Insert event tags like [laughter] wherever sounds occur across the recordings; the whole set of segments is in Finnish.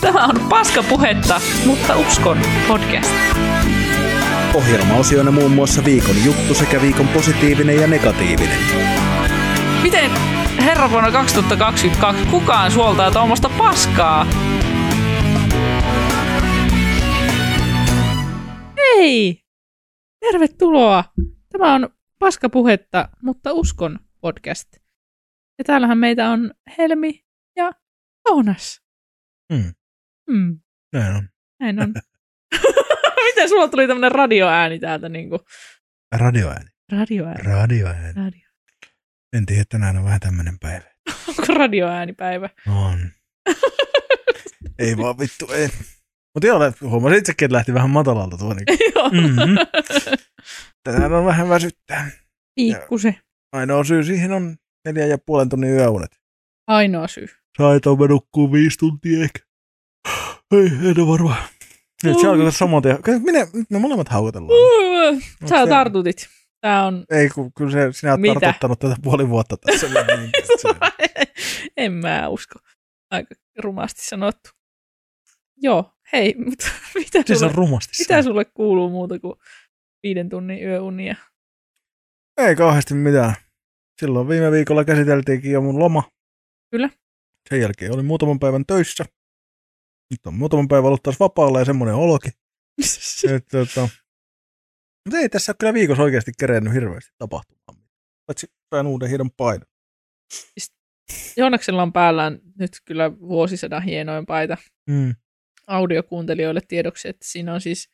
Tämä on paskapuhetta, mutta uskon podcast. Ohjelmaosioina muun muassa viikon juttu sekä viikon positiivinen ja negatiivinen. Miten herra vuonna 2022 kukaan suoltaa tuommoista paskaa? Hei! Tervetuloa! Tämä on Paskapuhetta, mutta uskon podcast. Ja täällähän meitä on Helmi ja Joonas. Mm. Mm, Näin on. näin on. [laughs] Miten sulla tuli tämmönen radioääni täältä niinku? Radioääni. Radioääni. Radioääni. Radio. En tiedä, tänään on vähän tämmönen päivä. No Onko [laughs] radioäänipäivä? [laughs] On. ei vaan vittu, ei. Mutta joo, huomasin itsekin, että lähti vähän matalalta tuo. Niin. Joo. Mm-hmm. Tänään on vähän väsyttää. Piikkuse. Ainoa syy siihen on neljä ja puolen tunnin yöunet. Ainoa syy. Saitoin me nukkuu viisi tuntia ehkä. Ei, en ole varma. Nyt se Mm. alkaa saman tien. Kyllä Minä, nyt me molemmat haukotellaan. Onks Sä se- tartutit. Tää on... Ei, kun kyllä se, sinä olet Mitä? tartuttanut tätä puoli vuotta [laughs] tässä. Niin, että se- en mä usko. Aika rumasti sanottu. Joo, hei, [laughs] mutta mitä, siis sulle, on rumasti. mitä sulle kuuluu muuta kuin viiden tunnin yöunia? [laughs] Ei kauheasti mitään. Silloin viime viikolla käsiteltiinkin jo mun loma. Kyllä. Sen jälkeen olin muutaman päivän töissä. Nyt on muutaman päivän ollut taas vapaalla ja semmoinen [laughs] olokin. Et, tota, mutta ei tässä ole kyllä viikossa oikeasti kerennyt hirveästi tapahtumaan. Paitsi sain uuden hienon painon. Joonaksella on päällään nyt kyllä vuosisadan hienoin paita Mm. audiokuuntelijoille tiedoksi, että siinä on siis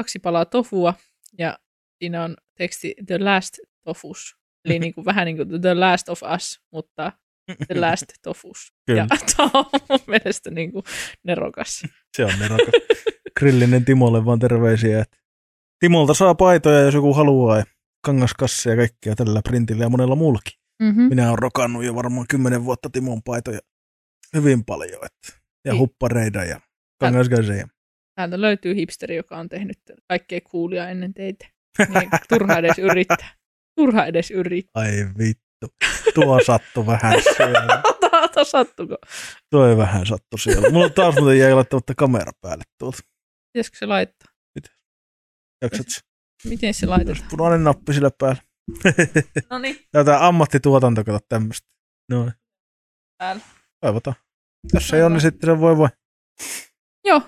kaksi palaa tofua ja siinä on teksti The Last Tofus. [laughs] Eli niin kuin, vähän niin kuin The Last of Us, mutta Mm. The Last Tofus. [laughs] Kyllä. Ja tämä on mun mielestä niin kuin nerokas. Se on nerokas. [laughs] Grillinen Timolle vaan terveisiä. Että Timolta saa paitoja, jos joku haluaa. Ja kangaskasseja ja kaikkea tällä printillä ja monella muullakin. Mm-hmm. Minä olen rokannut jo varmaan kymmenen vuotta Timon paitoja hyvin paljon. Että, ja Niin. huppareita ja kangaskasseja. Täältä löytyy hipsteri, joka on tehnyt kaikkea kuulia ennen teitä. Niin turha edes yrittää. Turha edes yrittää. [laughs] Ai vittu. Tuo sattu vähän siellä. Ota sattuko? Tuo ei vähän sattu siellä. Mulla taas muuten jäi laittamatta kamera päälle tuolta. Pitäisikö se laittaa? Jaksat se? Miten se Jos [laughs] laitetaan? punainen nappi sillä päällä. No niin. Tätä ammattituotanto, kato tämmöistä. Noin. Täällä. Toivotaan. Jos ei ole, niin sitten se voi voi. Joo.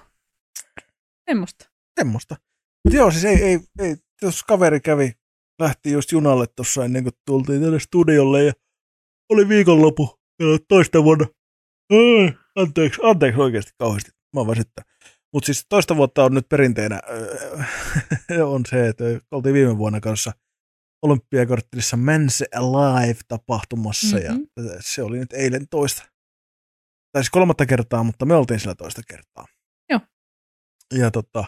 Semmosta. Semmosta. Mutta joo, siis ei, ei, ei. Jos kaveri kävi, lähti just junalle tuossa ennen kuin tultiin tänne studiolle ja oli viikonloppu ja toista vuonna. Ai, anteeksi, anteeksi oikeasti kauheasti. Mä oon väsyttää. Mutta siis toista vuotta on nyt perinteenä öö, [laughs] on se, että oltiin viime vuonna kanssa olympiakorttelissa Men's Alive-tapahtumassa Mhm. mm-hmm. ja se oli nyt eilen toista. Tai siis kolmatta kertaa, mutta me oltiin siellä toista kertaa. Joo. Ja tota,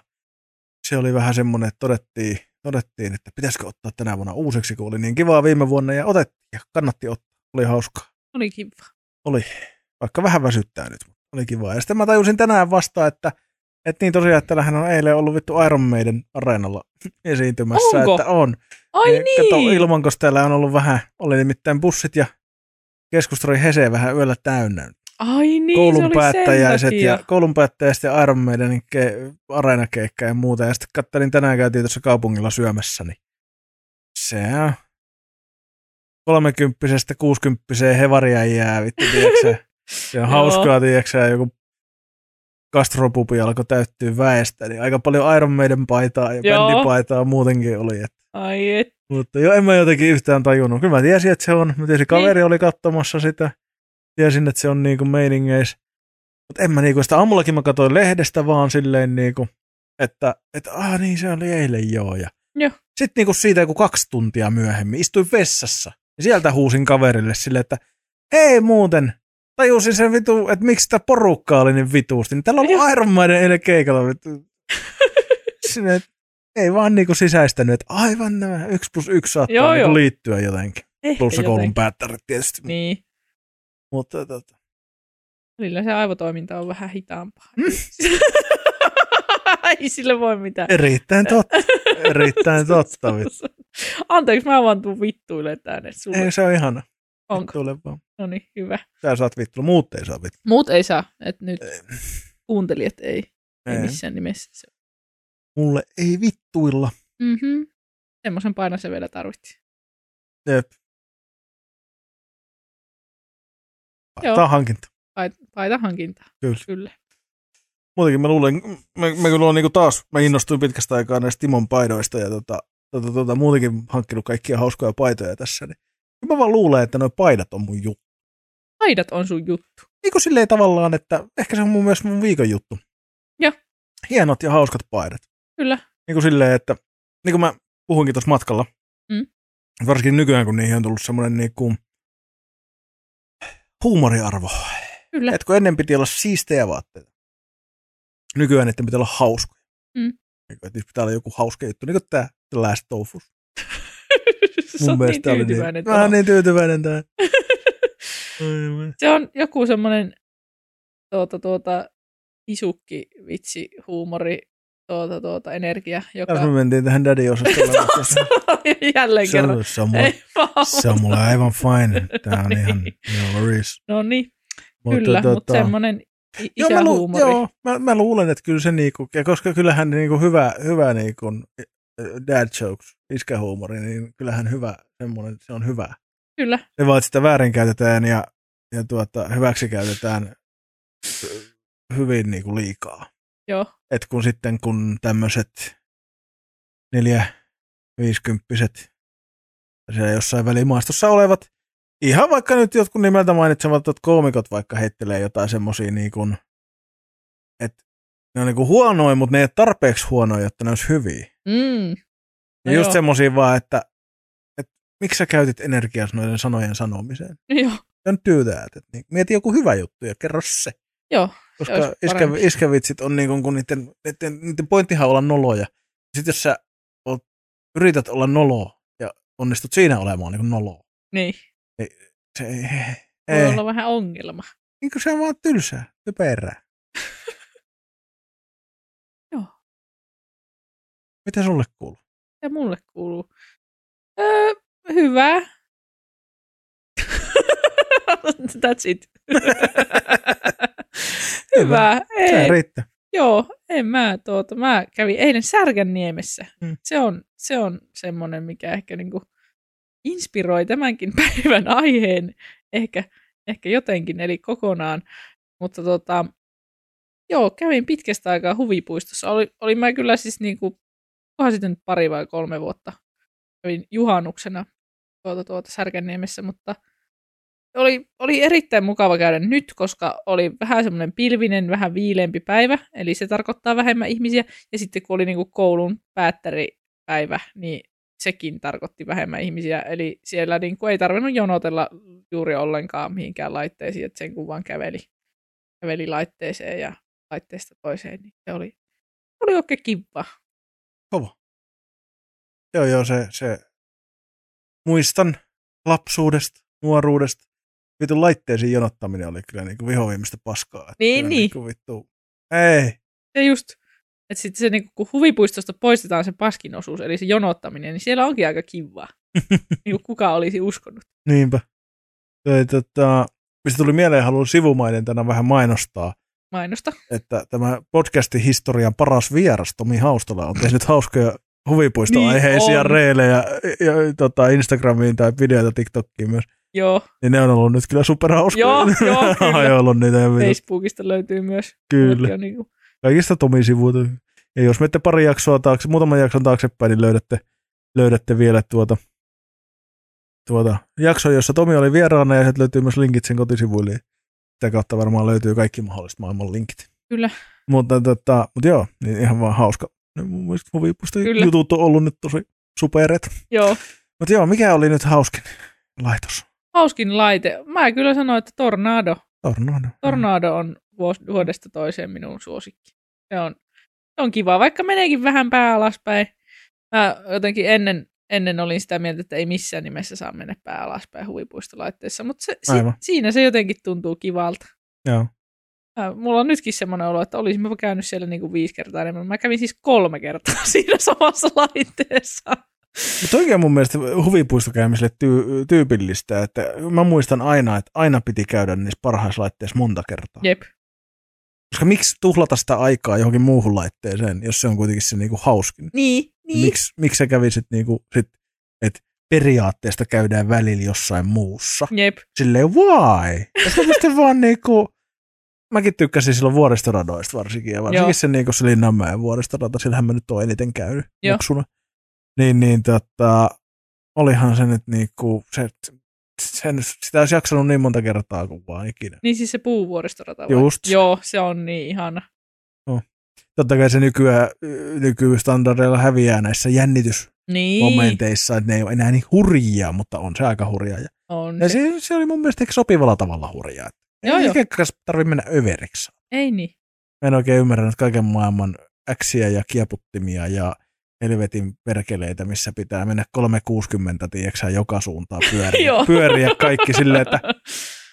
se oli vähän semmoinen, että todettiin, todettiin, että pitäisikö ottaa tänä vuonna uusiksi, kun oli niin kivaa viime vuonna ja otettiin ja kannatti ottaa. Oli hauskaa Oli kiva. vaikka vähän väsyttää nyt, mutta oli kiva. Ja sitten mä tajusin tänään vasta, että, että niin tosiaan, että tällähän on eilen ollut vittu Iron Maiden areenalla [laughs] esiintymässä, Onko? että on. Ai Ja Kato, niin! ilman, koska täällä on ollut vähän, oli nimittäin bussit ja keskustori Hese vähän yöllä täynnä. Ai niin, se koulun oli päättäjäiset sen ja takia. koulun päättäjäiset ja Iron Maiden niin ke- areenakeikka ja muuta. Ja sitten kattelin tänään käytiin tuossa kaupungilla syömässä, niin se on kolmekymppisestä kuuskymppiseen hevaria jää, vittu, [laughs] tiiäksä. Se on Joo. hauskaa, tiiäksä, joku gastropubi alkoi täyttyä väestä, niin aika paljon Iron Maiden paitaa ja Joo. bändipaitaa muutenkin oli. Et. Ai et. Mutta joo, en mä jotenkin yhtään tajunnut. Kyllä mä tiesin, että se on. Mä tiesin, kaveri oli katsomassa sitä. Tiesin, että se on niinku meiningeissä. Mutta en mä niinku sitä aamullakin mä katsoin lehdestä vaan silleen niinku, että, että ah niin se oli eilen joo. Ja. Joo. Sitten niinku siitä joku kaksi tuntia myöhemmin istuin vessassa. Ja sieltä huusin kaverille silleen, että hei muuten, tajusin sen vitu, että miksi sitä porukkaa oli niin vituusti. Niin täällä on ollut Iron Maiden eilen keikalla. Vitu. Sinne, että ei vaan niinku sisäistänyt, että aivan nämä yksi plus yksi saattaa Joo, joo, niinku joo. liittyä jotenkin. Ehkä Plus se koulun jotenkin. päättäjät tietysti. Niin. Niin. Mutta tota, Välillä se aivotoiminta on vähän hitaampaa. Mm. [laughs] Ei sille voi mitään. erittäin totta. [laughs] Erittäin totta. vittu. Anteeksi, mä vaan tuun vittuille tänne sulle. Ei, se on ihana. Onko? Tule vaan. No niin, hyvä. Sä saat vittua, muut ei saa vittua. Muut ei saa, että nyt kuuntelijat ei, ei Ei. missään nimessä. Se- Mulle ei vittuilla. Mhm. Semmoisen painon se vielä tarvittiin. Jep. Joo. Tämä on hankinta. Pait- paita hankintaa. Kyllä. Kyllä. Muutenkin mä luulen, mä, mä kyllä olen niinku taas, mä innostuin pitkästä aikaa näistä Timon paidoista ja tota, tota, tota, muutenkin hankkinut kaikkia hauskoja paitoja tässä. Niin. Kyllä Mä vaan luulen, että nuo paidat on mun juttu. Paidat on sun juttu. Niin kuin silleen tavallaan, että ehkä se on mun myös mun viikon juttu. Joo. Hienot ja hauskat paidat. Kyllä. Niin kuin silleen, että niin kuin mä puhuinkin tuossa matkalla, Mm. varsinkin nykyään, kun niihin on tullut semmoinen niin kuin huumoriarvo. Kyllä. [laughs] Et kun ennen piti olla siistejä vaatteita, nykyään niiden pitää olla hauskoja. Mm. Niin kuin, että niissä pitää olla joku hauska juttu, niin kuin tämä Last Tofus. Sä oot niin oli tyytyväinen. Mä oon tuohon. niin [laughs] tyytyväinen tähän. Ai voi. Se on joku semmoinen tuota, tuota, isukki, vitsi, huumori, tuota, tuota, energia, joka Jos me mentiin tähän daddy-osastolle. [laughs] jälleen se, kerran. on, se, on mulla, Ei vaan. se on mulla aivan fine. Tää on No ihan niin. no worries. No niin, kyllä, mutta semmoinen i- tuota, Joo, mä, lu- isähuumori. joo mä, mä, luulen, että kyllä se niinku, ja koska kyllähän niinku hyvä, hyvä niinku, eh, dad jokes, iskähuumori, niin kyllähän hyvä semmoinen, se on hyvä. Kyllä, Se vaan, että sitä väärinkäytetään ja, ja tuota, hyväksikäytetään hyvin niinku liikaa. joo. Et kun sitten kun tämmöiset neljä, viisikymppiset siellä jossain välimaastossa olevat, ihan vaikka nyt jotkut nimeltä mainitsevat koomikot vaikka heittelee jotain semmosia niin kuin, että ne on niin kuin huonoja, mutta ne ei ole tarpeeksi huonoja, jotta ne olisi hyviä. Mm. No Ja just joo. semmosia vaan, että, että miksi sä käytit energiaa noiden sanojen sanomiseen? Joo, Se on tyytää, että niin, mieti joku hyvä juttu ja kerro se. joo, Koska Se olisi iskä, parempi. iskävitsit on niin kuin, kun niiden, niiden, niiden pointtihan olla noloja. Sitten jos sä oot, yrität olla noloa ja onnistut siinä olemaan niin kuin noloa, niin. se ei, ei. Voi Eh. olla vähän ongelma. Niin kuin se on vaan tylsää, typerää. [laughs] Joo. Mitä sulle kuuluu? Ja mulle kuuluu. Öö, hyvä. [laughs] That's it. hyvä. Tää Ei, riittää. Joo, en mä, tuota, mä kävin eilen Särkänniemessä. Mm. Mm. Se on, se on semmoinen, mikä ehkä niinku inspiroi tämänkin [laughs] päivän aiheen ehkä, ehkä jotenkin, eli kokonaan. Mutta tota, joo, kävin pitkästä aikaa huvipuistossa. Oli, oli mä kyllä siis niinku, onhan sitten nyt pari vai kolme vuotta kävin juhannuksena tuota, tuota Särkänniemessä, mutta oli, oli erittäin mukava käydä nyt, koska oli vähän semmoinen pilvinen, vähän viileämpi päivä, eli se tarkoittaa vähemmän ihmisiä. Ja sitten kun oli niin kuin koulun päättäripäivä, niin sekin tarkoitti vähemmän ihmisiä. Eli siellä niin kuin ei tarvinnut jonotella juuri ollenkaan mihinkään laitteisiin, että sen kun vaan käveli, käveli laitteeseen ja laitteesta toiseen, niin se oli, oli oikein kiva. Kova. Joo, joo, se, se muistan lapsuudesta, nuoruudesta. Vitun laitteisiin jonottaminen oli kyllä niinku vihoviimistä paskaa. Että Niin, kyllä niin. Niinku vittu. Ei. se just, että sitten se niinku, kun huvipuistosta poistetaan se paskin osuus, eli se jonottaminen, niin siellä onkin aika kivaa. [laughs] niin kuka olisi uskonut. Niinpä. Toi, tota, mistä tuli mieleen, haluan sivumainen tänään vähän mainostaa, Mainosta. että tämä podcastin historian paras vieras Tomi Haustola on tehnyt hauskoja huvipuistoaiheisia Niin niin on. reilejä ja, ja, tota, Instagramiin tai videoita TikTokiin myös. Joo, Niin ne on ollut nyt kyllä superhauskoja. Joo, [laughs] joo, kyllä. Ai, ollut niitä ja vitut, Facebookista löytyy myös. kyllä. Nekin On niinku, Kaikista Tomin sivuilta. Ja jos menette pari jaksoa taakse, muutaman jakson taaksepäin, niin löydätte, löydätte vielä tuota, tuota jakso, jossa Tomi oli vieraana ja sieltä löytyy myös linkit sen kotisivuille. Sitä kautta varmaan löytyy kaikki mahdolliset maailman linkit. Kyllä. Mutta, tota, mutta joo, niin ihan vaan hauska. Ne mun mielestä huvipuisto Kyllä. jutut on ollut nyt tosi superet. joo, Mutta joo, mikä oli nyt hauskin laitos? hauskin laite. Mä kyllä sanoin, että Tornado. Tornado. Tornado on vuos- vuodesta toiseen minun suosikki. Se on, se on kiva, vaikka meneekin vähän pää alaspäin. Mä jotenkin ennen, ennen olin sitä mieltä, että ei missään nimessä saa mennä pää alaspäin huvipuistolaitteessa, mutta se, si- Aivan. siinä se jotenkin tuntuu kivalta. Joo. Ää, Äh, Mulla on nytkin semmoinen olo, että olisimme käynyt siellä niinku viisi kertaa enemmän. Mä kävin siis kolme kertaa [laughs] siinä samassa laitteessa. Mutta oikein mun mielestä huvipuistokäymiselle tyy- tyypillistä, että mä muistan aina, että aina piti käydä niissä parhaislaitteissa monta kertaa. Jep, Koska miksi tuhlata sitä aikaa johonkin muuhun laitteeseen, jos se on kuitenkin se niinku hauskin? Niin, niin. Miksi, miksi sä kävisit niinku sit, että periaatteesta käydään välillä jossain muussa? Jep. Silleen, why? Koska sitten vaan niinku, mäkin tykkäsin silloin vuoristoradoista varsinkin, ja varsinkin Joo. se niinku se Linnanmäen vuoristorata, sillähän mä nyt oon eniten käynyt Joo. muksuna. Niin, niin tota, olihan se nyt niinku, se, sen, sitä olisi jaksanut niin monta kertaa kuin vaan ikinä. Niin siis se puuvuoristorata vai? Just. Joo, se on niin ihana. totta kai se nykyään, y- nykystandardeilla häviää näissä jännitysmomenteissa, Niin, että ne ei ole enää niin hurjia, mutta on se aika hurjaa. Ja, on ja se. se, se, oli mun mielestä ehkä sopivalla tavalla hurjaa. Joo, Ei joo. ehkä kas- tarvi mennä överiksi. Ei niin. Mä en oikein ymmärrä kaiken maailman äksiä ja kieputtimia ja helvetin perkeleitä, missä pitää mennä 360, tiedätkö joka suuntaan [laughs] pyöriä, Joo. pyöriä kaikki silleen, että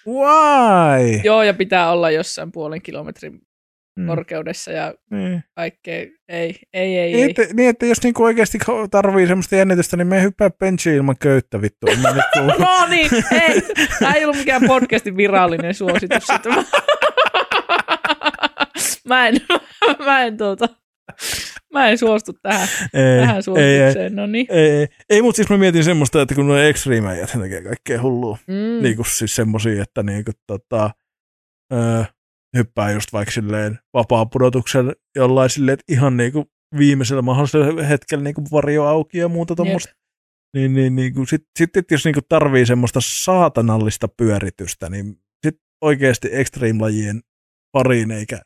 why? Joo, ja pitää olla jossain puolen kilometrin Mm, korkeudessa ja niin. kaikkea. Ei, ei, ei, Niin, ei. että, niin, että jos niinku oikeasti ko- tarvii semmoista jännitystä, niin me hyppää benchiin ilman köyttä vittu. En mä nyt kuulu. No niin, ei. Tämä ei ollut mikään podcastin virallinen suositus. Sitä. mä- [laughs] Mä en, mä en, tuota, mä en suostu [laughs] tähän, tähän ei, ei, ei, suositukseen. No niin. ei, ei. ei mutta siis mä mietin semmoista, että kun ne ekstriimejät ne tekee kaikkea hullua. Mm. Mm, Niin kuin siis semmosia, että niinku tota, ö, hyppää just vaikka silleen vapaa pudotuksen jollain silleen, että ihan niinku viimeisellä mahdollisella hetkellä niinku varjo auki ja muuta tuommoista. Niin, niin, niin kuin, sit, sit, et jos niinku tarvii semmoista saatanallista pyöritystä, niin sit oikeasti extreme-lajien pariin eikä,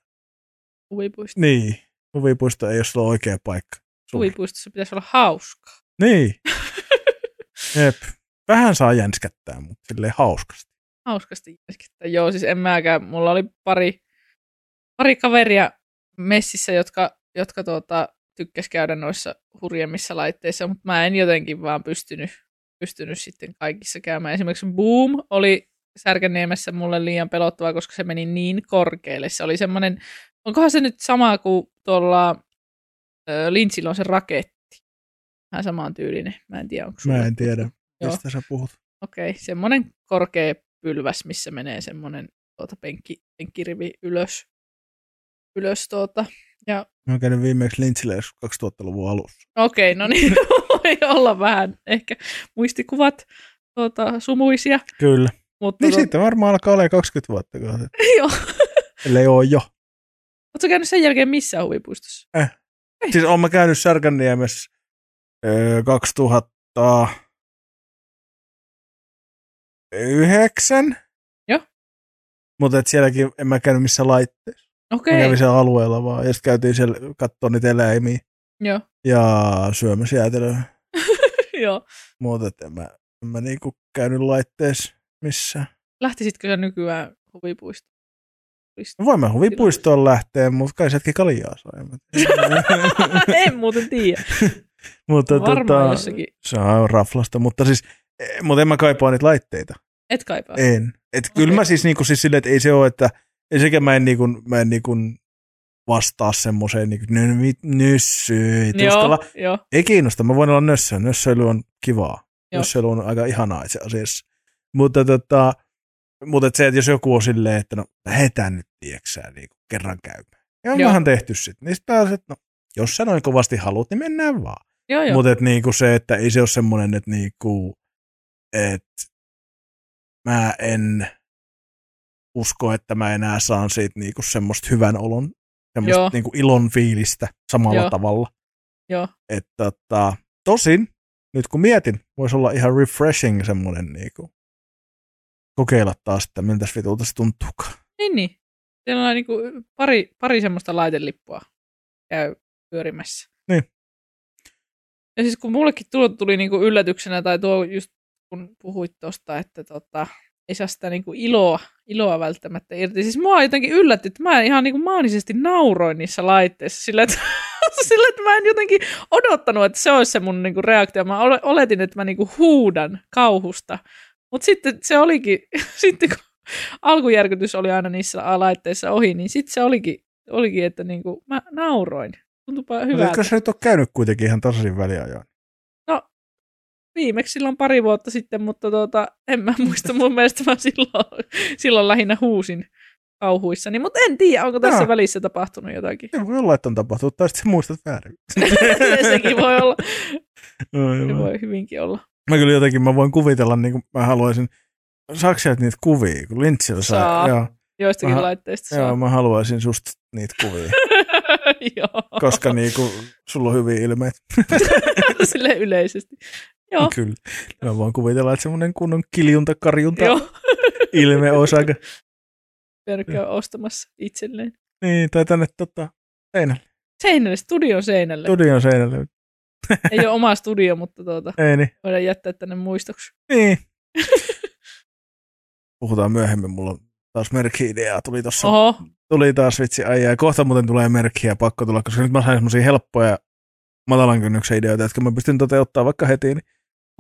huvipuisto. niin, huvipuisto ei ole sulla oikea paikka. sulle. Huvipuistossa pitäisi olla hauskaa. Niin. Jep. Vähän saa jänskättää, mutta silleen hauskasti. hauskasti järkettä. Joo, siis en mäkään. Mulla oli pari, pari kaveria messissä, jotka, jotka tuota, tykkäs käydä noissa hurjemmissa laitteissa, mutta mä en jotenkin vaan pystynyt, pystynyt sitten kaikissa käymään. Esimerkiksi Boom oli Särkänniemessä mulle liian pelottava, koska se meni niin korkealle. Se oli semmoinen, onkohan se nyt sama kuin tuolla ö, Lintsillä on se raketti. Vähän samaan tyylinen. Mä en tiedä, onko sulla Mä en tiedä, Joo. mistä sä puhut. Okei, semmoinen korkea pylväs, missä menee semmoinen tuota, penkki, penkkirivi ylös. ylös tuota. Mä oon käynyt viimeksi Lintsillä joskus 2000-luvun alussa. Okei, no niin, [laughs] voi olla vähän ehkä muistikuvat tuota, sumuisia. Kyllä. Mutta Niin tuota- siitä varmaan alkaa olla 20 vuotta. kun se- [laughs] Joo. Ellei oo jo. Oletko käynyt sen jälkeen missään huvipuistossa? Siis oon mä käynyt Särkänniemessä öö, 2009. Joo. Mutta et sielläkin en mä käynyt missään laitteessa. Mä Okei, kävin siellä alueella vaan. Ja sitten käytiin siellä katsoa niitä eläimiä joo. ja syömässä jäätelöä. [laughs] joo. Mutta et en mä, en mä niinku käynyt laitteessa missään. Lähtisitkö sä nykyään huvipuistoon? No voin mä huvipuistoon lähteä, mutta kai sieltäkin kaljaa saa. en mä [laughs] tiedä. en muuten tiedä. mutta Varmaan tota, jossakin. saa raflasta, mutta siis eh, mutta en mä kaipaa niitä laitteita. Et kaipaa. En. Et kyllä Okei. mä siis, niinku, siis silleen, että ei se ole, että ei sekä mä en, niinku, mä en niinku vastaa semmoiseen niinku, "Nö, mit- nössö, ei tuskalla. joo, joo. Ei kiinnosta, mä voin olla nössö. Nössöily on kivaa. Joo. Nössöily on aika ihanaa itse asiassa. Mutta, tota, mutta et se, että jos joku on silleen, että no lähetään nyt, tieksää, niin kerran käymään. Ja Joo. onhan tehty sitten. Niin sitten taas, että no, jos sä noin kovasti haluat, niin mennään vaan. joo, joo. Mutta et niinku se, että ei se ole semmoinen, että niinku, et mä en usko, että mä enää saan siitä niinku semmoista hyvän olon, semmoista Joo. niinku ilon fiilistä samalla Joo. tavalla. Joo. Et tota, tosin, nyt kun mietin, voisi olla ihan refreshing semmoinen niinku, kokeilla taas, että miltä se vitulta se tuntuukaan. Niin, niin. Teillä on niinku pari, pari semmoista laitelippua käy pyörimässä. Niin. Ja siis kun mullekin tulo tuli niinku yllätyksenä, tai tuo just kun puhuit tuosta, että tota, ei saa sitä niinku iloa, iloa välttämättä irti. Siis mua jotenkin yllätti, että mä ihan niinku maanisesti nauroin niissä laitteissa sillä, että, [laughs] sillä, että mä en jotenkin odottanut, että se olisi se mun niinku reaktio. Mä ole- oletin, että mä niinku huudan kauhusta. Mutta sitten se olikin, [laughs] sitten kun alkujärkytys oli aina niissä laitteissa ohi, niin sitten se olikin, olikin että niinku, mä nauroin. Tuntuupa Mutta hyvältä. eikö se nyt ole käynyt kuitenkin ihan tasaisin väliajoin? Viimeksi silloin pari tuota, [laughs] vuotta sitten, mutta tota, en mä muista. Mun mielestä mä silloin, silloin lähinnä huusin, kauhuissani, mutta en tiedä, onko tässä Joo. välissä tapahtunut [laughs] jotakin. Ei voi olla, että on tapahtunut, tai sitten sä muistat väärin. Sekin voi olla, se Aivan. voi hyvinkin olla. Mä kyllä jotenkin, mä voin kuvitella, niin kuin mä haluaisin, saako sieltä niitä kuvia, kun Lintzillä saa? Saa. Joo, Joistakin Aha, laitteista joo, saa. [laughs] mä haluaisin susta niitä kuvia, joo, [laughs] koska niin kuin, sulla on hyviä ilmeitä. sille yleisesti. Joo. Kyllä. Mä voin kuvitella, että semmoinen kunnon kiljunta, karjunta, [laughs] Joo, ilmeosake. Perkkä on ostamassa itselleen. Niin, tai tänne tota, seinälle, Seinälle, studion seinälle. studion seinälle. Ei ole oma studio, mutta tuota, Ei niin. voidaan jättää tänne muistoksi. [laughs] Niin. Puhutaan myöhemmin, mulla on taas merkki-ideaa. Tuli tossa, Oho, tuli taas vitsi äijää. Kohta muuten tulee merkkiä, pakko tulla, koska nyt mä sain semmosia helppoja matalan kynnyksen ideoita, jotka mä pystyn toteuttamaan vaikka heti, niin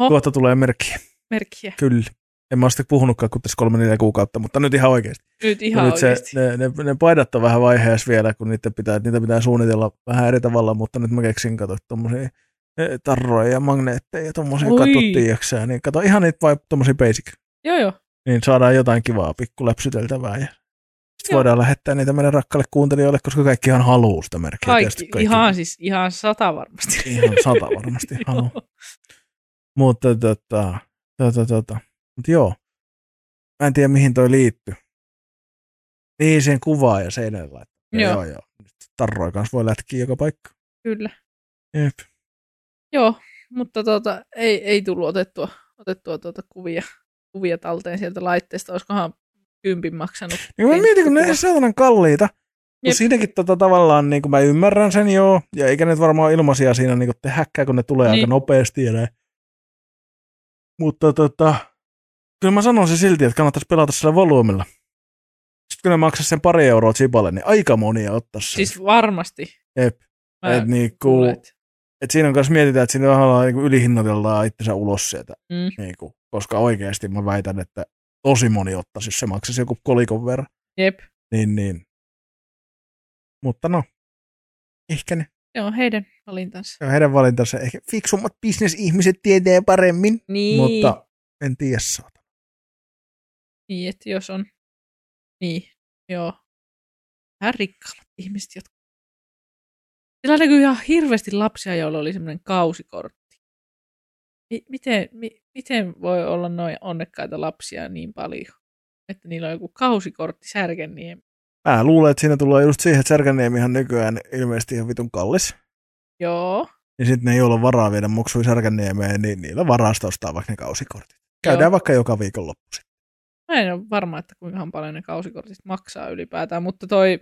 Oho. kohta tulee merkkiä. merkkiä. Kyllä. En mä ole sitä puhunutkaan kuin tässä kolme neljä kuukautta, mutta nyt ihan oikeasti. Nyt Ja ihan No nyt se, oikeasti. ne, ne, ne, paidat on vähän vaiheessa vielä, kun niitä pitää, niitä pitää suunnitella vähän eri tavalla, mutta nyt mä keksin katsoa tommosia eh, tarroja ja magneetteja ja tommosia Oi. katsottiin niin kato ihan niitä vai tommosia basic, Joo, joo. niin saadaan jotain kivaa pikkuläpsyteltävää ja sitten Joo. voidaan lähettää niitä meidän rakkaille kuuntelijoille, koska kaikkihan haluaa sitä merkkiä. Kaikki, tietysti ihan siis, ihan sata varmasti. ihan sata [laughs] varmasti Joo. haluaa. Mutta tota, tota, tota. Mut joo. Mä en tiedä, mihin toi liittyy. Niin, sen kuvaa ja seinällä laittaa. Joo. joo, joo. Nyt tarroja kanssa voi lätkiä joka paikka. Kyllä. Jep. Joo, mutta tuota, ei, ei tullut otettua, otettua tuota kuvia, kuvia talteen sieltä laitteesta. Olisikohan kympin maksanut? Niin mä mietin, kun ne on Kuva. saatanan kalliita. Kun Jep. siinäkin tota, tavallaan, niin kun mä ymmärrän sen joo, ja eikä ne nyt varmaan ole ilmaisia siinä niin tehdäkään, kun ne tulee niin. Niin. aika nopeasti ja näin. Mutta tota, kyllä mä sanoisin silti, että kannattaisi pelata sillä volyymilla. Sitten kun ne maksaa sen pari euroa chipalle, niin aika monia ottaisi sen. Siis varmasti. Jep. Mä Et niinku, kuulen, että- et siinä on myös mietitään, että siinä tavallaan niinku ylihinnoitellaan itsensä ulos sieltä. Mm. Niinku, koska oikeasti mä väitän, että tosi moni ottaisi, jos se maksaisi joku kolikon verran. Jep. Niin, niin. Mutta no, ehkä ne. Se on heidän valintansa. Se on heidän valintansa. Ehkä fiksummat bisnesihmiset tietää paremmin. Niin. Niin. Mutta en tiedä saata. Niin, että jos on... Niin, joo. Vähän rikkaammat ihmiset, jotka... Sillä näkyy ihan hirveästi lapsia, joilla oli semmoinen kausikortti. Mi- miten, mi- miten voi olla noin onnekkaita lapsia niin paljon, että niillä on joku kausikortti särkenniemi? Mä luulen, että siinä tulee just siihen, että Särkänniemi on nykyään ilmeisesti ihan vitun kallis. Joo. Ja sitten ne, joilla on varaa viedä muksui Särkänniemeen, niin niillä on varaa sitä ostaa vaikka ne kausikortit. Käydään Joo. vaikka joka viikonloppu sitten. Mä en ole varma, että kuinka paljon ne kausikortit maksaa ylipäätään, mutta toi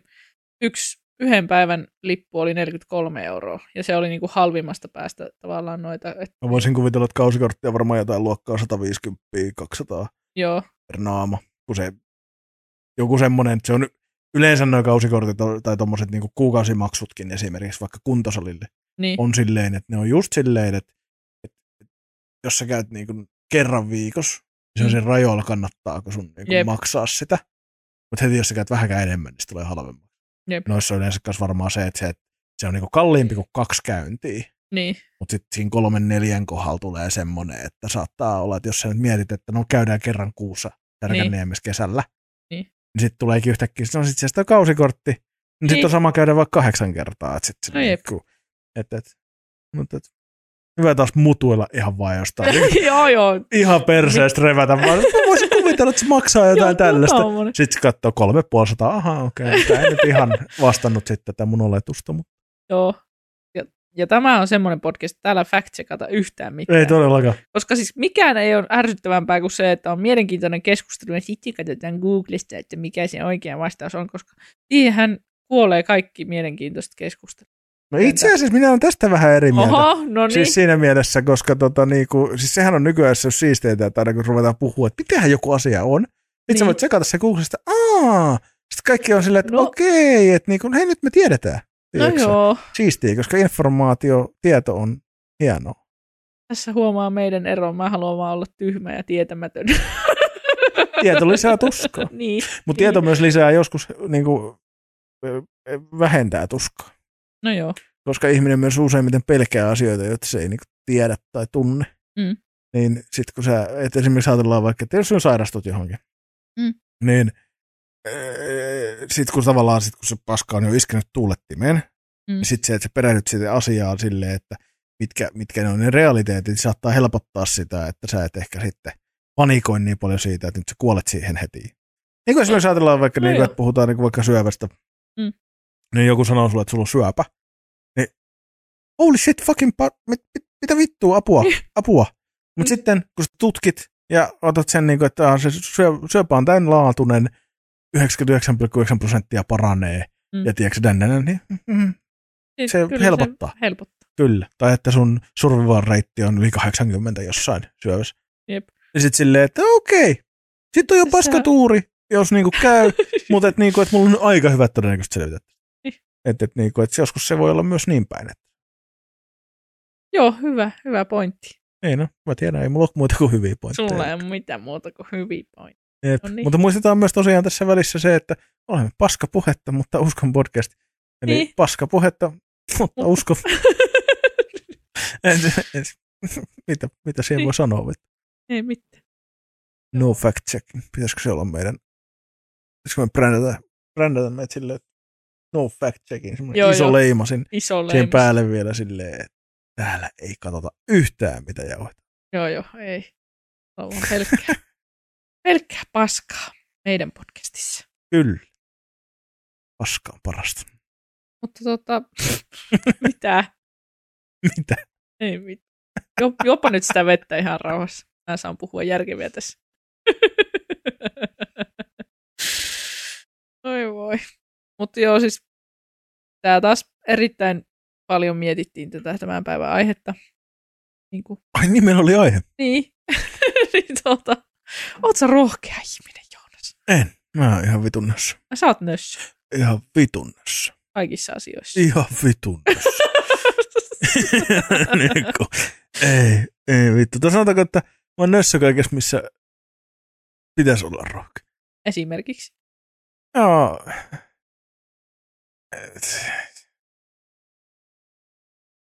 yksi yhden päivän lippu oli 43 euroa, ja se oli niinku halvimmasta päästä tavallaan noita, että Mä voisin kuvitella, että kausikorttia on varmaan jotain luokkaa 150, 200 joo, per naama, kun se joku semmoinen, että se on yleensä nuo kausikortit on- tai tuommoiset niin kuukausimaksutkin esimerkiksi vaikka kuntosalille niin, on silleen, että ne on just silleen, että, että jos sä käyt niin kuin kerran viikossa, niin se on Mm. sen rajoilla kannattaako sun niin kuin Jep. maksaa sitä. Mutta heti jos sä käyt vähänkään enemmän, niin se tulee halvemmin. Jep. Noissa on yleensä myös varmaan se, että se, että se on niin kuin kalliimpi kuin kaksi käyntiä. niin, Mutta sitten siinä kolmen neljän kohdalla tulee semmoinen, että saattaa olla, että jos sä nyt mietit, että no käydään kerran kuussa Särkänniemessä kesällä, Niin. niin sitten tuleekin yhtäkkiä, no sit siellä sitä on kausikortti, niin, niin. sitten Niin. on sama käydä vaikka kahdeksan kertaa. Et sit se No jep. niinku- et, et, mut et, hyvä taas mutuilla ihan vaan jostain. [laughs] Niin joo, joo. ihan perseestä revätä vaan. Mä voisin kuvitella, että se maksaa jotain Joo, tällaista. tommonen. Sitten se katsoo kolme puolisataa, ahaa okei, okay. tämä ei nyt ihan vastannut sitten tätä mun oletusta, mutta Joo. Ja, ja tämä on semmoinen podcast, että täällä fact checkata yhtään mitään. ei todellakaan. Koska siis mikään ei ole ärsyttävämpää kuin se, että on mielenkiintoinen keskustelu ja sitten katsotaan Googlesta, että mikä se oikea vastaus on, koska siihen kuolee kaikki mielenkiintoiset keskustelut. No itse asiassa minä olen tästä vähän eri mieltä. Oho, no niin. Siis Siis... siinä mielessä, koska tota, niinku, siis sehän on nykyään se siisteitä, että aina kun ruvetaan puhua, että mitähän joku asia on, niin, niin. sä Niin. voit sekata se Googlesta, aah, sitten kaikki on silleen, että no. No. okei, että niinku, hei nyt me tiedetään. No Tiedätkö sä? joo, Siistiä, koska informaatio, tieto on hienoa. tässä huomaa meidän eron. Mä haluan vaan olla tyhmä ja tietämätön. Tieto lisää tuskaa. [laughs] niin, Mutta tieto myös lisää joskus niinku, ö, ö, vähentää tuskaa, no joo. koska ihminen myös useimmiten pelkää asioita, joita se ei niinku, tiedä tai tunne. Mm. Niin sitten kun sä, et esimerkiksi ajatellaan vaikka, että jos sä sairastut johonkin, Mm. niin sitten kun tavallaan sit kun se paska on jo iskenyt tuulettimeen, Mm. mm. niin sitten se, että sä perehdyt sitä asiaa silleen, että mitkä, mitkä ne on ne realiteetit, niin saattaa helpottaa sitä, että sä et ehkä sitten panikoi niin paljon siitä, että nyt sä kuolet siihen heti. Niin kuin esimerkiksi ajatellaan vaikka, No niin kuin, joo. että puhutaan niin kuin vaikka syövästä, Mm. niin joku sanoo sulle, että sulla on syöpä. Niin, holy shit, fucking, pa- mit, mit, mitä vittua, apua, apua. Mutta Niin. Mm. sitten, kun sä tutkit ja otat sen, niin kuin, että ah, se syö, syöpä on tämän laatuinen, 99,9 prosenttia paranee. Mm. Mm. Ja tiedätkö, dännänä, niin mm, Siis se kyllä helpottaa. Se helpottaa. kyllä. Tai että sun survival reitti on yli 80 jossain syövässä. Jep. Ja sitten silleen, että okei, sitten on jo Sä- paskatuuri, jos niinku [laughs] käy, mutta että niinku, et mulla on aika hyvät todennäköisesti selvitä. Niin. Että et niinku, et joskus se voi olla myös niin päin. Että, Joo, hyvä, hyvä pointti. ei no, mä tiedän, ei mulla ole muuta kuin hyviä pointteja. Sulla ei ole mitään muuta kuin hyviä pointteja. Jep. No niin. Mutta muistetaan myös tosiaan tässä välissä se, että olemme paskapuhetta, mutta uskon podcast. Eli Niin. niin. paskapuhetta, mutta [laughs] uskon. en, en, mitä, mitä siihen Niin. niin. voi sanoa? vittu? ei mitään. No fact check. Pitäisikö se olla meidän... Pitäisikö me brändätä, brändätä meidät silleen, että no fact checkin, semmoinen Joo, iso joo. leima sin, Iso siihen leimus. päälle vielä silleen, että täällä ei katsota yhtään mitä jauhetaan. Joo, joo, ei. Tuo on pelkkää, pelkkää paskaa meidän podcastissa. Kyllä. Paska on parasta. Mutta tota, mitä? Mitä? Ei mitään. Jo- Jopa nyt sitä vettä ihan rauhassa. Mä saan puhua järkeviä tässä. [laughs] Oi voi. Mutta joo, siis tää taas erittäin paljon mietittiin tätä tämän päivän aihetta. Niin, kuin, Ai niin, meillä oli aihe. niin. [laughs] niin tota, oot sä rohkea ihminen, Joonas. Mä oon ihan vitunnassa. Ai, Sä oot nössö Ihan vitunnassa. kaikissa asioissa. Ihan vitunnassa. niin kun, ei, ei vittu. Tai sanotaanko, että mä oon nössä kaikessa, missä pitäisi olla rohkea. [laughs] Esimerkiksi. Joo.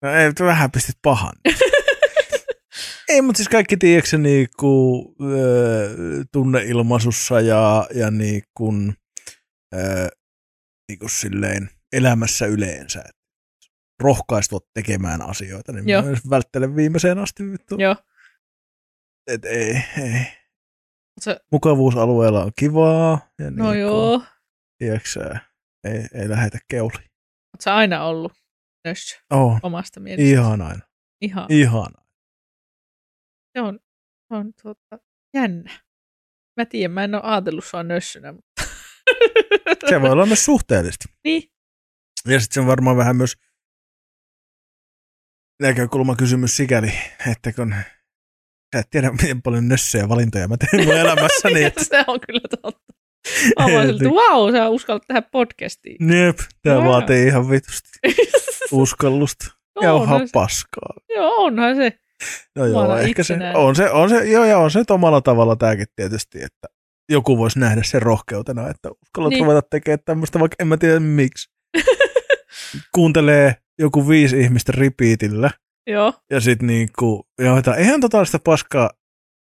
No ei, mutta vähän pistit [laughs] pahan. ei, mutta siis kaikki tiedätkö niinku, öö, tunneilmaisussa ja, ja niinku, öö, niinku silleen elämässä yleensä. että Rohkaistua tekemään asioita, niin Joo. Joo. myös välttelen viimeiseen asti. Vittu. Joo. Et ei, ei. Sä- Mukavuusalueella on kivaa. Ja No niinku- joo. tiedätkö, ei, ei lähetä keuli. Oot sä aina ollut nössö Oh, omasta mielestä. ihan aina. Ihan. Ihan Se on, se on tuota, jännä. Mä tiedän, mä en ole ajatellut sua nössönä, mutta... Se voi olla myös suhteellista. [laughs] niin, Ja sitten se on varmaan vähän myös näkökulmakysymys sikäli, että kun sä et tiedä, miten paljon nössejä valintoja mä teen mun elämässä, niin että [laughs] se on kyllä totta. Mä voin silti, wow, sä uskallat tehdä podcastiin. [laughs] Jep, tää Joo. vaatii ihan vitusti uskallusta. Ja onhan onhan se, paskaa. joo, onhan se. No Omana joo, ehkä se itsenään. on se, on se, joo, ja on se nyt omalla tavalla tämäkin tietysti, että joku voisi nähdä sen rohkeutena, että uskallat Niin. niin. ruveta tekemään tämmöistä, vaikka en mä tiedä [laughs] miksi. Kuuntelee joku viisi ihmistä ripiitillä Joo, [laughs] ja sitten niinku, ja otetaan ihan totaalista paskaa.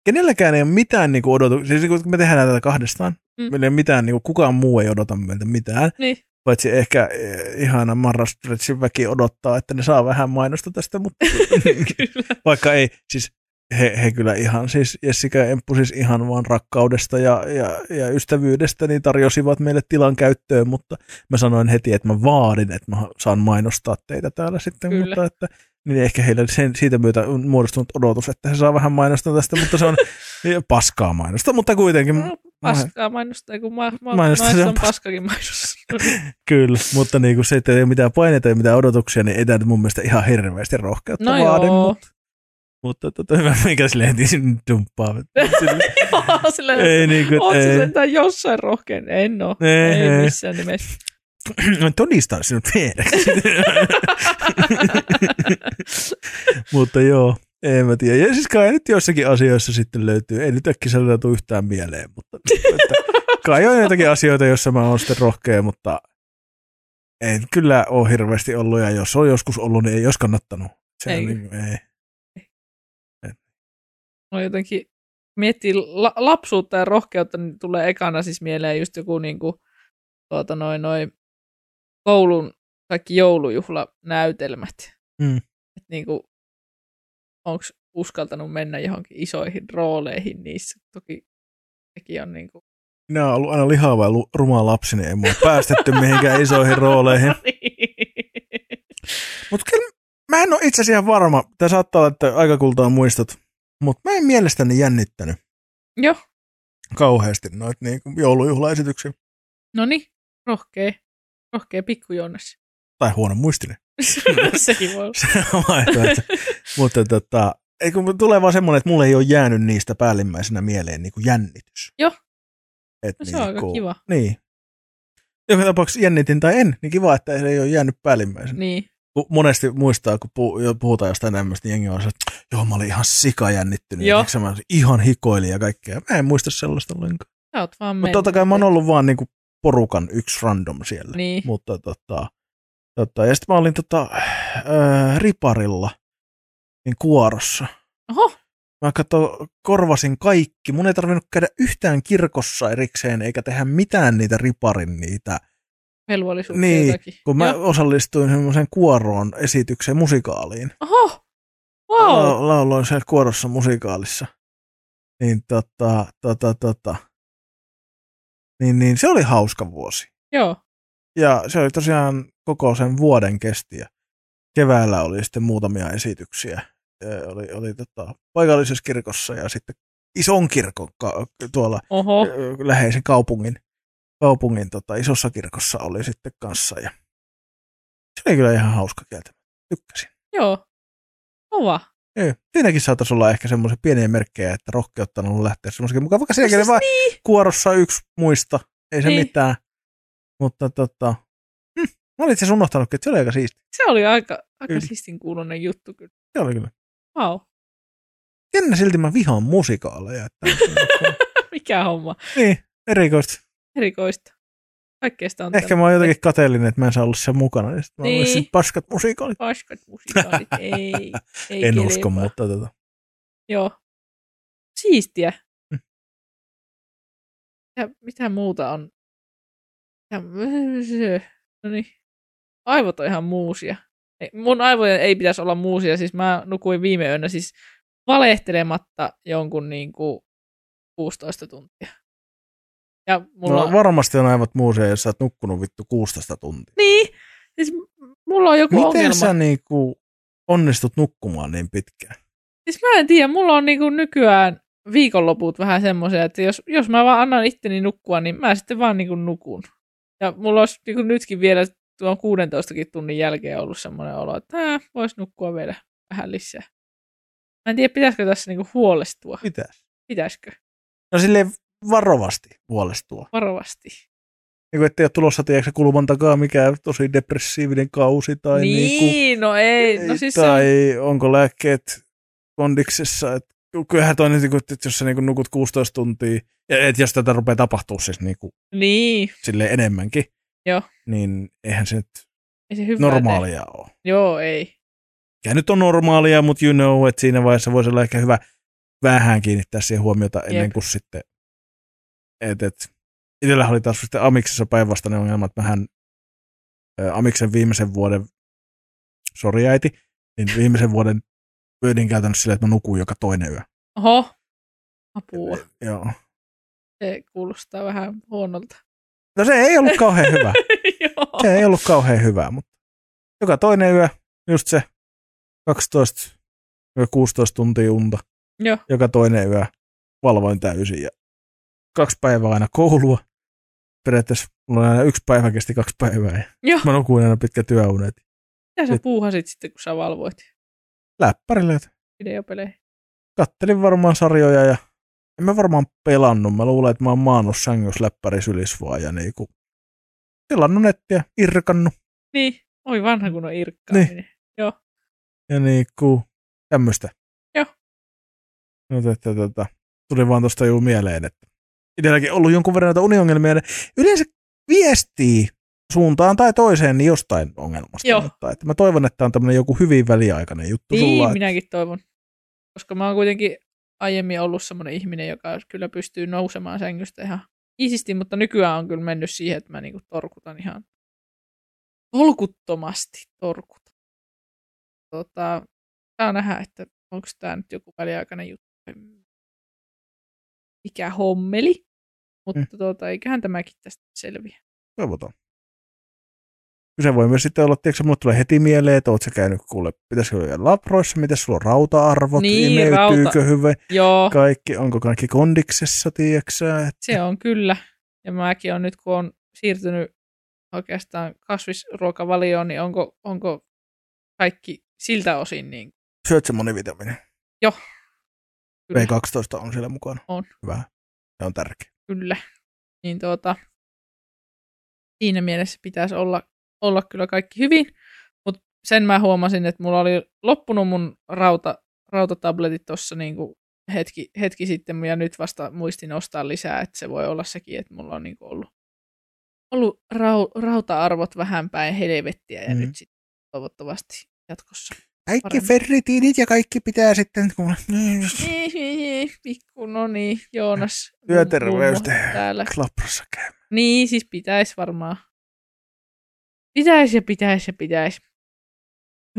Kenelläkään ei ole mitään niinku odotuksia, siis kun me tehdään tätä kahdestaan, Mm. mm. meillä ei ole mitään, niinku, kukaan muu ei odota meiltä mitään, niin, paitsi ehkä eh, ihana marrastretsin väki odottaa, että ne saa vähän mainosta tästä, mutta [laughs] kyllä. vaikka ei, siis he, he kyllä ihan, siis Jessica ja Emppu siis ihan vaan rakkaudesta ja, ja, ja ystävyydestä niin tarjosivat meille tilan käyttöön, mutta mä sanoin heti, että mä vaadin, että mä saan mainostaa teitä täällä sitten, Kyllä. kyllä. mutta että niin ehkä heillä sen, siitä myötä on muodostunut odotus, että he saa vähän mainostaa tästä, [laughs] mutta se on paskaa mainosta, mutta kuitenkin No, Paskaa mainostaa, kun mä, mä, Mm, Mainostaa, mä se on on pas- paskakin [laughs] mainos. kyllä, mutta niin kuin se, että ei ole mitään paineita ja mitään odotuksia, niin ei tämä nyt mun mielestä ihan hirveästi rohkeutta No vaadi, [laughs] joo. mutta, mutta tota, hyvä, mikä sille heti sinne [laughs] dumppaa. Joo, silleen, ei niin kuin, Oot sä ei. sentään jossain rohkeen? En oo. Ei, Ei, ei. missään [laughs] nimessä. Mä todistan sinut viereksi. [laughs] mutta joo, en mä tiedä. Ja siis kai nyt jossakin asioissa sitten löytyy. Ei nyt äkkiseltä tule yhtään mieleen, mutta että, kai on jotakin asioita, joissa mä oon sitten rohkea, mutta en kyllä ole hirveästi ollut. Ja jos on joskus ollut, niin ei olisi kannattanut. Se Ei. On, niin, ei. Mä jotenkin, miettii la- lapsuutta ja rohkeutta, niin tulee ekana siis mieleen just joku niin kuin, tuota, noin, noin koulun kaikki joulujuhlanäytelmät. Mm. Et niin kuin, onko uskaltanut mennä johonkin isoihin rooleihin niissä. Toki sekin on niin kuin... Minä olen ollut aina lihaava ja lu- ruma lapsi, niin ei mua päästetty mihinkään isoihin [laughs] rooleihin. Niin. Mutta kyllä mä en ole itse asiassa ihan varma. Tämä saattaa olla, että aikakultaa muistot. Mutta mä en mielestäni jännittänyt Joo, kauheasti noita niin joulujuhlaesityksiä. no niin, rohkea, rohkea pikkujonnas. Tai huono muistinen. Mm. [laughs] Sekin voi olla. [laughs] Se on [laughs] vaihtoehto. Mutta tota, ei kun tulee vaan semmoinen, että mulle ei ole jäänyt niistä päällimmäisenä mieleen niin kuin jännitys. Joo. Et No se on aika kiva. Niin. Joka tapauksessa jännitin tai en, niin kiva, että ei ole jäänyt päällimmäisenä. Niin, Kun Monesti muistaa, kun puh- jo puhutaan jostain tämmöistä, niin jengi on se, että joo, mä olin ihan sika jännittynyt. Joo. Joo. Mä ihan hikoilin ja kaikkea. Mä en muista sellaista ollenkaan. sä oot vaan Mutta mennyt. totta kai mä oon ollut vaan niinku porukan yksi random siellä. Niin, Mutta tota, tota ja sitten mä olin tota, äh, riparilla, niin kuorossa. oho, Mä kato, korvasin kaikki. Mun ei tarvinnut käydä yhtään kirkossa erikseen, eikä tehdä mitään niitä riparin niitä. velvollisuuksia Niin, jotakin. Kun mä Joo. osallistuin semmoiseen kuoroon esitykseen musikaaliin. Oho, wow, La- lauloin siellä kuorossa musikaalissa. Niin tota, tota, tota. Niin, niin se oli hauska vuosi. joo, Ja se oli tosiaan koko sen vuoden kestiä. Keväällä oli sitten muutamia esityksiä. Ö, Oli, oli tota, paikallisessa kirkossa ja sitten ison kirkon ka- tuolla oho, ö, läheisen kaupungin, kaupungin tota, isossa kirkossa oli sitten kanssa. Ja se oli kyllä ihan hauska kieltä. Tykkäsin. joo, kova. Joo. Siinäkin saattaisi olla ehkä semmoisia pieniä merkkejä, että rohkeutta on ollut lähteä semmoisen mukaan. Vaikka sielläkin oli vain kuorossa yksi muista, ei se No siis Niin. mitään. Mutta tota, hm, mä olin itse asiassa unohtanutkin, että se oli aika siisti. Se oli aika, aika Kyllä. siistin kuulonen juttu kyllä. Se oli kyllä. Vau, Jännä silti mä vihaan musikaaleja. Että [laughs] [laughs] mikä homma. niinku- niin, erikoista. Erikoista. Kaikkeesta on Ehkä mä oon jotenkin kateellinen, että mä en saa olla sen mukana. Niin sit mä Niin. niin. paskat musikaalit. Paskat musikaalit, [laughs] ei, ei en kelpaa. usko, mutta tota. Joo. Siistiä. Mm. Mitä, mitä muuta on? Mitä- No niin. Aivot on ihan muusia. Ei- Mun aivojen ei pitäisi olla muusia. Siis mä nukuin viime yönä siis valehtelematta jonkun niin kuin 16 tuntia. Ja mulla... No, varmasti on aivan muusia, jos sä oot nukkunut vittu 16 tuntia. niin! Siis m- mulla on joku Miten ongelma. sä niinku onnistut nukkumaan niin pitkään? Siis mä en tiedä, mulla on niinku nykyään viikonloput vähän semmoisia, että jos, jos mä vaan annan itteni nukkua, niin mä sitten vaan niinku nukun. Ja mulla olisi niinku nytkin vielä tuon 16 tunnin jälkeen ollut semmoinen olo, että äh, voisi nukkua vielä vähän lisää. Mä en tiedä, pitäisikö tässä niinku huolestua. Mitäs? Pitäisikö? No silleen varovasti huolestua. Varovasti. Niin kuin, ettei ole tulossa, tiedätkö, kulman takaa mikään tosi depressiivinen kausi tai, niin. niin niin, no ei. No siis se on tai onko lääkkeet kondiksessa. Et, kyllähän toi, nyt, niinku, että jos sä niin nukut 16 tuntia, ja et jos tätä rupeaa tapahtua siis niin kuin, Niin, silleen enemmänkin, Joo. niin eihän se nyt ei se hyvä tee. normaalia ole. Joo, ei. Ja nyt on normaalia, mutta you know, että siinä vaiheessa voisi olla ehkä hyvä vähän kiinnittää siihen huomiota ennen Jep. kuin sitten, et, et. Itsellähän oli taas sitten Amiksessa päinvastainen ongelma, että mähän ä, Amiksen viimeisen vuoden, sori äiti, niin viimeisen vuoden pyörin käytännössä silleen, että mä nukuin joka toinen yö. Oho. Apua. Joo. Se kuulostaa vähän huonolta. [laughs] No se ei ollut kauhean hyvä. Joo. [laughs] Se ei ollut kauhean hyvää, mutta joka toinen yö just se 12 yö 16 tuntia unta. Joo. Joka toinen yö valvoin täysin ja kaksi päivää aina koulua. Periaatteessa mulla oli aina yksi päivä kesti kaksi päivää ja Joo. mä nukuin aina pitkä työunet. Mitä sä Nyt- puuhasit sitten, kun sä valvoit Läppärille, että videopelejä? kattelin varmaan sarjoja ja en mä varmaan pelannut. Mä luulen, että mä oon maannut sängyssä läppäri sylis vaan ja niinku pelannut nettiä, irkannut Niin, oi vanha kun on irkkaaminen. Niin. ja niinku tämmöstä. Joo. No, että, tota, tuli vaan tuosta juu mieleen, että itselläkin ollut jonkun verran näitä uniongelmia. ja Yleensä viestii suuntaan tai toiseen niin jostain ongelmasta. Joo. Mutta, että mä toivon, että on tämmöinen joku hyvin väliaikainen juttu Niin, no sulla. minäkin toivon. Koska mä oon kuitenkin aiemmin ollut semmoinen ihminen, joka kyllä pystyy nousemaan sängystä ihan isisti, mutta nykyään on kyllä mennyt siihen, että mä niinku torkutan ihan tolkuttomasti torkutan. Tota, saa nähdä, että onko tämä nyt joku väliaikainen juttu. Mikä hommeli. Mutta tuota, eiköhän tämäkin tästä selviä. Toivotaan. Kyse voi myös sitten olla, tiedätkö, mulle tulee heti mieleen, että oot sä käynyt kuule, pitäisikö olla labroissa, miten sulla on rauta-arvot, Niin, imeytyykö rauta- hyvin, Joo, kaikki, onko kaikki kondiksessa, tiedätkö että se on kyllä. Ja mäkin on nyt, kun on siirtynyt oikeastaan kasvisruokavalioon, niin onko, onko kaikki siltä osin niin syöt sä monivitamiini. kyllä. B12 on siellä mukana. On. Hyvä. Se on tärkeä. kyllä. Niin tuota, siinä mielessä pitäisi olla, olla kyllä kaikki hyvin, mutta sen mä huomasin, että mulla oli loppunut mun rauta, rautatabletit tuossa niinku hetki, hetki sitten, ja nyt vasta muistin ostaa lisää, että se voi olla sekin, että mulla on niinku ollut, ollut rau, rauta-arvot vähän päin helvettiä, ja Mhm. mm. nyt sitten toivottavasti jatkossa. Kaikki Paremmin. Niin. ferritiinit ja kaikki pitää sitten, kun Pikku, no niin, Joonas. Työterveys mummo tehdään. Täällä klaprossa käy. Niin, siis pitäisi varmaan. Pitäisi ja pitäisi ja pitäisi.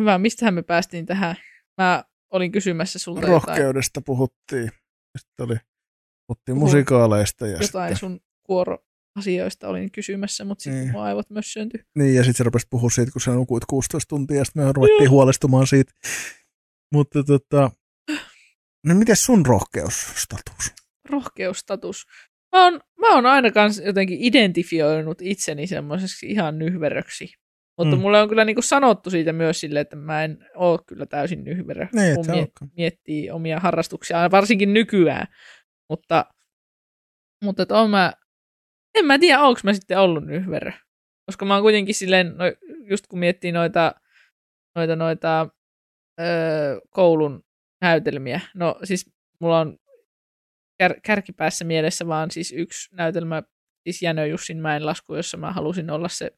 Hyvä, mistähän me päästiin tähän? Mä olin kysymässä sulta jotain, Rohkeudesta puhuttiin. Sitten oli, puhuttiin Puhu- musikaaleista ja jotain sitten, sun kuoroasioista olin kysymässä, mutta sitten Niin. mun aivot mössöntyi. niin, ja sitten se rupesi puhua siitä, kun sä nukuit 16 tuntia, ja sitten me ruvettiin huolestumaan siitä. [gasps] Mutta tota, no miten sun rohkeusstatus? Rohkeustatus. Mä oon, mä oon aina kans jotenkin identifioinut itseni semmoiseksi ihan nyhveröksi. Mutta Mm. mm. mulle on kyllä niinku sanottu siitä myös sille, että mä en oo kyllä täysin nyhverö. Niin, Mun et sä mie- olekaan. miettii omia harrastuksiaan, varsinkin nykyään. Mutta, mutta et on mä, en mä tiedä, onko mä sitten ollut nyhverö. Koska mä oon kuitenkin silleen, no, just kun miettii noita, noita, noita öö, koulun näytelmiä. No siis mulla on kär, kärkipäässä mielessä vaan siis yksi näytelmä, siis Jänö Jussin Mäen lasku, jossa mä halusin olla se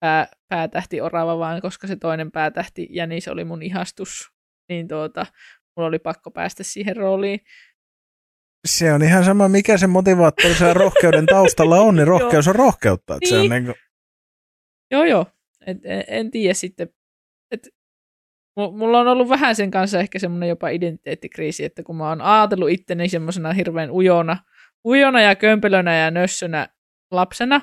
pää, päätähti orava vaan, koska se toinen päätähti Jänis oli mun ihastus. Niin tuota, mulla oli pakko päästä siihen rooliin. Se on ihan sama, mikä se motivaattori siellä rohkeuden taustalla on, [laughs] niin rohkeus on rohkeutta. Että se on Niin. niin kuin, Joo, joo. Et, en, en tiedä sitten. Et, mu- mulla on ollut vähän sen kanssa ehkä semmoinen jopa identiteettikriisi, että kun mä oon ajatellut itteni semmoisena hirveän ujona, ujona ja kömpelönä ja nössönä lapsena,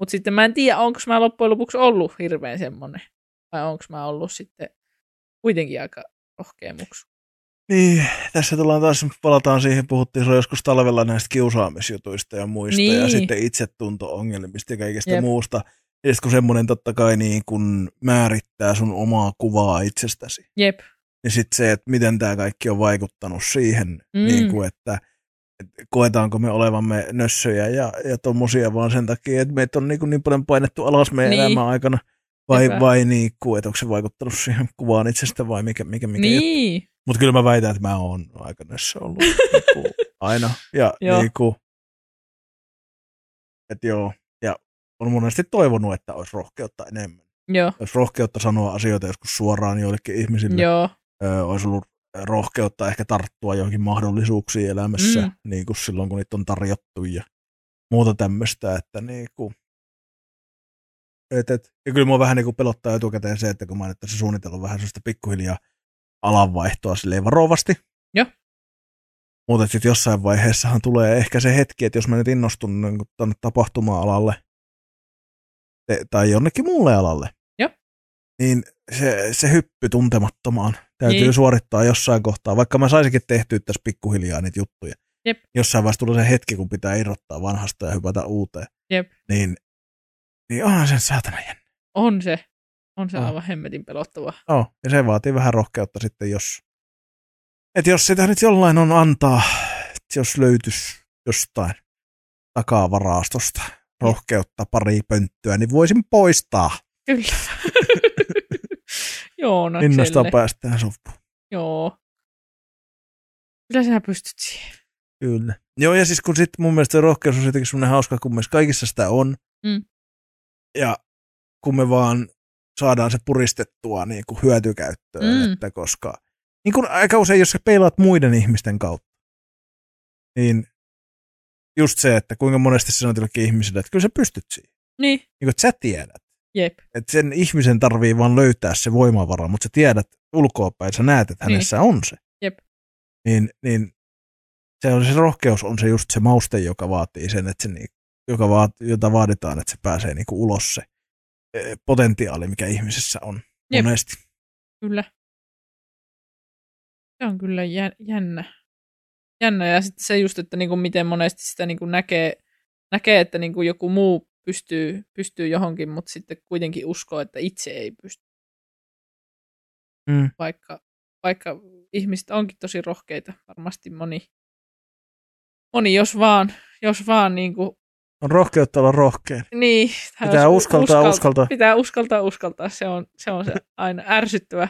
mutta sitten mä en tiedä, onko mä loppujen lopuksi ollut hirveän semmoinen. Vai onko mä ollut sitten kuitenkin aika rohkea muksu. Niin, tässä tullaan taas, palataan siihen, puhuttiin silloin joskus talvella näistä kiusaamisjutuista ja muista niin. ja Niin. sitten itsetunto-ongelmista ja kaikesta Jep. Jep. muusta. Ja sit kun semmoinen totta kai niin kun määrittää sun omaa kuvaa itsestäsi, Jep. niin sitten se, että miten tämä kaikki on vaikuttanut siihen, mm. Mm. niin kun, että, että koetaanko me olevamme nössöjä ja, ja tommosia vaan sen takia, että meitä on niin, niin paljon painettu alas meidän niin. Niin. elämän aikana. Vai, Sepä. vai niin, kun, että onko se vaikuttanut siihen kuvaan itsestä vai mikä, mikä, mikä juttu. niin. Mutta kyllä mä väitän, että mä oon aika näissä ollut [laughs] niinku, aina. Ja Joo. niinku, et joo, ja on monesti toivonut, että olisi rohkeutta enemmän. Joo. Olisi rohkeutta sanoa asioita joskus suoraan joillekin ihmisille. Joo. Ö, olisi ollut rohkeutta ehkä tarttua johonkin mahdollisuuksiin elämässä, mm. Mm. niin kuin silloin kun niitä on tarjottu ja muuta tämmöistä, että niinku, et, et, ja kyllä mua vähän niinku pelottaa etukäteen se, että kun mä nyt tässä suunnitellut vähän sellaista pikkuhiljaa alanvaihtoa silleen varovasti. Joo. Mutta sitten jossain vaiheessahan tulee ehkä se hetki, että jos mä nyt innostun niin tänne tapahtuma-alalle te- tai jonnekin muulle alalle, Joo. niin se, se hyppy tuntemattomaan täytyy Niin. suorittaa jossain kohtaa, vaikka mä saisinkin tehtyä tässä pikkuhiljaa niitä juttuja. Jep. Jossain vaiheessa tulee se hetki, kun pitää irrottaa vanhasta ja hypätä uuteen. Jep. Niin, niin onhan sen saatana jännä. On se. On se On. aivan hemmetin pelottava. Oh, ja se vaatii vähän rohkeutta sitten, jos... Et jos sitä nyt jollain on antaa, et jos löytyisi jostain takavarastosta rohkeutta pari pönttöä, niin voisin poistaa. Kyllä. Joonakselle. Linnasta päästään sopuun. Joo. Kyllä sä pystyt siihen. Kyllä. Joo, ja siis kun sitten mun mielestä se rohkeus on jotenkin semmoinen hauska, kun meissä kaikissa sitä on. Mm. Ja kun me vaan saadaan se puristettua niin kuin hyötykäyttöön, Mm. että koska... Niin kuin aika usein, jos sä peilaat muiden ihmisten kautta, niin just se, että kuinka monesti sanot jollekin ihmiselle, että kyllä sä pystyt siihen. Niin, Niin kuin, että sä tiedät. jep. Että sen ihmisen tarvii vaan löytää se voimavara, mutta sä tiedät ulkoapäin, sä näet, että Niin. hänessä on se. Jep. Niin, niin se, on, se rohkeus on se just se mauste, joka vaatii sen, että se, niin- joka vaat, jota vaaditaan, että se pääsee niin kuin ulos se eh, potentiaali, mikä ihmisessä on Jep. monesti. Kyllä. Se on kyllä jä- jännä. Jännä ja sitten se just, että niinku miten monesti sitä niinku näkee, näkee, että niinku joku muu pystyy, pystyy johonkin, mutta sitten kuitenkin uskoo, että itse ei pysty. Mm. Vaikka, vaikka ihmiset onkin tosi rohkeita, varmasti moni, moni jos vaan, jos vaan niinku, On rohkeutta olla rohkea. niin, tää Pitää olisi- uskaltaa, uskal- uskaltaa. Pitää uskaltaa, uskaltaa, se on se, on se aina ärsyttävä,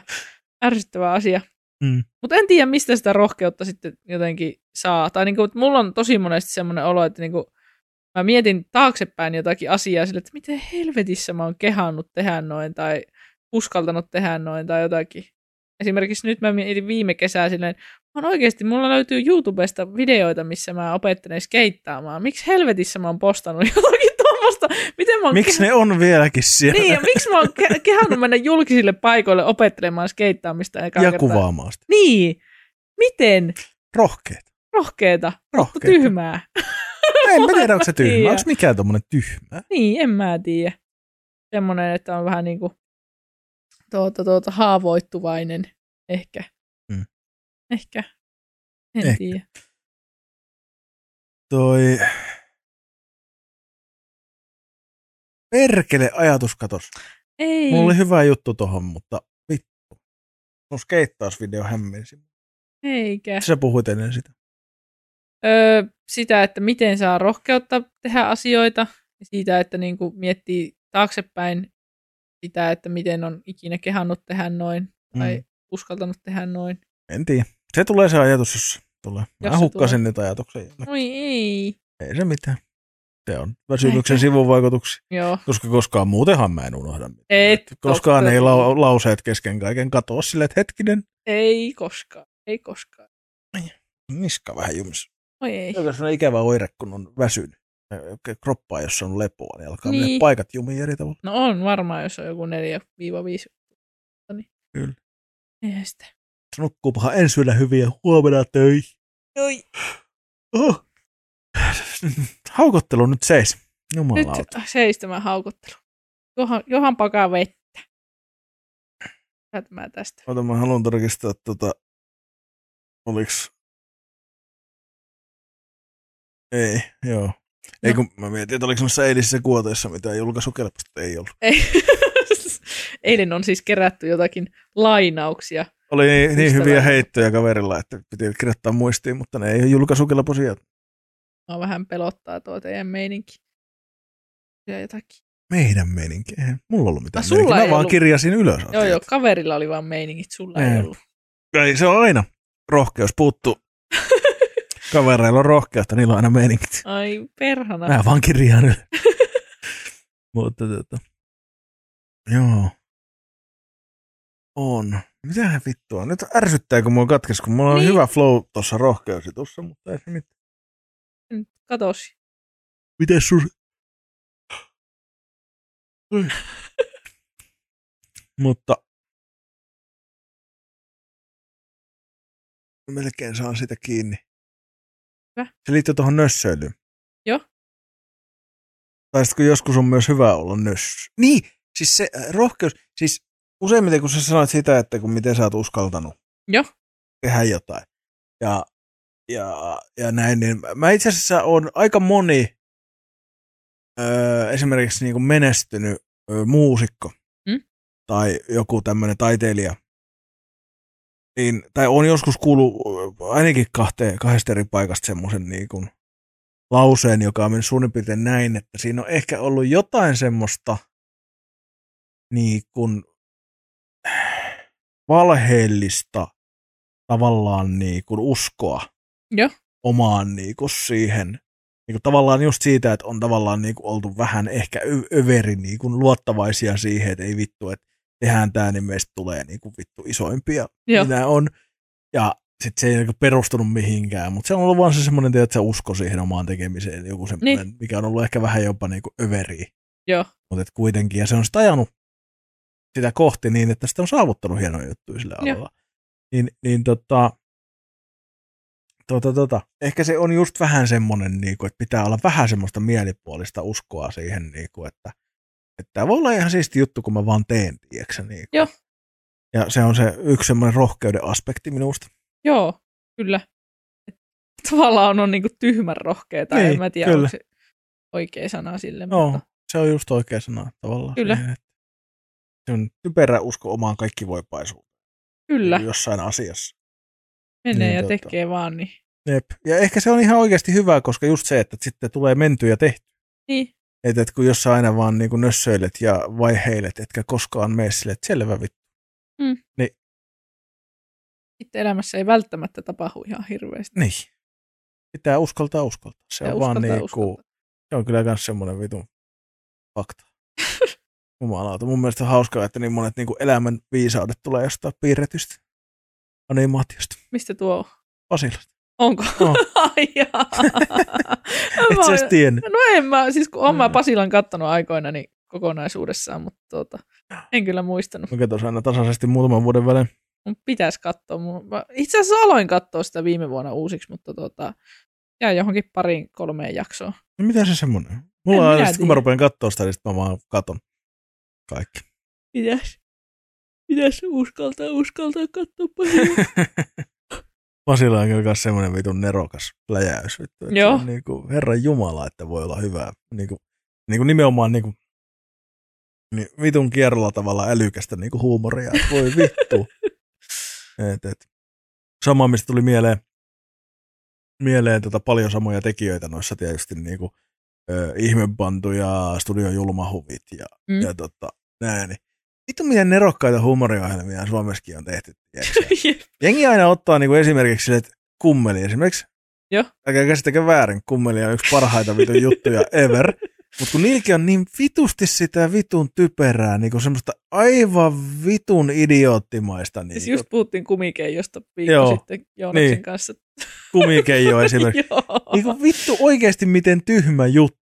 ärsyttävä asia. Mm. Mutta en tiedä, mistä sitä rohkeutta sitten jotenkin saa. Tai niinku, et mulla on tosi monesti semmoinen olo, että niinku, mä mietin taaksepäin jotakin asiaa sille, että miten helvetissä mä oon kehannut tehdä noin tai uskaltanut tehdä noin tai jotakin. Esimerkiksi nyt mä mietin viime kesää silleen, mä oon oikeasti, mulla löytyy YouTubesta videoita, missä mä opettelen skeittaamaan. Miksi helvetissä mä oon postannut [laughs] jotakin tuommoista? Miten mä oon Miksi ne on vieläkin siellä? niin, ja miksi mä oon ke- kehannut mennä julkisille paikoille opettelemaan skeittaamista ekaa ja kertaa? kuvaamaan sitä. Niin. Miten? Rohkeet. Rohkeeta, mutta Niin Rohkeet. tyhmää. Mä en mä tiedä, onko se Mä [laughs] tiedän. tyhmä. Onko mikään tommonen tyhmä? Niin, en mä tiedä. Semmoinen, että on vähän niin kuin tuota, tuota, haavoittuvainen ehkä. Mm. Ehkä. En Ehkä. tiedä. Toi... Perkele ajatuskatos. Ei. Mulla oli hyvä juttu tohon, mutta vittu. Mun skeittausvideo hämmensi. Eikä. Sä puhuit ennen sitä. Öö, sitä, että miten saa rohkeutta tehdä asioita, ja siitä, että niin kuin miettii taaksepäin sitä, että miten on ikinä kehannut tehdä noin tai Mm. uskaltanut tehdä noin. En tiedä. Se tulee se ajatus, jos tulee. Mä Jos se No. hukkasin nyt ajatuksen. Oi ei. Ei se mitään. Se on väsymyksen sivuvaikutuksia. Joo. Koska koskaan muutenhan mä en unohda mitään. Et Koskaan totta. ei lau- lauseet kesken kaiken katoa silleen, että hetkinen. Ei koskaan. Ei koskaan. Niska vähän jumissa. Oi ei. Joka on ikävä oire, kun on väsynyt. Ö, Kroppaa, jossa on lepoa, niin alkaa niin. Niin. mennä paikat jumiin eri tavalla. No on varmaan, jos on joku 4-5. Niin. Kyllä. Eihän sitä. Se Nukkuu paha ensi yönä hyvin ja huomenna töihin. Oi. Oh. [laughs] Haukottelu nyt seis. Nyt Jumalauta. seistemään haukottelu. Johan, Johan pakaa vettä. Tätä mä tästä. Ota, mä haluan tarkistaa, että tota, oliks... Ei, joo. Ei No. kun mä mietin, että oliko noissa eilisissä kuoteissa mitään julkaisukelpoista. Ei ollut. Ei. [laughs] Eilen on siis kerätty jotakin lainauksia. Oli niin, niin hyviä Ystävällinen. heittoja kaverilla, että piti kirjoittaa muistiin, mutta ne ei ole julkaisukelpoisia. Mä vähän pelottaa tuo teidän meininki. Ja jotakin. Meidän meininki. Eihän mulla ollut mitään Ah, sulla meininkiä. Mä ei vaan ollut. kirjasin ylös. Joo, asiat. joo, kaverilla oli vaan meiningit, sulla ei, Ei. ei ollut. Ei, se on aina. Rohkeus [laughs] puuttuu. Kavereilla on rohkeutta, niillä on aina meiningit. Ai perhana. Mä vaan kirjaan ylös. [laughs] Mutta tota. Joo. On. Mitähän vittua? Nyt ärsyttää, kun mua katkes, kun mulla on Niin. hyvä flow tuossa rohkeusjutussa, mutta ei se mitään. Nyt Katosi. Miten sun... [laughs] mutta... Melkein saan sitä kiinni. Hyvä. Se liittyy tuohon nössöilyyn. Joo. Tai sitten kun joskus on myös hyvä olla nössö. Niin, siis se äh, rohkeus, siis useimmiten kun sä sanoit sitä, että kun miten sä oot uskaltanut Joo. tehdä jotain. Ja, ja, ja näin, niin mä itse asiassa on aika moni öö, esimerkiksi niin kuin menestynyt öö, muusikko Mm. tai joku tämmöinen taiteilija, niin, tai on joskus kuullut öö, ainakin kahteen, kahdesta eri paikasta semmoisen niin kuin lauseen, joka on mennyt suurin piirtein näin, että siinä on ehkä ollut jotain semmoista niin kuin valheellista tavallaan niin kuin uskoa Joo. omaan niin kuin siihen niin kuin tavallaan just siitä, että on tavallaan niin kuin oltu vähän ehkä ö- överi niin kuin luottavaisia siihen, että ei vittu, että tehdään tämä, niin meistä tulee niin kuin vittu niinku isoimpia Joo. minä on. Ja sit se ei niinku perustunut mihinkään, mutta se on ollut vaan se semmoinen, että se usko siihen omaan tekemiseen, joku semmoinen, niin. mikä on ollut ehkä vähän jopa niinku överi. Joo. Mutta et kuitenkin, ja se on sitä ajanut sitä kohti niin, että sitä on saavuttanut hienoja juttuja sillä Joo. alalla. Niin, niin tota, tota, tota, ehkä se on just vähän semmoinen, niinku, että pitää olla vähän semmoista mielipuolista uskoa siihen, niinku, että että tämä voi olla ihan siisti juttu, kun mä vaan teen, tiedätkö niin Joo. Ja se on se yksi semmoinen rohkeuden aspekti minusta. Joo, kyllä. Et Tavallaan on niinku tyhmän rohkea, tai Niin, en mä tiedä, kyllä. onko se oikea sana sille. Joo, Mutta, se on just oikea sana tavallaan. Kyllä. Siihen, että se on typerä usko omaan kaikki voipaisuuteen kyllä, jossain asiassa. menee niin, ja tota. tekee vaan. Niin. Jep. Ja ehkä se on ihan oikeasti hyvä, koska just se, että sitten tulee menty ja tehty. niin, Että et kun jos sä aina vaan niin nössöilet ja vaiheilet, etkä koskaan mene sille, että selvä vittu. sitten elämässä ei välttämättä tapahdu ihan hirveästi. Niin. Pitää uskaltaa uskaltaa. Se Ja on vaan uskaltaa niin kuin, uskaltaa. Se on kyllä myös semmoinen vitun [laughs] fakta. Jumalauta. Mun mielestä on hauskaa, että niin monet niin kuin elämän viisaudet tulee jostain piirretystä animaatiosta. Mistä tuo on? Pasilasta. Onko? [laughs] No. Ai jaa. Mä [laughs] Et sä oon- edes tiennyt. No en mä, siis kun oon mä Mm. Pasilan kattonut aikoina niin kokonaisuudessaan, mutta tuota, en kyllä muistanut. Mä katson aina tasaisesti muutaman vuoden välein. Mun pitäisi katsoa. Mun, mä itse asiassa aloin katsoa sitä viime vuonna uusiksi, mutta tuota, jäi johonkin pariin kolmeen jaksoon. No mitä se semmoinen? on? Mulla En on aina, minä sit, kun mä tiedä. rupean katsoa sitä, niin sit mä vaan katon kaikki. Pitäis, pitäis uskaltaa, uskaltaa katsoa [laughs] Pasilan. Pasilla on kyllä myös semmoinen vitun nerokas läjäys. Vittu, että Joo. Se on niin kuin, Herran Jumala, että voi olla hyvää. Niin kuin, niin kuin nimenomaan niin kuin, niin vitun kierrolla tavalla älykästä niin kuin huumoria. Että voi vittu. et, et. Sama, mistä tuli mieleen, mieleen tota paljon samoja tekijöitä noissa tietysti niin kuin, ö, Ihmepantu ja Studio Julmahuvit ja, Mm. mm. ja tota, näin. niin Vittu miten nerokkaita huumoriohjelmia Suomessakin on tehty. tiedätkö? Jengi aina ottaa niinku esimerkiksi sille, että kummeli esimerkiksi. Joo. Älkää käsittäkö väärin, kummeli on yksi parhaita vitun juttuja ever. Mutta kun niilläkin on niin vitusti sitä vitun typerää, niinku semmoista aivan vitun idioottimaista. Niin siis just puhuttiin kumikeijosta viikko Joo. sitten Joonaksen Niin. kanssa. kumikeijo [laughs] esimerkiksi. Joo. Niinku vittu oikeasti miten tyhmä juttu.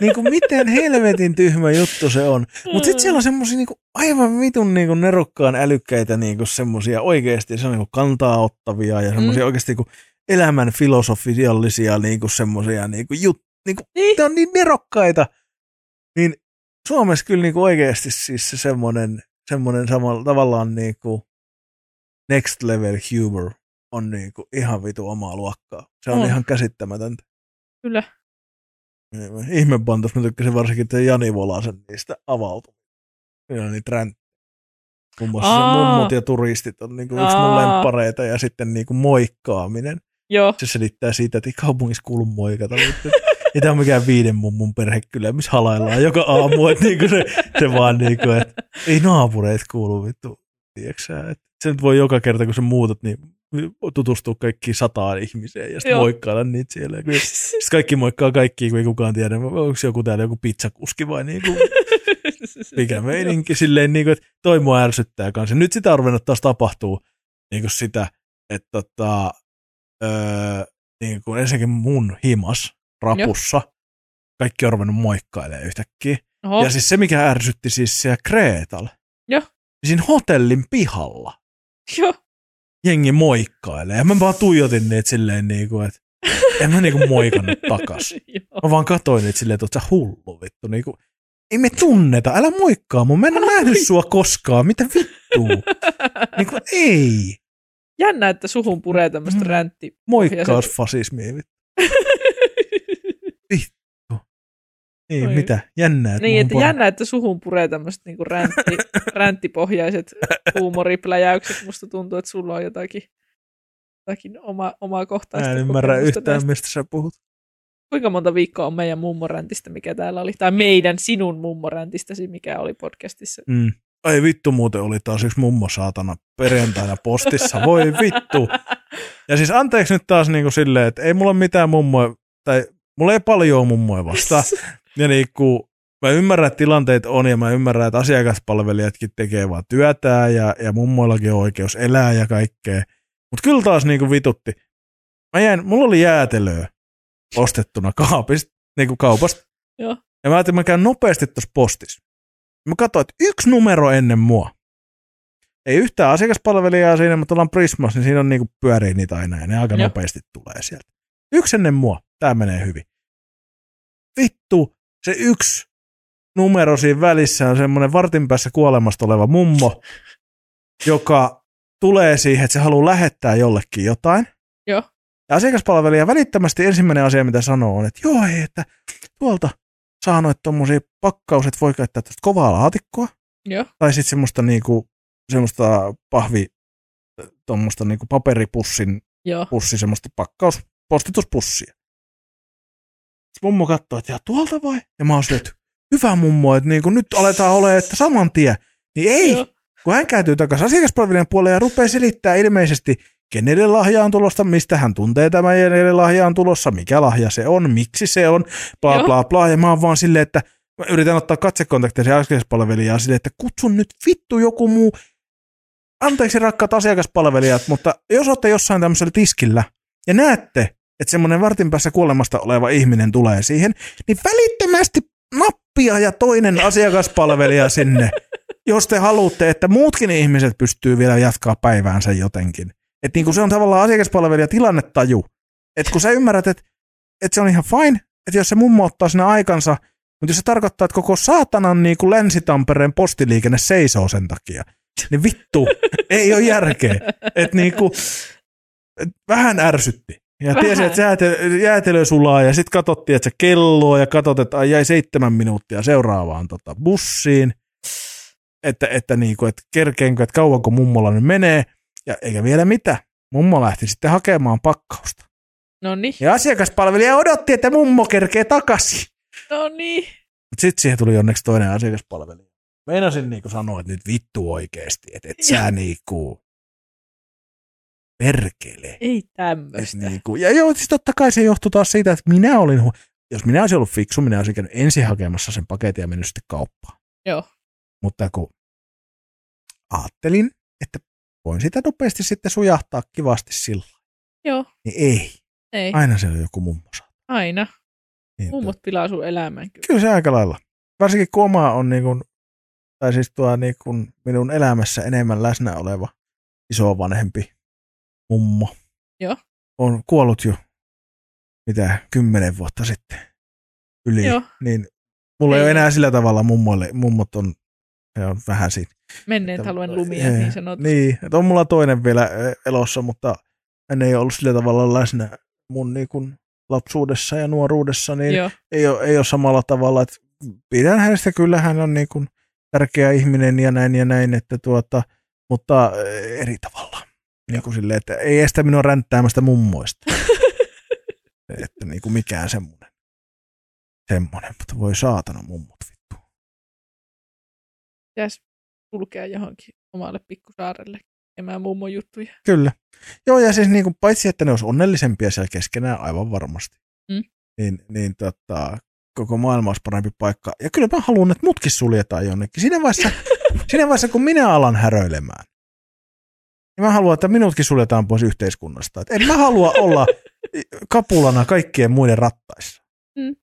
niinku miten helvetin tyhmä juttu se on. Mutta sitten siellä on semmoisia niinku aivan vitun niinku nerokkaan älykkäitä niinku semmoisia oikeasti se on niinku kantaa ottavia ja semmoisia mm. oikeasti niinku elämän filosofiallisia niinku semmoisia niinku jut, niinku, Niin. ne on niin nerokkaita. Niin Suomessa kyllä niinku oikeasti siis se semmoinen, semmoinen samalla tavallaan niinku next level humor on niinku ihan vitu omaa luokkaa. Se on On. mm. ihan käsittämätöntä. Kyllä. Ihme pantos, mä tykkäsin varsinkin tämän Jani Volasen niistä avautu. Ja niitä ränttejä. Muun muassa se Aa. mummut ja turistit on niinku yksi mun Aa. lempareita ja sitten niinku moikkaaminen. Joo. Se selittää siitä, että ei kaupungissa kuulu moikata. mutta ei tämä ole mikään viiden mummun perhe kyllä, missä halaillaan joka aamu. Että niinku se, se vaan niinku, että ei naapureet kuulu vittu. Tiedätkö sä, että se nyt voi joka kerta, kun sä muutat, niin tutustua kaikkiin sataan ihmiseen ja sitten Joo. moikkailla niitä siellä. Ja [laughs] kyllä sitten kaikki moikkaa kaikki, kun ei kukaan tiedä, onko joku täällä joku pizzakuski vai niin kuin, Niin mikä meininki. Silleen niin kuin, että toi mua ärsyttää kanssa. Nyt sitä on ruvennut taas tapahtuu niin kuin sitä, että tota, öö, niin kuin ensinnäkin mun himas rapussa kaikki on ruvennut moikkailemaan yhtäkkiä. Oho. Ja siis se, mikä ärsytti siis siellä Kreetalla, Oh. Joo. niin siinä hotellin pihalla Joo. jengi moikkailee. Ja mä vaan tuijotin niitä silleen niin kuin, että en mä niin kuin moikannut [laughs] takas. Joo. Mä vaan katsoin niitä silleen, että oot sä hullu vittu. Niin kuin, ei me tunneta, älä moikkaa mun, mä en ole nähnyt sua koskaan, mitä vittua. niin kuin, ei, Jännä, että suhun puree tämmöistä Mm. räntti. moikkaus [laughs] fasismia vittu. Ei Oi. mitä, jännää. Että niin, muhun että pora- jännä, että suhun puree tämmöiset niinku räntti, [laughs] ränttipohjaiset huumoripläjäykset. Musta tuntuu, että sulla on jotakin, jotakin oma, omaa kohtaista Mä en ymmärrä kokemusta yhtään, näistä. mistä sä puhut. Kuinka monta viikkoa on meidän mummoräntistä, mikä täällä oli? Tai meidän sinun mummoräntistasi, mikä oli podcastissa. Mm. Ai vittu, muuten oli taas yksi mummo saatana perjantaina postissa, voi vittu. Ja siis anteeksi nyt taas niin kuin silleen, että ei mulla ole mitään mummoja, tai mulla ei paljon mummoja vastaan. Ja niin kuin, mä ymmärrän, että tilanteet on ja mä ymmärrän, että asiakaspalvelijatkin tekee vaan työtään ja, ja mummoillakin on oikeus elää ja kaikkea. Mutta kyllä taas niinku vitutti. Mä jäin, mulla oli jäätelöä ostettuna kaapista, niinku kaupasta. Joo. Ja mä ajattelin, mä käyn nopeasti tuossa postissa. Mä katsoin, että yksi numero ennen mua. Ei yhtään asiakaspalvelijaa siinä, mutta ollaan Prismas, niin siinä on niinku pyörii niitä aina ja ne aika Joo. nopeasti tulee sieltä. Yksi ennen mua. Tämä menee hyvin. Vittu, se yksi numero siinä välissä on semmoinen vartin päässä kuolemasta oleva mummo, joka tulee siihen, että se haluaa lähettää jollekin jotain. Joo. Ja asiakaspalvelija välittömästi ensimmäinen asia, mitä sanoo, on, että joo, hei, että tuolta saa noita tommosia pakkaus, että voi käyttää tästä kovaa laatikkoa. Joo. Tai sitten semmoista niinku, semmoista pahvi, tuommoista niinku paperipussin [laughs] Joo. pussi, semmoista pakkaus, postituspussia. Sitten mummo katsoo, että "Ja tuolta vai? Ja mä oon silleen, että hyvä mummo, että niinku nyt aletaan olemaan, että saman tien. Niin ei, Joo. kun hän kääntyy takaisin asiakaspalvelijan puoleen ja rupeaa selittää ilmeisesti, kenelle lahja on tulossa, mistä hän tuntee tämän, ja kenelle lahja on tulossa, mikä lahja se on, miksi se on, bla Joo. bla bla. Ja mä oon vaan silleen, että mä yritän ottaa katsekontaktia siihen asiakaspalvelijaan silleen, että kutsun nyt vittu joku muu. Anteeksi rakkaat asiakaspalvelijat, mutta jos olette jossain tämmöisellä tiskillä ja näette, että semmoinen vartin päässä kuolemasta oleva ihminen tulee siihen, niin välittömästi nappia ja toinen asiakaspalvelija sinne jos te haluatte, että muutkin ihmiset pystyy vielä jatkaa päiväänsä jotenkin. Et niinku se on tavallaan asiakaspalvelija tilannetaju. Et kun sä ymmärrät, että et se on ihan fine, että jos se mummo ottaa sinä aikansa, mutta jos se tarkoittaa, että koko saatanan niinku Länsi-Tampereen postiliikenne seisoo sen takia, niin vittu, ei ole järkeä. Et niinku, et vähän ärsytti. Ja Vähän. tiesi, että jäätelö, jäätelö sulaa ja sitten katsottiin, että se kelloa ja katsot, että ai, jäi seitsemän minuuttia seuraavaan tota, bussiin että, että, niin kuin, että kerkeenkö, että kauanko mummolla nyt menee, ja eikä vielä mitä. Mummo lähti sitten hakemaan pakkausta. No niin. Ja asiakaspalvelija odotti, että mummo kerkee takaisin. No niin. Mutta sitten siihen tuli onneksi toinen asiakaspalvelija. Meinasin niin kuin sanoa, että nyt vittu oikeesti, että et sä niinku perkele. Ei Et tämmöistä. niinku, ja joo, siis totta kai se johtuu taas siitä, että minä olin, hu- jos minä olisin ollut fiksu, minä olisin käynyt ensin hakemassa sen paketin ja mennyt sitten kauppaan. Joo. Mutta kun ajattelin, että voin sitä nopeasti sitten sujahtaa kivasti silloin, Joo. niin ei. Ei. Aina se on joku mummo. saatana. Aina. Niin, Mummot pilaa sun elämän kyllä. tuota, kyllä se aika lailla. Varsinkin kun oma on niin kuin, tai siis tuo niin kuin minun elämässä enemmän läsnä oleva isovanhempi mummo. Joo. On kuollut jo mitä kymmenen vuotta sitten yli. Joo. Niin mulla ei, Ei. ole enää sillä tavalla mummoille, mummot on, he on vähän siinä Menneet Että- haluan lumia, eh, niin sanot. Niin, että on mulla toinen vielä eh, elossa, mutta hän ei ollut sillä tavalla läsnä mun niin kun lapsuudessa ja nuoruudessa, niin Joo. ei, ole, ei ole samalla tavalla. Että pidän hänestä, kyllä hän on niin kun tärkeä ihminen ja näin ja näin, että tuota, mutta eh, eri tavalla. Niin kuin silleen, että ei estä minua ränttäämästä mummoista. että niin kuin mikään semmoinen. Semmoinen, mutta voi saatana mummut vittu. Pitäis kulkea johonkin omalle pikkusaarelle. Emään mummo juttuja. Kyllä. Joo, ja siis niin kuin, paitsi, että ne olisi onnellisempia siellä keskenään aivan varmasti, Mm. niin, niin tota, koko maailma olisi parempi paikka. Ja kyllä mä haluan, että mutkin suljetaan jonnekin. Siinä vaiheessa, siinä vaiheessa kun minä alan häröilemään, niin mä haluan, että minutkin suljetaan pois yhteiskunnasta. Et en mä halua olla kapulana kaikkien muiden rattaissa. Mm.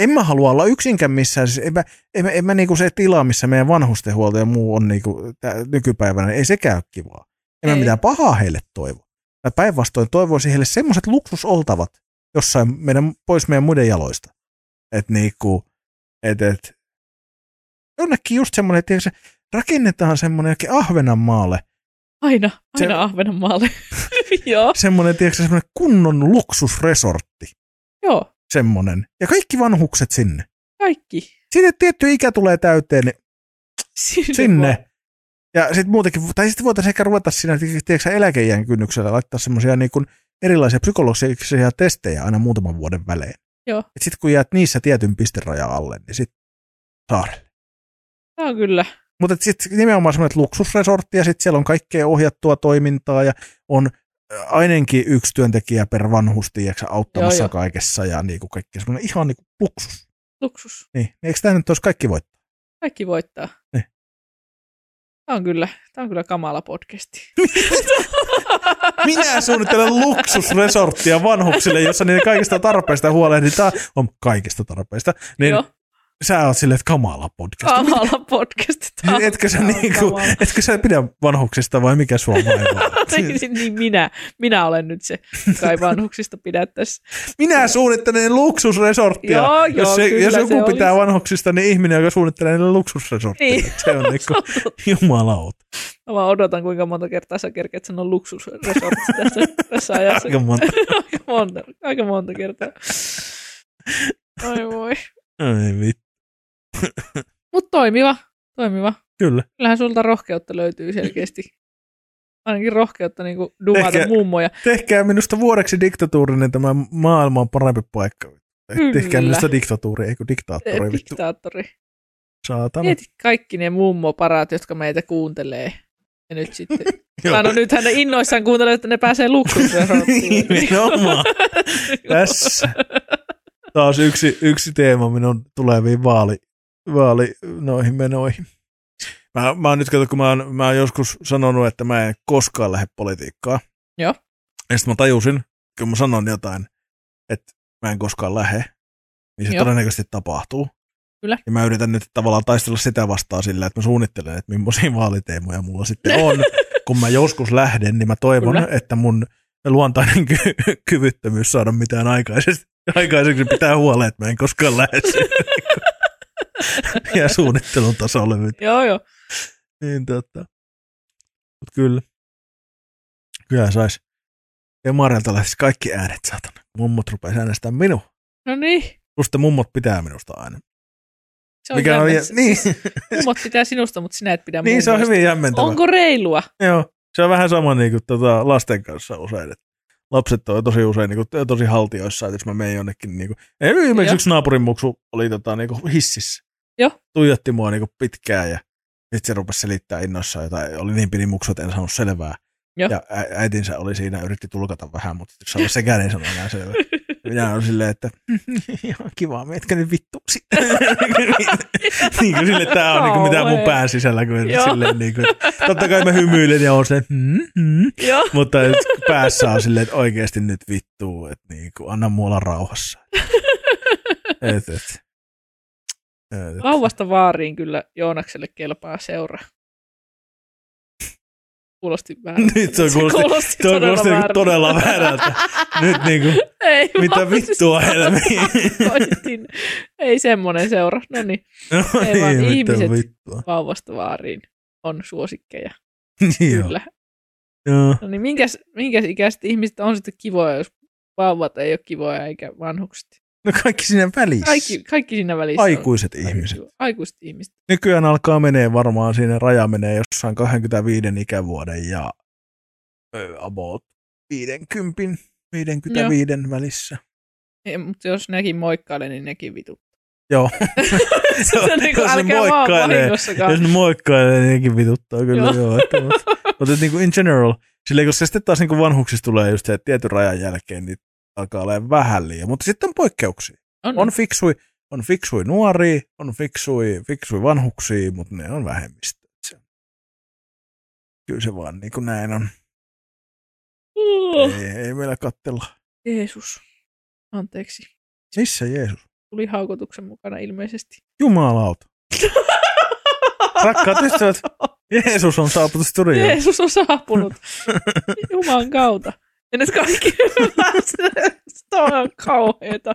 En mä halua olla yksinkä missään. Siis en mä, en mä, en mä niinku se tila, missä meidän vanhustenhuolto ja muu on niinku, tää, nykypäivänä, niin ei sekään ole kivaa. En mä Ei. mitään pahaa heille toivo. Mä päinvastoin toivoisin heille semmoiset luksusoltavat jossain meidän, pois meidän muiden jaloista. Että niinku, et, et, jonnekin just semmoinen, että tiedätkö sä, rakennetaan semmoinen jokin Ahvenanmaalle, Aina, Se- aina Ahvenanmaalle. [laughs] Joo. semmoinen, tiedätkö, sä, semmoinen kunnon luksusresortti, Joo. semmoinen. Ja kaikki vanhukset sinne. Kaikki. Sitten tietty ikä tulee täyteen, niin Sinne. vaan. sinne. Ja sitten muutenkin, tai sitten voitaisiin ehkä ruveta siinä, tiedätkö, eläkeijän kynnyksellä laittaa semmoisia niin kuin erilaisia psykologisia testejä aina muutaman vuoden välein. Joo. Sitten kun jäät niissä tietyn pisterajan alle, niin sitten saarelle. Tää on kyllä. Mutta sitten nimenomaan semmoinen luksusresortti ja sitten siellä on kaikkea ohjattua toimintaa ja on äh, ainakin yksi työntekijä per vanhus, tiedätkö, auttamassa Joo, joo, joo. joo. kaikessa ja niin kuin kaikki semmoinen ihan niin kuin luksus. Luksus. Niin, eikö tämä nyt olisi kaikki voittaa? Kaikki voittaa. Niin. Tämä on kyllä, tämä on kyllä kamala podcasti. [laughs] [laughs] Minä suunnittelen luksusresorttia vanhuksille, jossa niiden kaikista tarpeista huolehditaan. On kaikista tarpeista. Niin [laughs] Joo, sä oot silleen, että kamala podcast. Niin kamala podcast. Tää on Etkö sä, Ah. kamala. niinku, etkö sä pidä vanhuksista vai mikä sua vaivaa? [laughs] niin, niin minä, minä olen nyt se, joka ei vanhuksista pidä tässä. Minä suunnittelen luksusresorttia. Joo, jos, joo, se, kyllä jos joku se pitää olisi. vanhuksista, niin ihminen, joka suunnittelee niille luksusresorttia. Niin. Se on [laughs] niinku, jumalauta. Mä vaan odotan, kuinka monta kertaa sä kerkeät sanoa luksusresortti tässä, tässä ajassa. Aika monta. Aika monta, aika monta [laughs] kertaa. Ai voi. Ei vittu. Mutta toimiva, toimiva. Kyllä. Kyllähän sulta rohkeutta löytyy selkeästi. Ainakin rohkeutta niin dumata Ehkä- Ehkä... mummoja. Tehkää minusta vuodeksi diktatuuri, niin tämä maailma on parempi paikka. Kyllä. Tehkää minusta diktatuuri, eikö Eh, Niin, diktaattori vittu. Diktaattori. Saatana. Mieti kaikki ne mummoparaat, jotka meitä kuuntelee. Ja nyt sitten. [laughs] Joo. Tai no nythän ne innoissaan kuuntelee, että ne pääsee [laughs] luksusresorttiin. Nimenomaan. Niin, Tässä. Taas yksi, yksi teema minun tuleviin vaali, vaali noihin menoihin. Mä, mä oon nyt kato, kun mä oon, mä oon joskus sanonut, että mä en koskaan lähde politiikkaan. Joo. Ja sitten mä tajusin, kun mä sanon jotain, että mä en koskaan lähde, niin se Joo. Joo. todennäköisesti tapahtuu. Kyllä. Ja mä yritän nyt tavallaan taistella sitä vastaan sillä, että mä suunnittelen, että millaisia [laughs] vaaliteemoja mulla sitten on. [laughs] kun mä joskus lähden, niin mä toivon, Kyllä. Kyllä. että mun luontainen ky- kyvyttömyys saada mitään aikaisesti, aikaiseksi pitää huoleen, että mä en koskaan lähde [laughs] sinne. ja suunnittelun tasolle. Joo, joo. Niin, totta. Mut kyllä. Kyllä sais. Ja Marjalta lähtisi kaikki äänet, saatana. Mummot rupeaisi äänestämään minua. No niin. Musta mummot pitää minusta aina. Se on Siis Mikä on, jä... niin, Mummot pitää sinusta, mutta sinä et pidä niin se on mummoista. hyvin jämmentävä. Onko reilua? [laughs] Joo, se on vähän sama niin kuin tota, lasten kanssa usein. Että lapset on tosi usein niin kuin, tosi haltioissa, että jos mä menen jonnekin. Niin kuin, ei, esimerkiksi Joo. yksi naapurin muksu oli tota, niin kuin hississä. Joo. Tuijotti mua niin kuin pitkään ja sitten se rupesi selittää innoissaan jotain. Oli niin pieni muksu, että en saanut selvää. Joo. Ja ä- äitinsä oli siinä, yritti tulkata vähän, mutta se oli sekään ei sanonut enää selvää. Ja Minä olin silleen, että [laughs] ihan kiva, meetkö nyt vittu. [laughs] niin kuin sille, tämä on niin kuin, mitä mun Kauhea. pään sisällä. Kun Joo. silleen, niin kuin, Totta kai mä hymyilen ja on se, että hmm, hmm. [laughs] Joo. mutta nyt päässä on silleen, että oikeasti nyt vittuu, että niin kuin, anna mua olla rauhassa. et, et, et, et. Vauvasta vaariin kyllä Joonakselle kelpaa seura. Kuulosti väärin. Nyt se kuulosti, kuulosti toi todella kuulosti väärältä. todella, todella väärältä. Nyt niin kuin, [laughs] Ei, mitä vaan vittua helmiä. Toistin. Ei semmoinen seura. No niin, No Ei vaan mitä ihmiset. vittua. vauvasta vaariin on suosikkeja. Joo. Kyllä. Joo. No niin, minkäs, minkäs ikäiset ihmiset on sitten kivoja, jos vauvat ei ole kivoja eikä vanhukset? No kaikki siinä välissä. Kaikki, kaikki siinä välissä Aikuiset on. ihmiset. Aikuiset ihmiset. Nykyään alkaa menee varmaan siinä raja menee jossain 25 ikävuoden ja ö, about 50, 55 Joo. [laughs] välissä. Ei, mutta jos nekin moikkailee, niin nekin vitu. Joo. [laughs] Sitten on niin kuin, Jos ne älkää vaan moikkailee, vahingossakaan. Jos ne moikkailee, niin nekin vituttaa kyllä. Joo. Joo. Joo, että, mutta, [laughs] mutta niin kuin in general, silleen, koska sitten taas niin kuin vanhuksista tulee just se, että tietyn rajan jälkeen niin alkaa olemaan vähän liian. Mutta sitten on poikkeuksia. On, Mm. On fiksui, on fiksui nuoria, on fiksui, fiksui vanhuksia, mutta ne on vähemmistö. Se- Kyllä se vaan niin kuin näin on. Oh, Ei, ei meillä kattella. Jeesus. Anteeksi. Missä Jeesus? Tuli haukotuksen mukana ilmeisesti. Jumalauta. [laughs] Rakkaat ystävät, Jeesus on saapunut studioon. Jeesus on saapunut. Juman kautta. Ja nyt kaikki [laughs] Tämä on kauheeta.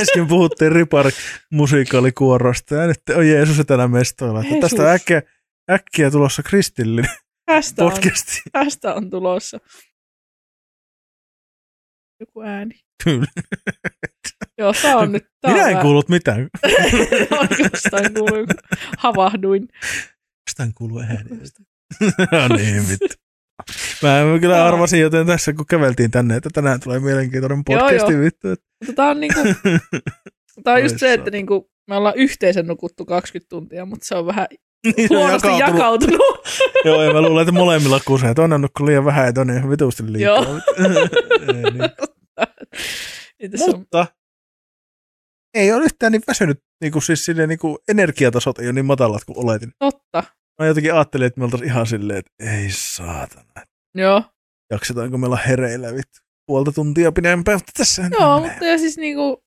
Äsken puhuttiin ripari musiikaalikuorosta ja nyt on Jeesus etänä mestoilla. Että tästä on Jeesus. äkkiä, äkkiä tulossa kristillinen Tästä on, podcasti. tästä on tulossa. Joku ääni. Kyllä. Joo, tää on nyt. Tää Minä on en vähän- kuullut mitään. [laughs] Oikeastaan kuului, kun havahduin. Jostain [laughs] kuuluu ääni. [laughs] no niin, vittu. Mä en kyllä arvasin, joten tässä kun käveltiin tänne, että tänään tulee mielenkiintoinen Joo, podcasti, vittu. että- Mutta tää on, niinku, [laughs] tää on just se, Ai saatana. että niinku, me ollaan yhteensä nukuttu 20 tuntia, mutta se on vähän [laughs] Niin se on huonosti jakautunut. jakautunut. [laughs] [laughs] Joo, ja mä luulen, että molemmilla kusee. Toinen on nukkuu liian vähän ja toinen ihan vitusti liikaa. Joo. [laughs] Ei [laughs] niin. Niin tässä on, Mutta ei ole yhtään niin väsynyt, niin kuin siis silleen, niin kuin energiatasot ei ole niin matalat kuin oletin. totta. Mä jotenkin ajattelin, että me oltaisiin ihan silleen, että ei saatana. Joo. jaksetaanko meillä hereillä vittu puolta tuntia pidempään, mutta tässähän tää Joo, menee. mutta ja siis niinku...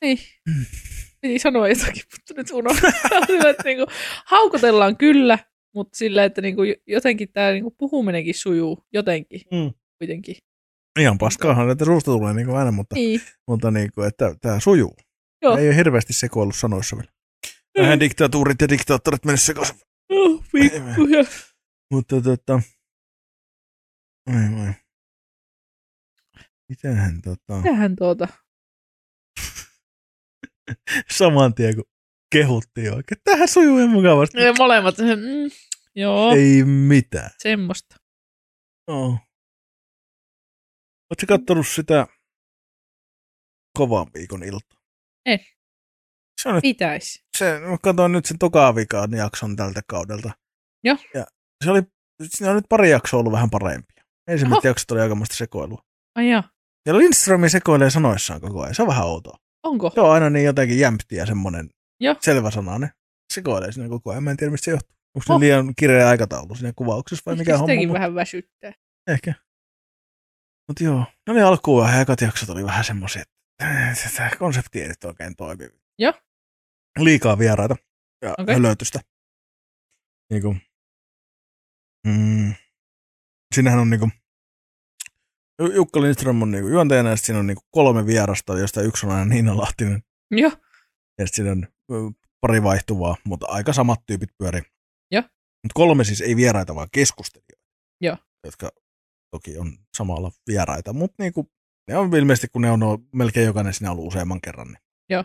Niin. Piti sanoa jotakin, mutta nyt [laughs] unohdin. Sillä, että niinku, haukotellaan kyllä, mutta sillä, että niinku, jotenkin tämä niinku, puhuminenkin sujuu jotenkin Mm. kuitenkin. Ihan paskaahan, että suusta tulee niin kuin aina, mutta, Niin. mutta niin kuin, että tämä sujuu. Joo. Mm. Ei ole hirveästi sekoillut sanoissa vielä. Vähän diktatuurit ja diktaattorit mennyt sekaisin. Oh, pikkuja. Mutta tota... Ai, ai. Mitähän tota... Tähän tuota. Saman tien kun kehuttiin oikein. Tähän sujuu ihan mukavasti. Ne molemmat. Mm, joo, Ei. Ei mitään. semmoista. No. Oletko kattonut sitä kovan viikon ilta? En. Se on nyt, Pitäisi. se, mä katsoin nyt sen tokaan vikaan jakson tältä kaudelta. Joo. Ja se oli, siinä on nyt pari jaksoa ollut vähän parempia. Ensimmäiset Oho. jaksot oli aikamoista sekoilua. Ai jaa, Ja Lindström sekoilee sanoissaan koko ajan. Se on vähän outoa. onko? Se on aina niin jotenkin jämptiä semmoinen Joo. selväsanainen. Sekoilee siinä koko ajan. Mä en tiedä, mistä se johtuu. Onko Oh. se liian kireä aikataulu siinä kuvauksessa vai mikä Ehkä homma? sitäkin mutta- Siis vähän väsyttää. Ehkä. Mut joo. No niin alkuun vähän ekat jaksot oli vähän semmosia, että tämä konsepti ei nyt oikein toimi. Joo. Liikaa vieraita ja Okei. okay. hölötystä. Niinku. Mm. Siinähän on niinku Ju- Jukka Lindström on niinku juontajana ja sit siinä on niinku kolme vierasta, josta yksi on aina Niina Lahtinen. Joo, Ja sitten siinä on ö, pari vaihtuvaa, mutta aika samat tyypit pyörii. Joo. Mut kolme siis ei vieraita, vaan keskustelijoita. Joo. Jotka toki on samalla vieraita, mutta niinku, ne on ilmeisesti, kun ne on ollut- melkein jokainen siinä ollut useamman kerran. Niin Joo.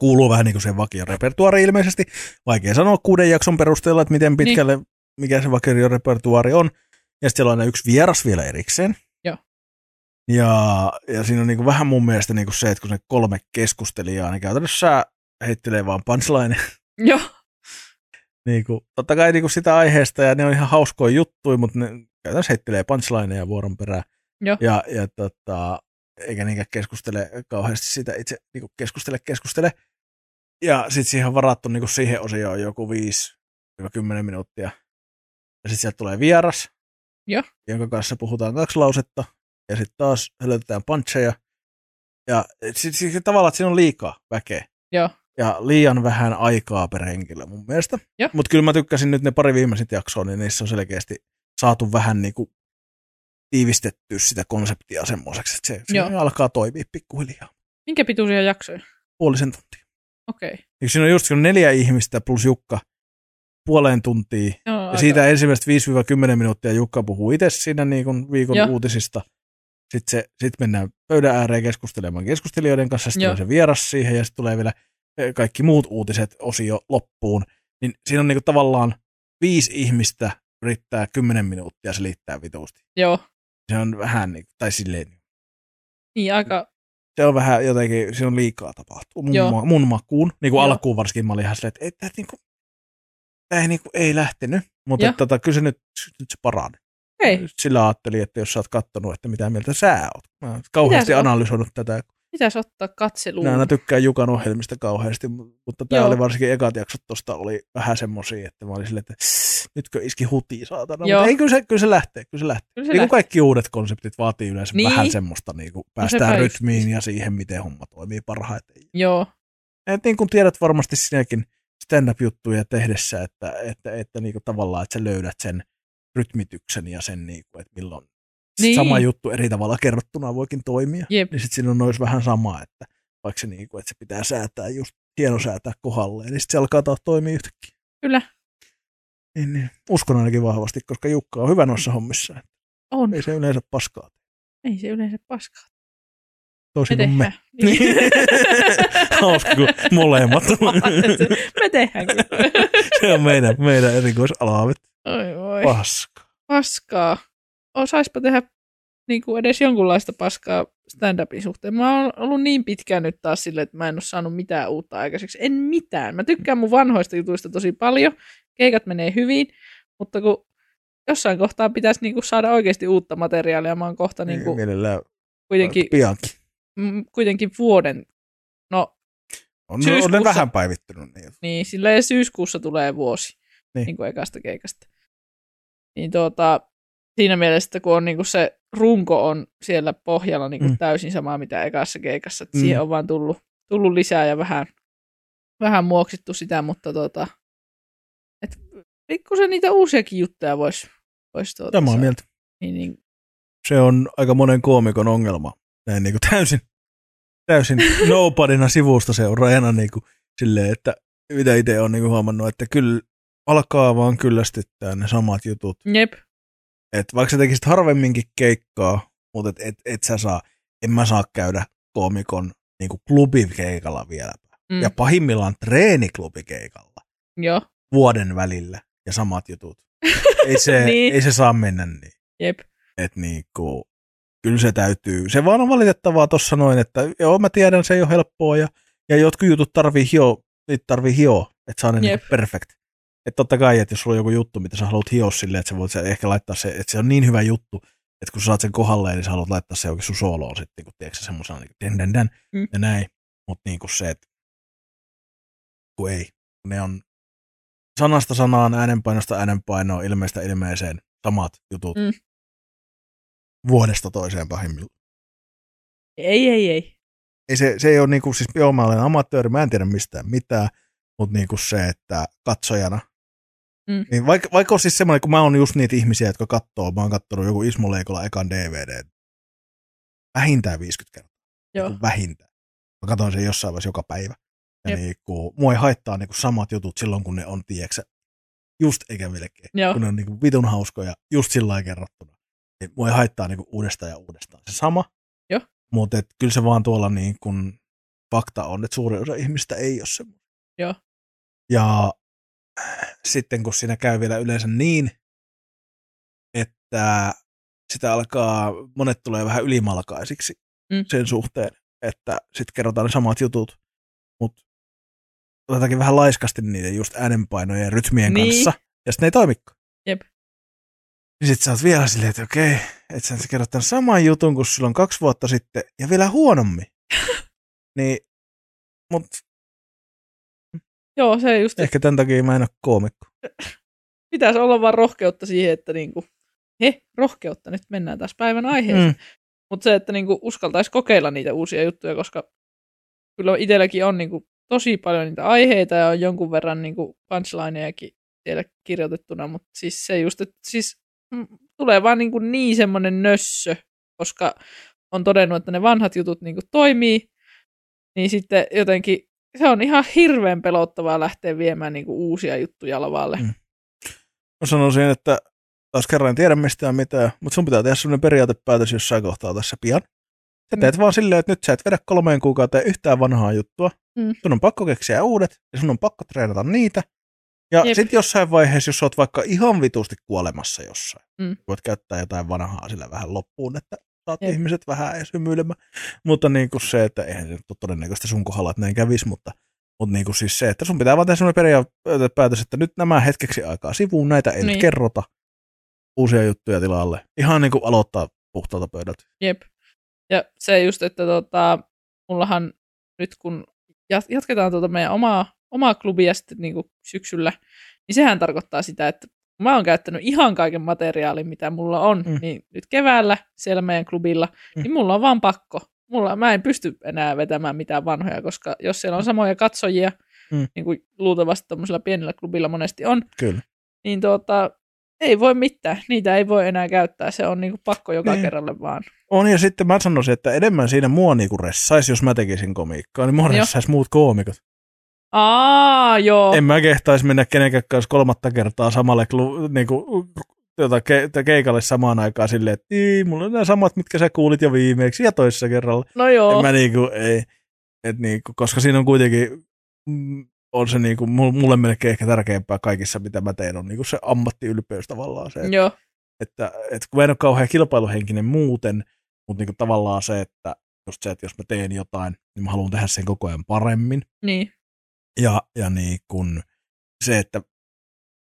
Kuuluu vähän niin kuin se vakio repertuaari ilmeisesti. Vaikea sanoa kuuden jakson perusteella, että miten pitkälle, niin. mikä se vakio repertuaari on. Ja sitten siellä on aina yksi vieras vielä erikseen. Joo. Ja, ja siinä on niinku vähän mun mielestä niinku se, että kun ne kolme keskustelijaa, niin käytännössä heittelee vaan punchline. [laughs] joo, niin kuin, totta kai niin kuin sitä aiheesta, ja ne on ihan hauskoja juttuja, mutta ne käytännössä heittelee punchlineja vuoron perään. Joo. Ja, ja tota, eikä niinkään keskustele kauheasti sitä itse, niin kuin keskustele, keskustele. Ja sitten siihen on varattu niin kuin siihen osioon joku 5-10 minuuttia. Ja sitten sieltä tulee vieras, Joo. jonka kanssa puhutaan kaksi lausetta, ja sitten taas löytetään puncheja. Ja sitten sit, tavallaan, että siinä on liikaa väkeä joo. ja liian vähän aikaa per henkilö mun mielestä. Joo. Mutta kyllä mä tykkäsin nyt ne pari viimeisintä jaksoa, niin niissä on selkeästi saatu vähän niin kuin tiivistetty sitä konseptia semmoiseksi, että se, se Joo. alkaa toimia pikkuhiljaa Minkä pituisia jaksoja? puolisen tuntia. Okei. Okay. Ja Niin siinä on just kun neljä ihmistä plus Jukka puoleen tuntiin, ja siitä ensimmäiset 5-10 minuuttia Jukka puhuu itse siinä niin kuin viikon Joo. Joo. uutisista. Sitten se, sit mennään pöydän ääreen keskustelemaan keskustelijoiden kanssa, sitten Joo. tulee se vieras siihen ja sitten tulee vielä eh, kaikki muut uutiset osio loppuun. Niin siinä on niin kuin tavallaan viisi ihmistä yrittää 10 minuuttia selittää vituusti. Joo. Se on vähän niin kuin, tai silleen, Niin, aika... se on vähän jotenkin, siinä on liikaa tapahtuu mun, Joo. ma- mun makuun. Niin kuin Joo. alkuun varsinkin mä olin ihan silleen, että ei, tää, niin kuin, tää ei, niin kuin, ei lähtenyt, Joo. mutta tota, kyllä se nyt, nyt se parani. Hei, Sillä ajattelin, että jos sä oot kattonut, että mitä mieltä sä oot. Mä oon kauheasti Mitä se on? analysoinut tätä. pitäisi ottaa katseluun. Minä aina tykkään Jukan ohjelmista kauheasti, mu- mutta tämä Joo. oli varsinkin ekat jaksot tosta oli vähän semmosia, että mä olin silleen, että nytkö iski hutiin saatana. Joo. Mutta ei, kyllä se, kyllä se lähtee, kyllä se lähtee. Kyllä Se se niin kuin lähtee. kaikki uudet konseptit vaatii yleensä Niin. vähän semmoista, niin kuin päästään sepä just. rytmiin ja siihen, miten homma toimii parhaiten. Joo, Et niin kuin tiedät varmasti sinäkin stand-up-juttuja tehdessä, että, että, että niin kuin tavallaan, että sä löydät sen rytmityksen ja sen, niin kuin, että milloin niin. Niin. sama juttu eri tavalla kerrottuna voikin toimia. jep, Niin sitten siinä on nois vähän sama, että vaikka se, niin kuin, että se pitää säätää just hieno säätää kohdalleen, niin sitten se alkaa taas toimia yhtäkkiä. Kyllä. Niin, niin. Uskon ainakin vahvasti, koska Jukka on hyvä noissa hommissa. on. Ei se yleensä paskaa. Ei se yleensä paskaa. Me Toisin kuin me. Niin. tehdään. Niin. [laughs] [laughs] Hauska, kun molemmat. Me tehdään kyllä. se on meidän, meidän erikoisalaavet. Oi voi. Paska. Paskaa. Osaispa tehdä niin kuin edes jonkunlaista paskaa stand-upin suhteen. Mä oon ollut niin pitkään nyt taas silleen, että mä en ole saanut mitään uutta aikaiseksi. En mitään. Mä tykkään mun vanhoista jutuista tosi paljon. Keikat menee hyvin, mutta kun jossain kohtaa pitäisi niin kuin saada oikeasti uutta materiaalia. Mä oon kohta niin kuin Mielellään kuitenkin, piankin. mm, kuitenkin vuoden, no On, on ne Syyskuussa- vähän päivittynyt. Niin. niin silleen syyskuussa tulee vuosi Niin. niin. kuin ekasta keikasta. Niin tuota, siinä mielessä, että kun on niinku se runko on siellä pohjalla niinku Mm. mm. täysin samaa mitä ekassa keikassa, että Mm. mm. siihen on vaan tullut, tullut lisää ja vähän, vähän muoksittu sitä, mutta tota, et pikkusen niitä uusiakin juttuja voisi vois tuota, Samaa mieltä. Niin, niin, se on aika monen koomikon ongelma. Näin niin kuin täysin, [laughs] täysin nobodyna sivusta seuraajana niin kuin silleen, että mitä itse on niin kuin huomannut, että kyllä alkaa vaan kyllästyttää ne samat jutut. jep, Et vaikka sä tekisit harvemminkin keikkaa, mutta et, et, et sä saa, en mä saa käydä koomikon niin kuin klubikeikalla vielä. mm, Ja pahimmillaan treeniklubikeikalla joo, vuoden välillä ja samat jutut. Ei se, Niin. ei se saa mennä niin. jep, Et niinku, kyllä se täytyy. Se vaan on valitettavaa tuossa noin, että joo, mä tiedän, se ei ole helppoa ja, ja jotkut jutut tarvii hioa, niitä tarvii hioa, että saa ne Jep. niinku perfect. Että totta kai, että jos sulla on joku juttu, mitä sä haluat hioa silleen, että sä voit sen ehkä laittaa se, että se on niin hyvä juttu, että kun sä saat sen kohdalle, niin sä haluat laittaa se oikein sun sooloon sitten, kun tiedätkö semmoisena niin den, den, den, Mm. ja näin. Mutta niinku se, että kun ei, kun ne on sanasta sanaan, äänenpainosta äänenpainoon, ilmeistä ilmeeseen samat jutut Mm. vuodesta toiseen pahimmillaan. ei, ei, ei, Ei se, se ei ole niinku, siis joo, mä olen amatööri, mä en tiedä mistään mitään, mutta niinku se, että katsojana, Mm. niin vaikka, vaikka on siis semmoinen, kun mä oon just niitä ihmisiä, jotka katsoo, mä oon kattonut joku Ismo Leikola ekan DVD, vähintään 50 kertaa, joo, Niinku vähintään. Mä katson sen jossain vaiheessa joka päivä. Ja Jep. niinku, mua ei haittaa niinku samat jutut silloin, kun ne on, tieksä, just eikä vilkeä joo, kun ne on niinku vitun hauskoja just sillä lailla kerrottuna. Niin mua ei haittaa niinku uudestaan ja uudestaan. Se sama, Joo. mutta et kyllä se vaan tuolla niin kun fakta on, että suurin osa ihmistä ei ole semmoinen. Joo. Ja äh, sitten kun siinä käy vielä yleensä niin, että sitä alkaa, monet tulee vähän ylimalkaisiksi Mm. sen suhteen, että sitten kerrotaan ne samat jutut, mutta otetaankin vähän laiskasti niiden just äänenpainojen ja rytmien Niin. kanssa, ja sitten ne ei toimikaan. Jep. Niin sit sä oot vielä silleen, että okei, että sä kerrot tämän saman jutun kuin silloin kaksi vuotta sitten, ja vielä [laughs] huonommin. niin, mut joo, se just, ehkä tämän takia mä en ole koomikko. pitäisi olla vaan rohkeutta siihen, että niinku, he, rohkeutta, nyt mennään taas päivän aiheeseen. Mm. Mutta se, että niinku uskaltaisi kokeilla niitä uusia juttuja, koska kyllä itselläkin on niinku tosi paljon niitä aiheita ja on jonkun verran niinku punchlinejakin siellä kirjoitettuna, mutta siis se just, että siis mm, tulee vaan niinku niin semmoinen nössö, koska on todennut, että ne vanhat jutut niinku toimii, niin sitten jotenkin se on ihan hirveän pelottavaa lähteä viemään niinku uusia juttuja lavalle. Mm. Mä sanoisin, että taas kerran en tiedä mistään mitään, mutta sun pitää tehdä sellainen periaatepäätös jossain kohtaa tässä pian. Sä teet vaan silleen, että nyt sä et vedä kolmeen kuukauteen yhtään vanhaa juttua. Mm. Sun on pakko keksiä uudet ja sun on pakko treenata niitä. Ja Jep. sitten jossain vaiheessa, jos sä oot vaikka ihan vitusti kuolemassa jossain, Mm. voit käyttää jotain vanhaa sillä vähän loppuun, että saat Jep. ihmiset vähän edes hymyilemään. Mutta niin kuin se, että eihän se nyt ole todennäköistä sun kohdalla, että näin kävisi, mutta, mutta niin kuin siis se, että sun pitää vaan tehdä sellainen periaatepäätös, että nyt nämä hetkeksi aikaa sivuun, näitä ei niin. Niin. kerrota, uusia juttuja tilalle. Ihan niin kuin aloittaa puhtaalta pöydältä. Jep. Ja se just, että tota, mullahan nyt kun jat- jatketaan tuota meidän omaa, omaa klubia sitten niin kuin syksyllä, niin sehän tarkoittaa sitä, että kun mä oon käyttänyt ihan kaiken materiaalin, mitä mulla on, Mm. mm. niin nyt keväällä siellä meidän klubilla, Mm. mm. niin mulla on vaan pakko. Mulla, mä en pysty enää vetämään mitään vanhoja, koska jos siellä on samoja katsojia, Mm. mm. niin kuin luultavasti tämmöisellä pienellä klubilla monesti on, Kyllä. niin tuota, ei voi mitään. Niitä ei voi enää käyttää. Se on niin kuin pakko joka Niin. kerralle vaan. On ja sitten mä sanoisin, että enemmän siinä mua niinku ressais, jos mä tekisin komiikkaa, niin mua Joo. ressais muut koomikot. Aa, joo. Oh. En mä kehtaisi mennä kenenkään kanssa kolmatta kertaa samalle klu, niinku, tuota, ke, tai keikalle samaan aikaan silleen, että ei, mulla on nämä samat, mitkä sä kuulit jo viimeksi ja toissa kerralla. No Oh. En joo. mä niinku, ei, et niinku, koska siinä on kuitenkin, mm, on se niinku, mul- mulle melkein ehkä tärkeämpää kaikissa, mitä mä teen, on niinku se ammattiylpeys tavallaan se, Joo, että, että kun mä en ole kauhean kilpailuhenkinen muuten, mutta niinku tavallaan se, että just se, että jos mä teen jotain, niin mä haluan tehdä sen koko ajan paremmin. niin. Ja, ja niin kun se, että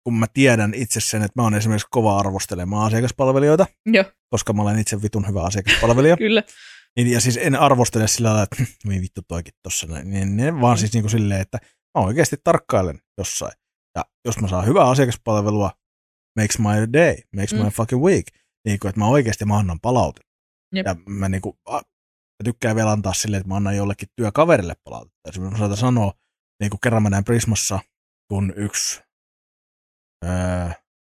kun mä tiedän itse sen, että mä oon esimerkiksi kova arvostelemaan asiakaspalvelijoita, Joo, koska mä olen itse vitun hyvä [laughs] asiakaspalvelija, kyllä. niin, ja siis en arvostele sillä lailla, että [clears throat] "Voi vittu toikin tossa, näin", niin, niin, vaan siis niin kuin silleen, että mä oikeasti tarkkailen jossain. Ja jos mä saan hyvää asiakaspalvelua, makes my day, makes mm. my Mm. fucking week, Niin kuin, että mä oikeasti mä annan palautetta. Jep. Ja mä, niin kuin, a, mä tykkään vielä antaa silleen, että mä annan jollekin työkaverille palautetta. Jos mä saatan sanoa, niin kuin kerran mä näin Prismassa, kun yksi, öö,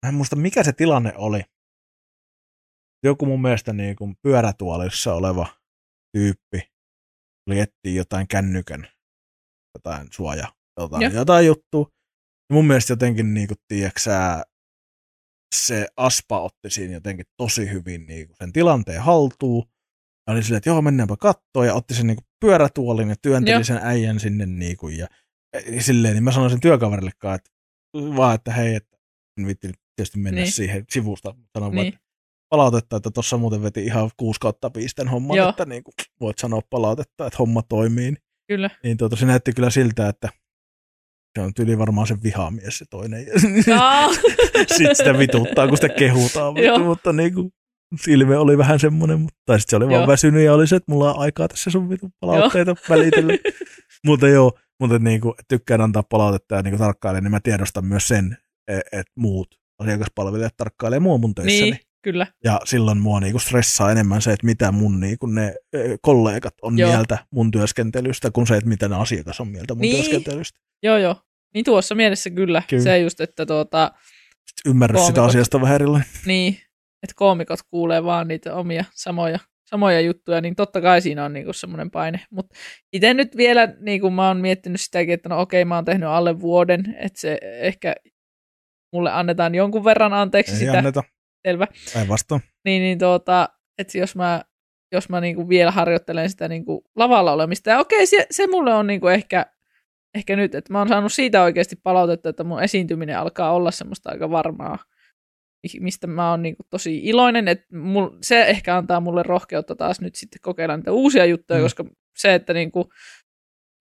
mä en muista mikä se tilanne oli. Joku mun mielestä niin kuin pyörätuolissa oleva tyyppi oli etsii jotain kännykän, jotain suoja, jotain, Joo. jotain juttua. Ja mun mielestä jotenkin, niin kuin, tiiäksä, se Aspa otti siinä jotenkin tosi hyvin niin kuin sen tilanteen haltuun. Ja oli silleen, että joo, mennäänpä kattoon. Ja otti sen niin kuin pyörätuolin ja työnteli Joo. sen äijän sinne. Niin kuin, ja, ja silleen, niin mä sanoin sen työkaverillekaan, että vaan, että hei, että en viitti nyt tietysti mennä Niin. niin. siihen sivusta. Sanoin niin. Niin. palautetta, että tuossa muuten veti ihan 6 kautta 5 tämän homman, Joo. Joo. että niin kuin, voit sanoa palautetta, että homma toimii. Niin, [laughs] Kyllä. niin tuota, se näytti kyllä siltä, että se on tyli varmaan se vihamies se toinen. [laughs] Aa. sitten sitä vituttaa, kun sitä kehutaan. Joo. mutta, mutta niin kuin, ilme oli vähän semmoinen, mutta tai sitten se oli Joo. vaan väsynyt ja oli se, että mulla on aikaa tässä sun vitun palautteita [laughs] välitellä. mutta joo, mutta niin kuin, tykkään antaa palautetta ja niin kuin tarkkailen, niin mä tiedostan myös sen, e- että muut asiakaspalvelijat tarkkailee mua mun [laughs] töissäni. niin, Niin. kyllä. Ja silloin mua niinku stressaa enemmän se, että mitä mun niinku ne ö, kollegat on Joo. joo. mieltä mun työskentelystä, kuin se, että mitä ne asiakas on mieltä mun Niin. niin. työskentelystä. Joo, joo. Niin tuossa mielessä kyllä. kyllä. Kyllä. Se just, että tuota, Sitten ymmärrys sitä Koomikot. asiasta vähän erilainen. niin, että koomikot kuulee vaan niitä omia samoja, samoja juttuja, niin totta kai siinä on niinku semmoinen paine. Mutta itse nyt vielä, niin kuin mä oon miettinyt sitäkin, että no okei, mä oon tehnyt alle vuoden, että se ehkä mulle annetaan jonkun verran anteeksi Ei sitä, anneta, selvä. päinvastoin. Niin, niin tuota, että jos mä, jos mä niinku vielä harjoittelen sitä niinku lavalla olemista, ja okei, se, se mulle on niinku ehkä, ehkä nyt, että mä oon saanut siitä oikeasti palautetta, että mun esiintyminen alkaa olla semmoista aika varmaa, mi- mistä mä oon niinku tosi iloinen, että mul, se ehkä antaa mulle rohkeutta taas nyt sitten kokeilla niitä uusia juttuja, Mm. mm. koska se, että niinku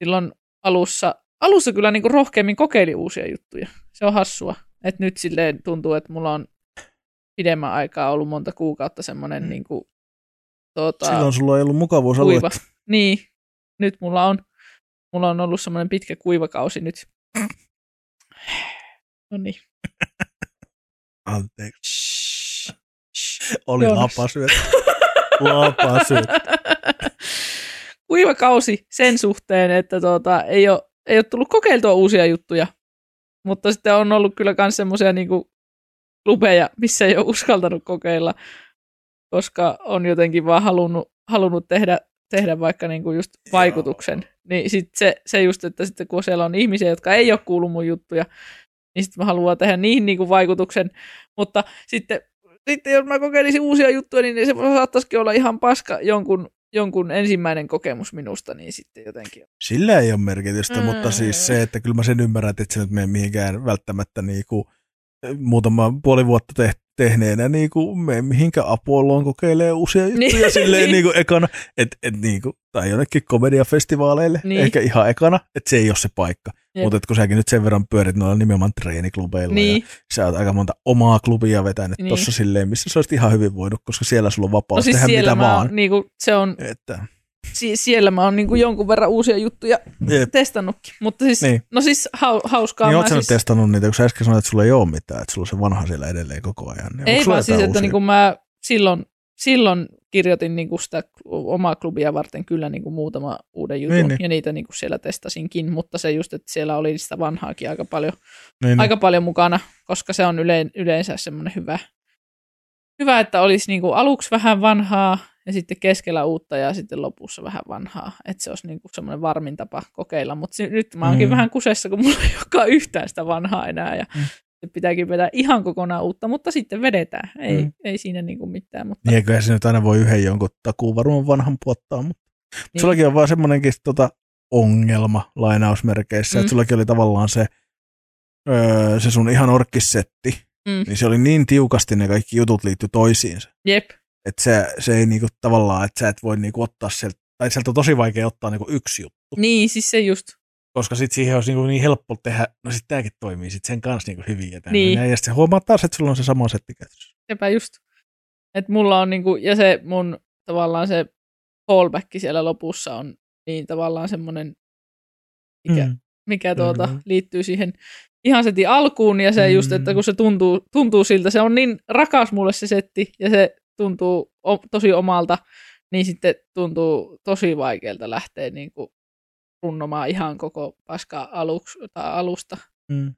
silloin alussa, alussa kyllä niinku rohkeammin kokeili uusia juttuja. Se on hassua. Et nyt silleen tuntuu, että mulla on pidemmän aikaa ollut monta kuukautta semmoinen Mm. mm. niin kuin, tuota, Silloin sulla ei ollut mukavuusalue. kuiva. [laughs] Niin, nyt mulla on, mulla on ollut semmoinen pitkä kuivakausi nyt. [sniffs] No niin. [sniffs] Anteeksi. Oli Joonas. lapasyöt. [laughs] lapasyöt. kuivakausi sen suhteen, että tuota, ei, ole, ei ole tullut kokeiltua uusia juttuja. Mutta sitten on ollut kyllä myös semmoisia niin klubeja, missä ei ole uskaltanut kokeilla, koska on jotenkin vaan halunnut, halunnut tehdä, tehdä vaikka niin kuin just vaikutuksen. Joo. Niin sit se, se just, että sitten kun siellä on ihmisiä, jotka ei ole kuullut mun juttuja, niin sitten mä haluan tehdä niihin niin kuin vaikutuksen. Mutta sitten, sitten jos mä kokeilisin uusia juttuja, niin se saattaisikin olla ihan paska jonkun jonkun ensimmäinen kokemus minusta, niin sitten jotenkin. Sillä ei ole merkitystä, mm. mutta Mm. siis se, että kyllä mä sen ymmärrän, että et sä nyt mene mihinkään välttämättä niinku, muutama puoli vuotta te- tehneenä niinku, mene mihinkä Apolloon kokeilee uusia juttuja Niin. [laughs] silleen niinku ekana, et, et niinku, tai jonnekin komediafestivaaleille, Niin. niin. ehkä ihan ekana, että se ei ole se paikka. Jep. Mutta kun säkin nyt sen verran pyörit noilla nimenomaan treeniklubeilla ja Niin, sä oot aika monta omaa klubia vetänyt Niin. niin. tuossa silleen, missä sä olisit ihan hyvin voinut, koska siellä sulla on vapaus no siis tehdä siellä mitä mä, oon, vaan. niinku, se on, Että, si- siellä mä oon niinku jonkun verran uusia juttuja jep, testannutkin, mutta siis, Niin. niin. no siis hau, hauskaa. niin mä oot sä nyt siis, testannut niitä, kun sä äsken sanoit, että sulla ei ole mitään, että sulla on se vanha siellä edelleen koko ajan. Niin onko ei sulla vaan siis, jotain että uusia? niinku mä silloin, silloin kirjoitin niinku sitä omaa klubia varten kyllä niinku muutama uuden jutun, Niin, niin, niin. ja niitä niinku siellä testasinkin, mutta se just, että siellä oli sitä vanhaakin aika paljon, niin, aika paljon mukana, koska se on yle, yleensä semmoinen hyvä, hyvä, että olisi niinku aluksi vähän vanhaa ja sitten keskellä uutta ja sitten lopussa vähän vanhaa. Että se olisi niinku semmoinen varmin tapa kokeilla. Mutta nyt mä oonkin Mm. mm. vähän kusessa, kun mulla ei [laughs] olekaan yhtään sitä vanhaa enää ja Mm. mm. pitääkin vetää ihan kokonaan uutta, mutta sitten vedetään. Ei, Mm. mm. ei siinä niinku mitään. Mutta, Niin, eiköhän se nyt aina voi yhden jonkun takuu varmaan vanhan puottaa, mutta niin. Niin. sullakin on vaan semmoinenkin tota, ongelma lainausmerkeissä, mm. Mm. että sullakin oli tavallaan se, öö, se sun ihan orkkisetti, Mm. niin se oli niin tiukasti ne kaikki jutut liitty toisiinsa, Jep, että se, se ei niinku tavallaan, että sä et voi niinku ottaa sieltä, tai sieltä on tosi vaikea ottaa niinku yksi juttu, niin siis se just. koska sitten siihen olisi niinku niin helppo tehdä, no sitten tämäkin toimii sit sen kanssa niinku hyvin ja, Niin. niin. ja sitten huomaat taas, että sulla on se sama setti käytössä. Sepä just. Et mulla on niinku, ja se mun tavallaan se callback siellä lopussa on niin tavallaan semmoinen, mikä, mm. mikä tuota, Kyllä. liittyy siihen ihan setin alkuun, ja se mm. just, että kun se tuntuu, tuntuu siltä, se on niin rakas mulle se setti, ja se tuntuu o- tosi omalta, niin sitten tuntuu tosi vaikealta lähteä niin kuin runnomaan ihan koko paskaa aluksi, tai alusta. Mm.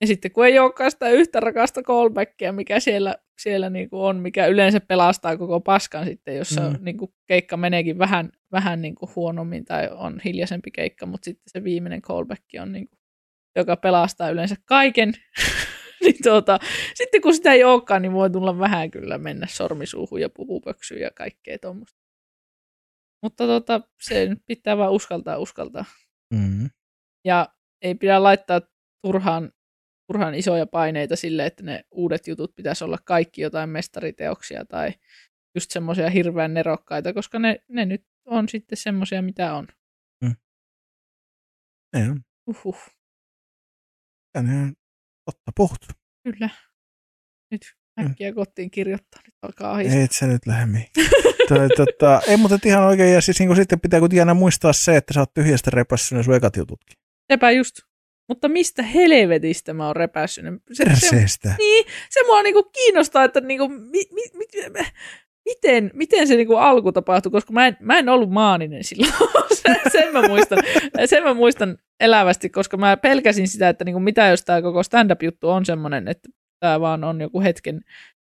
Ja sitten kun ei olekaan sitä yhtä rakasta callbackia, mikä siellä, siellä niin kuin on, mikä yleensä pelastaa koko paskan sitten, jos mm. Mm. niin kuin keikka meneekin vähän, vähän niin kuin huonommin tai on hiljaisempi keikka, mutta sitten se viimeinen callback on, niin kuin, joka pelastaa yleensä kaiken. [laughs] niin tuota, sitten kun sitä ei olekaan, niin voi tulla vähän kyllä mennä sormisuuhun ja puhupöksyyn ja kaikkea tuommoista. Mutta tota, se nyt pitää vaan uskaltaa uskaltaa. Mm. Ja ei pidä laittaa turhaan, turhaan isoja paineita sille, että ne uudet jutut pitäisi olla kaikki jotain mestariteoksia tai just semmoisia hirveän nerokkaita, koska ne, ne nyt on sitten semmoisia, mitä on. Ei, on. Uhuh, Tänään totta puhut. kyllä. Nyt äkkiä kotiin kirjoittaa, nyt alkaa ahistaa. Ei, et sä nyt lähde [laughs] mihinkään. Toi, tota, ei, mutta et ihan oikein. Ja siis niin sitten pitää kuitenkin aina muistaa se, että sä oot tyhjästä repässyt ne sun ekat jututkin. Sepä just. Mutta mistä helvetistä mä oon repässyt? ne? Se, se, Perseestä. niin, se mua niinku kiinnostaa, että niinku, mi, mi, mi, mi, miten, miten se niinku alku tapahtui, koska mä en, mä en ollut maaninen silloin. [laughs] sen, sen, mä muistan, sen mä muistan elävästi, koska mä pelkäsin sitä, että niinku, mitä jos tämä koko stand-up-juttu on semmoinen, että tämä vaan on joku hetken,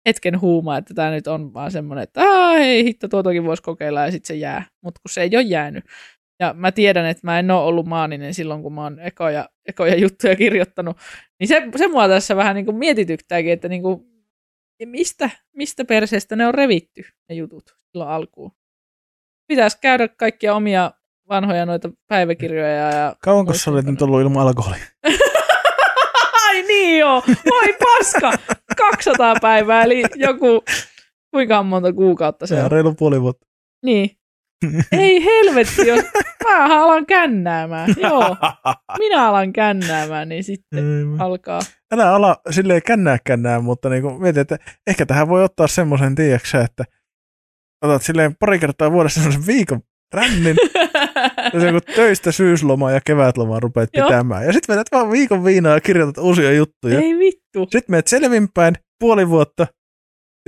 hetken huuma, että tämä nyt on vaan semmoinen, että "Aa, hei hitto, tuotakin voisi kokeilla ja sitten se jää. Mutta kun se ei ole jäänyt. Ja mä tiedän, että mä en ole ollut maaninen silloin, kun mä oon ekoja, ekoja juttuja kirjoittanut. Niin se, se mua tässä vähän niin kuin mietityttääkin, että niin kuin, ja mistä, mistä perseestä ne on revitty, ne jutut, silloin alkuun. Pitäisi käydä kaikkia omia vanhoja noita päiväkirjoja ja Kauanko sä olet nyt ollut ilman alkoholia? Ai niin joo, voi [laughs] paska, 200 päivää, eli joku, kuinka monta kuukautta se Se on. on reilu puoli vuotta. Niin. Ei helvetti, jos mä alan kännäämään. Joo, minä alan kännäämään, niin sitten Ei mä- alkaa. Älä ala silleen kännää kännää, mutta niin kuin mietin, että ehkä tähän voi ottaa semmoisen, tiedäksä, että otat silleen pari kertaa vuodessa semmoisen viikon rännin, ja se kun töistä syyslomaa ja kevätlomaa rupeat Joo. pitämään. Ja sitten vedät vaan viikon viinaa ja kirjoitat uusia juttuja. Ei vittu. Sitten menet selvinpäin puoli vuotta,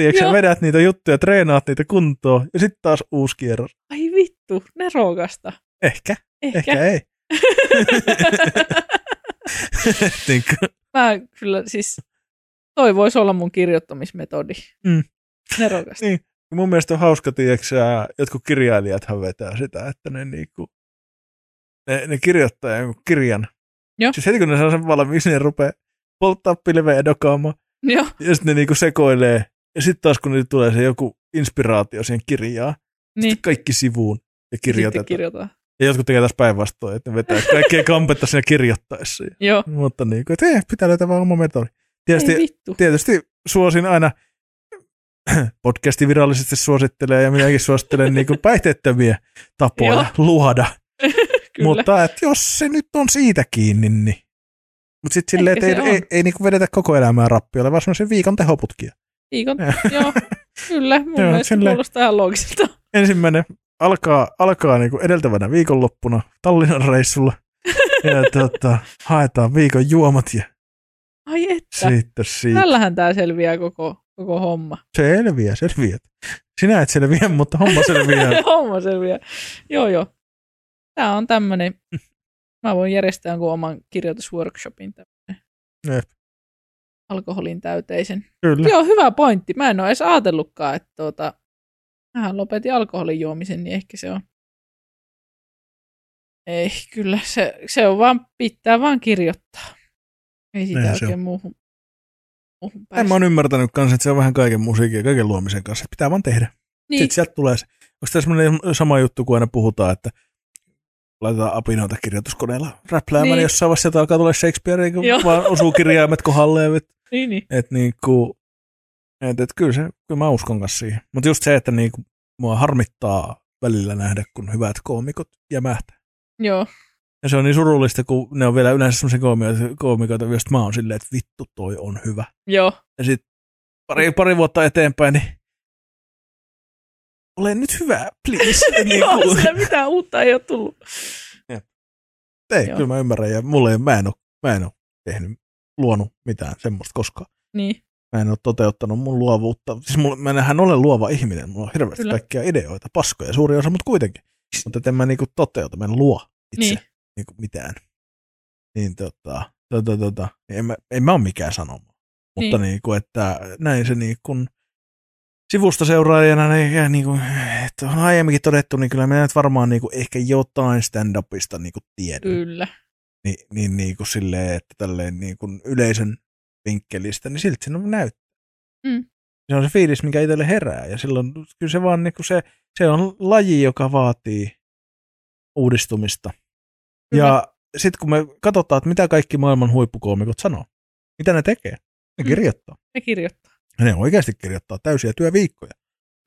tiedätkö, Joo. sä, vedät niitä juttuja, treenaat niitä kuntoon, ja sitten taas uusi kierros. Ai vittu, nerokasta. Ehkä, Ehkä. ehkä, [laughs] ei. [laughs] niin kuin, Mä kyllä siis, toi voisi olla mun kirjoittamismetodi. Mm. Nerokasta. Niin. mun mielestä on hauska, tiedätkö, sä, jotkut kirjailijathan vetää sitä, että ne, niinku, ne, ne kirjoittaa jonkun kirjan. Joo. Siis heti kun ne saa sen valmiiksi, niin ne rupeaa polttaa pilveä edokaamaan, Joo, ja sitten ne niinku sekoilee. Ja sitten taas kun niille tulee se joku inspiraatio siihen kirjaan, niin. kaikki sivuun ja Sitten kirjoitetaan. kirjoitetaan. Ja jotkut tekee taas päinvastoin, että ne vetää kaikkea kampetta siinä kirjoittaessa. Joo. Mutta niin kuin, että eh, pitää löytää vaan oma metodi. Ei Tietysti, vittu. tietysti suosin aina, [clears throat] podcasti virallisesti suosittelee ja minäkin suosittelen [laughs] niin kuin päihteettömiä tapoja luoda. Kyllä. Mutta et jos se nyt on siitä kiinni, niin... Mutta sitten silleen, että Ehkä ei, se ei, ei, on. ei niinku vedetä koko elämää rappiolle, vaan semmoisen viikon tehoputkia. Viikon, joo, kyllä, mun Joo, mielestä silleen. kuulostaa ihan loogiselta. ensimmäinen alkaa, alkaa niin kuin edeltävänä viikonloppuna Tallinnan [laughs] reissulla. Ja tota, haetaan viikon juomat ja Ai että, sitten siitä. tällähän tämä selviää koko, koko homma. Selviä, selviä. Sinä et selviä, mutta homma selviää. [laughs] homma selviää. Joo, joo. Tämä on tämmöinen, mä voin järjestää jonkun oman kirjoitusworkshopin tämmönen. Jep. alkoholin täyteisen. Kyllä. Joo, hyvä pointti. Mä en ole edes ajatellutkaan, että tuota, mähän lopetin alkoholin juomisen, niin ehkä se on. Ei, kyllä se, se on vaan, pitää vaan kirjoittaa. Ei sitä Näinhän se oikein muuhun, muuhun En mä pääse. oon ymmärtänyt kanssa, että se on vähän kaiken musiikin ja kaiken luomisen kanssa. Pitää vaan tehdä. Niin. Niin, Sitten sieltä tulee se. Onko tämä semmoinen sama juttu, kun aina puhutaan, että laitetaan apinoita kirjoituskoneella räpläämään, Niin. niin. jossain vaiheessa sieltä alkaa tulla Shakespeare, kun Joo. vaan osuu kirjaimet kohdalleen. niin, niin. Et niinku, et, et kyllä, se, kyllä mä uskon kanssa siihen. Mutta just se, että niinku, mua harmittaa välillä nähdä, kun hyvät koomikot jämähtää. Joo, Ja se on niin surullista, kun ne on vielä yleensä semmoisia koomikoita, koomikoita, joista mä oon silleen, että vittu toi on hyvä. [laughs] joo. Ja sit pari, pari vuotta eteenpäin, niin ole nyt hyvä, please. [laughs] Et Niin joo, niinku, sillä mitään uutta ei ole tullut. ei, joo. kyllä mä ymmärrän. Ja mulle, mä en oo, mä en oo tehnyt, luonut mitään semmoista koskaan. Niin, Mä en ole toteuttanut mun luovuutta. Siis mulla, mä enhän ole luova ihminen. Mulla on hirveästi Kyllä. Kyllä. kaikkia ideoita, paskoja suuri osa, mutta kuitenkin. Mutta et en mä niinku toteuta, mä en luo itse Niin. niin. niinku mitään. Niin tota, tota, tota, en mä, en mä ole mikään sanoma. Mutta niin. niinku, että näin se niinku, sivustoseuraajana, niin, ja niinku, että on aiemminkin todettu, niin kyllä minä nyt varmaan niinku ehkä jotain stand-upista niinku tiedän Kyllä. niin, niin, niin kuin silleen, että tälleen niin kuin yleisön vinkkelistä, niin silti se on näyttää. Mm. Se on se fiilis, mikä itselle herää, ja silloin kyllä se vaan niin kuin se, se on laji, joka vaatii uudistumista. Kyllä. Ja sitten kun me katsotaan, että mitä kaikki maailman huippukoomikot sanoo, mitä ne tekee, ne Mm. kirjoittaa. Ne kirjoittaa. Ja ne oikeasti kirjoittaa täysiä työviikkoja.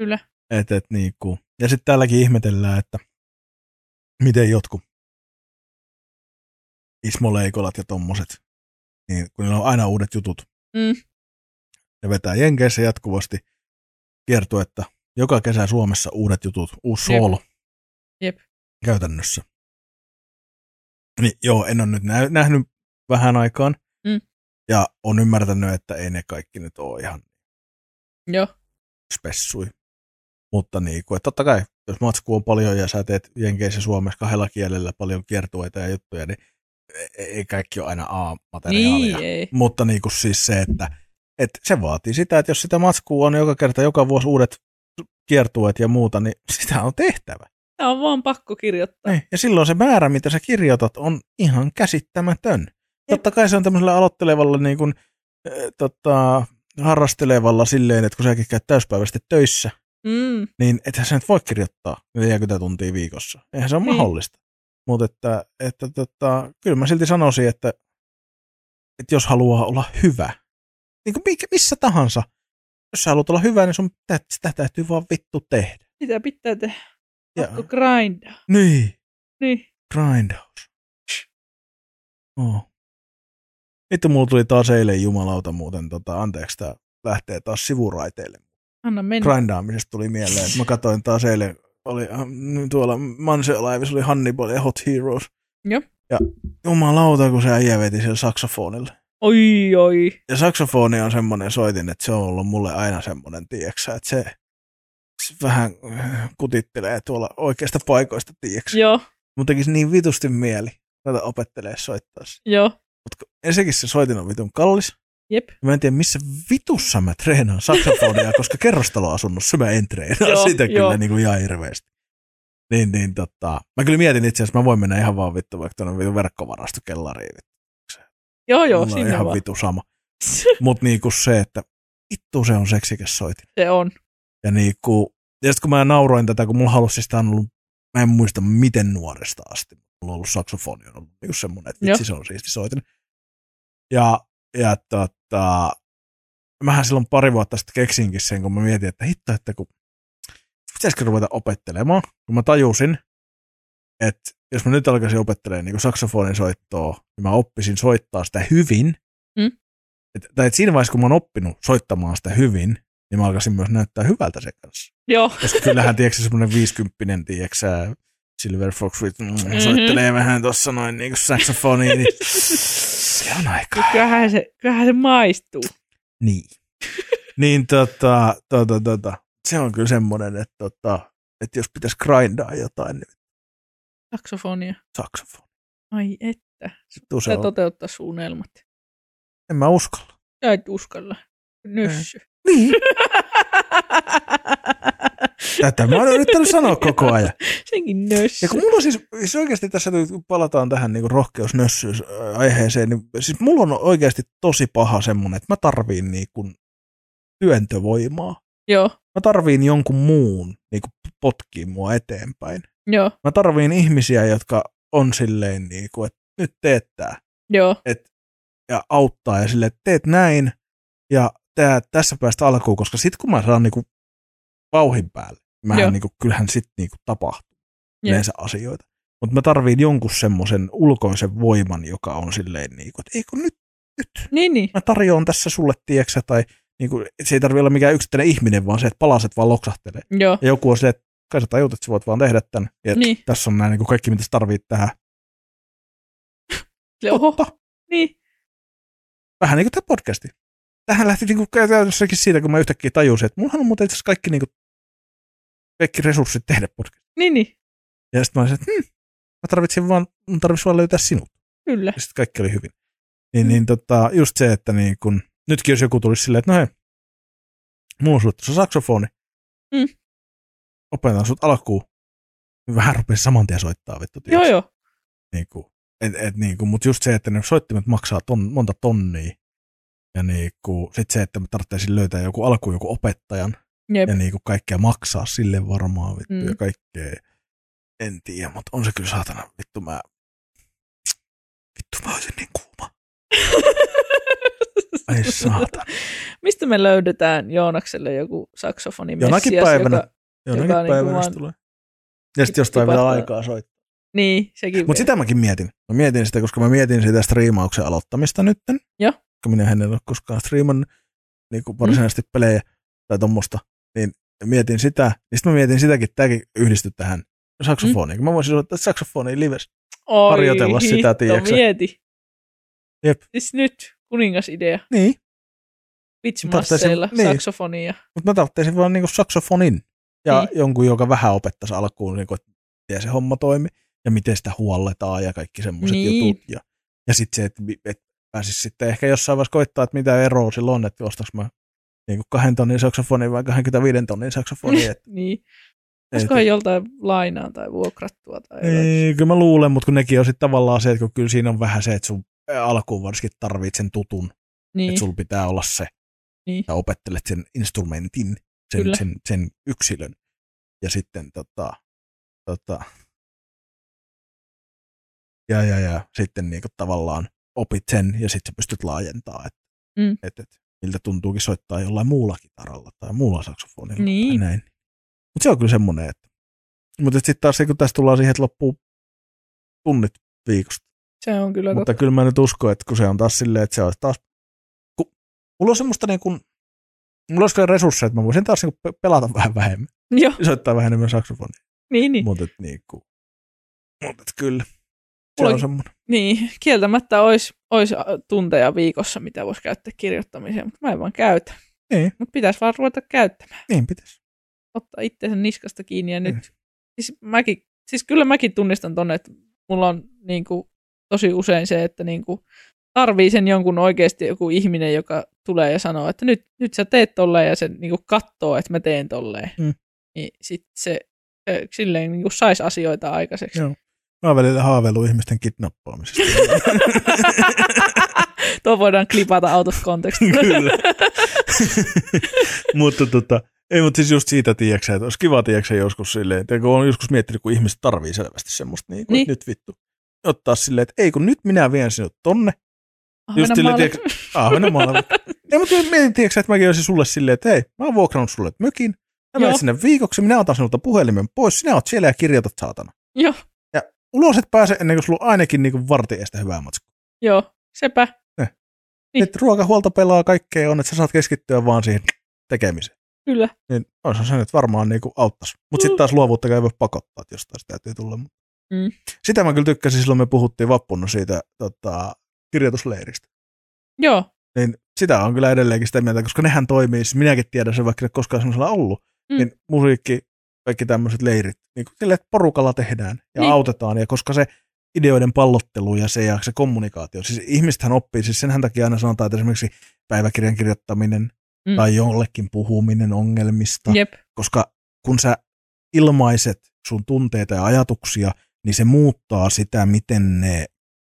Kyllä. Et, et, niin kuin. Ja sitten täälläkin ihmetellään, että miten jotkut ismoleikolat ja tommoset, niin kun niillä on aina uudet jutut, Mm. ne vetää Jenkeissä jatkuvasti kiertuetta. Joka kesä Suomessa uudet jutut, uusi Jep. soolo. Jep. Käytännössä. Niin, joo, en ole nyt nä- nähnyt vähän aikaan. Mm. Ja on ymmärtänyt, että ei ne kaikki nyt ole ihan Joo. spessui. Mutta niin kuin, totta kai, jos matsku on paljon ja sä teet Jenkeissä Suomessa kahdella kielellä paljon kiertueita ja juttuja, niin e- ei kaikki ole aina A-materiaalia. Niin, ei. Mutta niin kuin siis se, että, että se vaatii sitä, että jos sitä matskua on joka kerta, joka vuosi uudet kiertueet ja muuta, niin [laughs] sitä on tehtävä. Tämä on vaan pakko kirjoittaa. Niin. Ja silloin se määrä, mitä sä kirjoitat, on ihan käsittämätön. Totta kai se on tämmöisellä aloittelevalla niin kuin, äh, tota, harrastelevalla silleen, että kun säkin käyt täyspäiväisesti töissä, Mm. niin ethän sä nyt voi kirjoittaa 40 tuntia viikossa. Eihän se ole Niin. niin. mahdollista. Mutta että, että tota, kyllä mä silti sanoisin, että, että jos haluaa olla hyvä, niin kuin mikä, missä tahansa, jos sä haluat olla hyvä, niin sun tä- sitä täytyy vaan vittu tehdä. Mitä pitää tehdä? Ja, Pakko grindaa. niin, Niin. grindaus. Oh. Vittu, mulla tuli taas eilen jumalauta muuten, tota, anteeksi, tää lähtee taas sivuraiteille. Anna mennä. grindaamisesta tuli mieleen, että mä katsoin taas eilen, oli äh, tuolla Mansiolaivissa oli Hannibal ja Hot Heroes. Joo. Ja jumalauta, kun se äijä veti sillä saksofonilla. Oi, oi. Ja saksofoni on semmoinen soitin, että se on ollut mulle aina semmoinen, tieksä, että se, se vähän äh, kutittelee tuolla oikeista paikoista, tieksä. Joo, Mun tekisi niin vitusti mieli ruveta opettelee soittaa. sitä. joo. Mut ensinnäkin se soitin on vitun kallis. Jep. Ja Mä en tiedä, missä vitussa mä treenaan saksafonia, koska kerrostaloasunnossa mä en treenaa Joo, joo, sitä joo. kyllä niin kuin ihan hirveästi. Niin, niin tota. Mä kyllä mietin itse asiassa, mä voin mennä ihan vaan vittu vaikka tuonne vittu verkkovarastokellariin. vittu. Joo, joo, Mulla on sinne ihan vaan. vitu sama. Mut niinku se, että vittu se on seksikäs soitin. [laughs] Se on. Ja niinku, ja sit kun mä nauroin tätä, kun mulla halusi siis tää on ollut, mä en muista miten nuoresta asti. Mulla on ollut saksofoni, on ollut niinku semmonen, että vitsi se on siisti soitin. Ja, ja tota, mähän silloin pari vuotta sitten keksinkin sen, kun mä mietin, että hitto, että kun pitäisikö ruveta opettelemaan, kun mä tajusin, että jos mä nyt alkaisin opettelemaan niin saksofonin soittoa, niin mä oppisin soittaa sitä hyvin. Mm. Et, tai et siinä vaiheessa, kun mä oon oppinut soittamaan sitä hyvin, niin mä alkaisin myös näyttää hyvältä sen kanssa. [laughs] Joo, Koska kyllähän, tiedätkö, semmoinen 50 tiedätkö, sä, Silver Fox with, mm, soittelee vähän tuossa noin niin kuin saksofonia, niin se on aika. kyllähän se, kyllähän se maistuu. Niin. niin tota, tota, tota, se on kyllä semmoinen, että, tota, että jos pitäisi grindaa jotain, niin Saksofonia. saksofoni. Ai että. Vittu se Sä on. toteuttaa sun unelmat. En mä uskalla. Sä et uskalla. Nyssy. Niin. Tätä mä oon yrittänyt sanoa koko ajan. [laughs] Senkin nössy. Ja kun mulla on siis, siis oikeasti tässä nyt kun palataan tähän niin rohkeusnössyys-aiheeseen, niin siis mulla on oikeasti tosi paha semmoinen, että mä tarviin niin kuin työntövoimaa. Joo, Mä tarviin jonkun muun niin kuin potkii mua eteenpäin. joo, Mä tarviin ihmisiä, jotka on silleen niin kuin, että nyt teet tää joo. ja auttaa ja silleen, että teet näin ja tää, tässä päästä alkuun, koska sit kun mä saan niin kuin vauhin päälle, Joo. mähän niin kuin, kyllähän sit niin kuin tapahtuu Jep. yleensä asioita. Mutta mä tarviin jonkun semmoisen ulkoisen voiman, joka on silleen niin kuin, että ei kun nyt, nyt, Niin, niin. mä tarjoan tässä sulle, tieksä, tai niin kuin, se ei tarvi olla mikään yksittäinen ihminen, vaan se, että palaset vaan loksahtelee. Joo, Ja joku on silleen, että kai sä tajut, että sä voit vaan tehdä tämän, ja niin. tässä on nämä niin kuin kaikki, mitä sä tarvit tähän. Oho, Totta. niin. Vähän niin kuin tämä podcasti. tähän lähti niinku käytännössäkin siitä, kun mä yhtäkkiä tajusin, että mullahan on muuten itse asiassa kaikki, niinku, kaikki resurssit tehdä podcast. Niin, niin, Ja sitten mä olisin, että hmm, mä tarvitsin vaan, mun tarvitsi vaan löytää sinut. kyllä. Ja sitten kaikki oli hyvin. Mm. Niin, niin tota, just se, että niin kun, nytkin jos joku tulisi silleen, että no hei, mulla on sulle tuossa saksofoni. Mm. Opetan sut alkuun. Vähän rupesi saman tien soittaa vittu. Joo, tiiäks. joo. niin kuin, et, et, niin kuin, mutta just se, että ne soittimet maksaa ton, monta tonnia, ja niin kuin, sit se, että me tarvitsisi löytää joku alku joku opettajan, Jep. ja niin kuin kaikkea maksaa sille varmaan vittu, Mm. ja kaikkea, en tiedä, mutta on se kyllä saatana, vittu mä, vittu mä olisin niin kuuma, ei saatana. [laughs] Mistä me löydetään Joonakselle joku saksofoni Jonakin päivänä. Joka... Jonakin Joka on niinku päivänä se vaan- tulee. Ja sitten jostain tipahtaa. vielä aikaa soittaa. Niin, sekin Mutta vielä. sitä mäkin mietin. Mä mietin sitä, koska mä mietin sitä striimauksen aloittamista nytten. Joo. Koska minä en ole koskaan striimannut niin varsinaisesti mm. pelejä tai tuommoista. Niin mietin sitä. Ja sitten mä mietin sitäkin, tämäkin yhdistyi tähän saksofoniin. Mm. Mä voisin soittaa saksofonia lives. Oi, harjoitella sitä, hitto, tiiäksä. mieti. Jep. Siis nyt kuningasidea. Niin, Pitchmasseilla, Tarvitsee- niin. saksofonia. mutta mä tarvitsisin vaan niin saksofonin. Ja Niin. niin. jonkun, joka vähän opettaisi alkuun, niin kuin, että miten se homma toimi ja miten sitä huolletaan ja kaikki semmoiset Niin. niin. jutut. Ja, ja sitten se, että et pääsisi sitten ehkä jossain vaiheessa koittaa, että mitä eroa sillä on, että ostaks mä niin kuin kahden tonnin saksofonin vai 25 tonnin [laughs] saksofonin. Et, Niin. et, Olisikohan joltain lainaa tai vuokrattua tai jotain. ei, kyllä mä luulen, mutta kun nekin on sitten tavallaan se, että kun kyllä siinä on vähän se, että sun alkuun varsinkin tarvitset sen tutun, niin. Niin, että sulla pitää olla se, niin. ja opettelet sen instrumentin, sen, Kyllä. sen, sen yksilön. Ja sitten tota, tota, ja, ja, ja sitten niinku tavallaan opit sen ja sitten sä pystyt laajentaa, että Mm. mm. et, et, miltä tuntuukin soittaa jollain muulla kitaralla tai muulla saksofonilla Niin. tai näin. Mutta se on kyllä semmoinen, että mutta sitten taas se, kun tässä tullaan siihen, että loppuu tunnit viikosta. Se on kyllä Mutta kyllä mä nyt uskon, että kun se on taas silleen, että se on taas... Kun, mulla on semmoista niin kuin... Mulla olisi kyllä resursseja, että mä voisin taas niin kuin pelata vähän vähemmän. totta. Joo, ja Soittaa vähän enemmän saksofonia. niin, niin. Mutta et niin kuin... Mutta et kyllä. Se Mulla- on semmoinen. Niin, kieltämättä olisi, olisi tunteja viikossa, mitä voisi käyttää kirjoittamiseen, mutta mä en vaan käytä. Niin. Mutta pitäisi vaan ruveta käyttämään. Niin pitäisi. Ottaa itsensä niskasta kiinni ja nyt... Mm. Siis, mäkin, siis kyllä mäkin tunnistan tonne, että mulla on niin kuin, tosi usein se, että niin kuin, tarvii sen jonkun oikeasti joku ihminen, joka tulee ja sanoo, että nyt, nyt sä teet tolleen ja se niin kuin, kattoo, että mä teen tolleen. Mm. Niin sit se ö, silleen niin saisi asioita aikaiseksi. Joo. Mä oon välillä haaveillut ihmisten kidnappaamisesta. [laughs] Tuo voidaan klipata out of context. [laughs] Kyllä. mutta tota, ei, mutta siis just siitä, tiiäksä, että olisi kiva, tiiäksä, joskus silleen, että kun on joskus miettinyt, kun ihmiset tarvii selvästi semmoista, niin, kuin, Niin. että nyt vittu, ottaa silleen, että ei, kun nyt minä vien sinut tonne, Just Ahvenanmaalle. sille, Ahvenanmaalla. [laughs] ei, mutta mietin, tiiäksä, että mäkin olisin sulle silleen, että hei, mä oon vuokrannut sulle mökin, mä Joo. menen sinne viikoksi, minä otan sinulta puhelimen pois, sinä oot siellä ja kirjoitat saatana. Joo. Ja ulos et pääse ennen kuin sulla on ainakin niin vartiestä hyvää matskua. Joo, sepä. Niin. Niin. Et ruokahuolto pelaa kaikkea on, että sä saat keskittyä vaan siihen tekemiseen. Kyllä, Niin olisi se nyt varmaan niin auttaisi. Mutta Mm. sitten taas luovuutta ei voi pakottaa, että jostain sitä täytyy tulla. Mm. Sitä mä kyllä tykkäsin silloin, me puhuttiin vappuna siitä tota, kirjoitusleiristä. joo. niin sitä on kyllä edelleenkin sitä mieltä, koska nehän toimii, siis minäkin tiedän sen, vaikka en ole koskaan semmoisella ollut, Mm. mm. niin musiikki, kaikki tämmöiset leirit, niin kuin sille, että porukalla tehdään ja Niin. niin. autetaan, ja koska se ideoiden pallottelu ja se, ja se kommunikaatio, siis ihmistähän oppii, siis senhän takia aina sanotaan, että esimerkiksi päiväkirjan kirjoittaminen Mm. mm. tai jollekin puhuminen ongelmista, Jep, koska kun sä ilmaiset sun tunteita ja ajatuksia, niin se muuttaa sitä, miten ne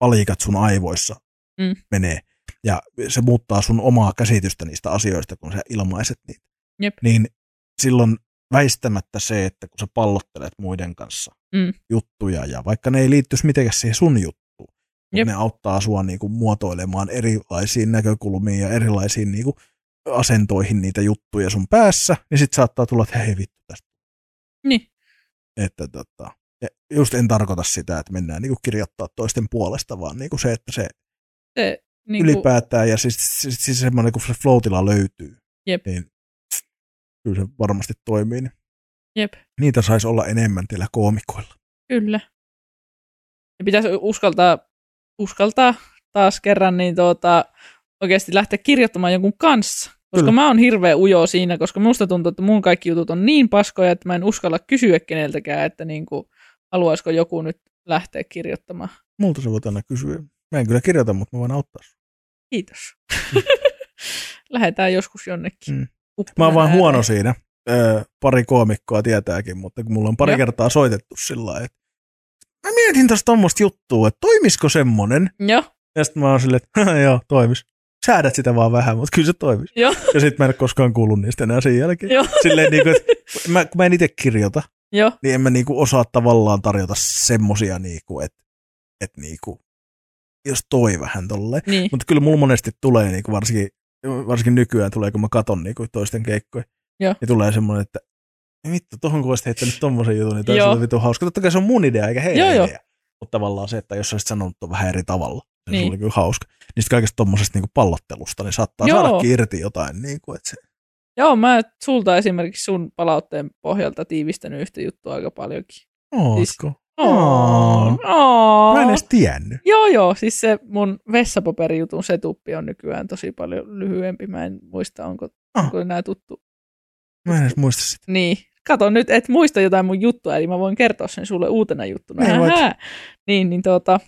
palikat sun aivoissa Mm. mm. menee. Ja se muuttaa sun omaa käsitystä niistä asioista, kun sä ilmaiset niitä. Jep. Niin silloin väistämättä se, että kun sä pallottelet muiden kanssa Mm. juttuja, ja vaikka ne ei liittyisi mitenkään siihen sun juttuun, Jep. mutta ne auttaa sua niinku muotoilemaan erilaisiin näkökulmiin ja erilaisiin niinku asentoihin niitä juttuja sun päässä, niin sit saattaa tulla, että hei vittu tästä. niin. Että tota, ja just en tarkoita sitä, että mennään niinku kirjoittaa toisten puolesta, vaan niinku se, että se Se, niin niinku, ylipäätään ja siis, siis, siis semmoinen, kun se floatilla löytyy, Jep. niin kyllä se varmasti toimii. Niin Jep, niitä saisi olla enemmän teillä koomikoilla. kyllä. Ja pitäisi uskaltaa, uskaltaa taas kerran niin tuota, oikeasti lähteä kirjoittamaan jonkun kanssa. Koska Kyllä. mä oon hirveä ujo siinä, koska musta tuntuu, että mun kaikki jutut on niin paskoja, että mä en uskalla kysyä keneltäkään, että niin kuin, haluaisiko joku nyt lähteä kirjoittamaan. Multa sä voit aina kysyä. Mä en kyllä kirjoita, mutta mä voin auttaa sua. Kiitos. [laughs] Lähetään joskus jonnekin. Mm. Mä Upponen oon vaan ääreen. huono siinä. Öö, pari koomikkoa tietääkin, mutta kun mulla on pari Joo. kertaa soitettu sillä lailla, että mä mietin tässä tommoista juttua, että toimisiko semmonen? Joo, Ja sitten mä oon silleen, että joo, toimis. Säädät sitä vaan vähän, mutta kyllä se toimis. Joo. Ja sitten mä en ole koskaan kuullut niistä enää sen jälkeen. Joo. Silleen niin kuin, että mä, kun mä en itse kirjoita, joo. niin en mä niinku osaa tavallaan tarjota semmosia, niinku, että et niinku, jos toi vähän tolleen. Niin. Mutta kyllä mulla monesti tulee, niinku, varsinkin, varsinkin nykyään tulee, kun mä katon niinku, toisten keikkoja, Joo. niin tulee semmoinen, että ei vittu, tohon kun olisit heittänyt tommosen jutun, niin tämä Joo. on vitu hauska. Totta kai se on mun idea, eikä heidän Joo, joo. idea. Mutta tavallaan se, että jos olisit sanonut tuon vähän eri tavalla, niin, Niin. se oli kyllä hauska. Niistä kaikesta tommosesta niinku pallottelusta, niin saattaa Joo. saadakin irti jotain. Niinku, että se, Joo, mä sulta esimerkiksi sun palautteen pohjalta tiivistänyt yhtä juttua aika paljonkin. Siis, Ootko? Oh, Mä en oh. edes tiennyt. Joo, joo. Siis se mun vessapaperijutun setuppi on nykyään tosi paljon lyhyempi. Mä en muista, onko, Ah. onko enää tuttu. Mä en edes muista sitä. Niin. Kato nyt, et muista jotain mun juttua, eli mä voin kertoa sen sulle uutena juttuna. Niin voit. Ähää. niin, niin tuota,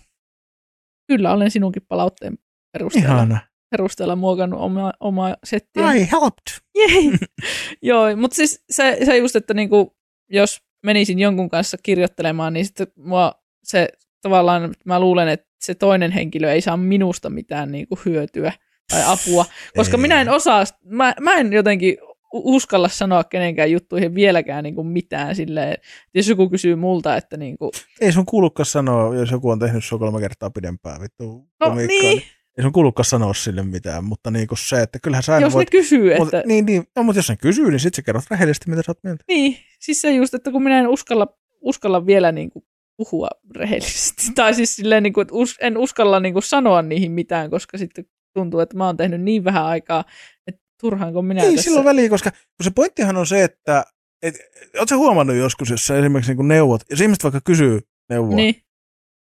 kyllä olen sinunkin palautteen perusteella, Ihana. perusteella muokannut omaa, omaa settiä. I helped. Jei. [laughs] Joo, mutta siis se, se just, että niinku, jos menisin jonkun kanssa kirjoittelemaan, niin sitten mua se tavallaan, mä luulen, että se toinen henkilö ei saa minusta mitään niinku hyötyä tai apua, koska Ei. minä en osaa, mä, mä en jotenkin u- uskalla sanoa kenenkään juttuihin vieläkään niinku mitään silleen, että jos joku kysyy multa, että niinku, Ei sun kuulukaan sanoa, jos joku on tehnyt sua kolme kertaa pidempään vittu no komiikkaa, niin, Ei sun kuulukaan sanoa sille mitään, mutta niinku se, että kyllähän sä aina jos ne voit... kysyy, Mutta, että niin, niin, no, mutta jos ne kysyy, niin sit sä kerrot rehellisesti, mitä sä oot mieltä. Niin, siis se just, että kun minä en uskalla, uskalla vielä niin kuin puhua rehellisesti. Tai siis silleen, niin kuin, että us, en uskalla niin kuin sanoa niihin mitään, koska sitten tuntuu, että mä oon tehnyt niin vähän aikaa, että turhaanko minä Ei tässä... Niin, silloin väliä, koska kun se pointtihan on se, että et, oot sä huomannut joskus, jos sä esimerkiksi niinku neuvot, jos ihmiset vaikka kysyy neuvoa, niin, Niin,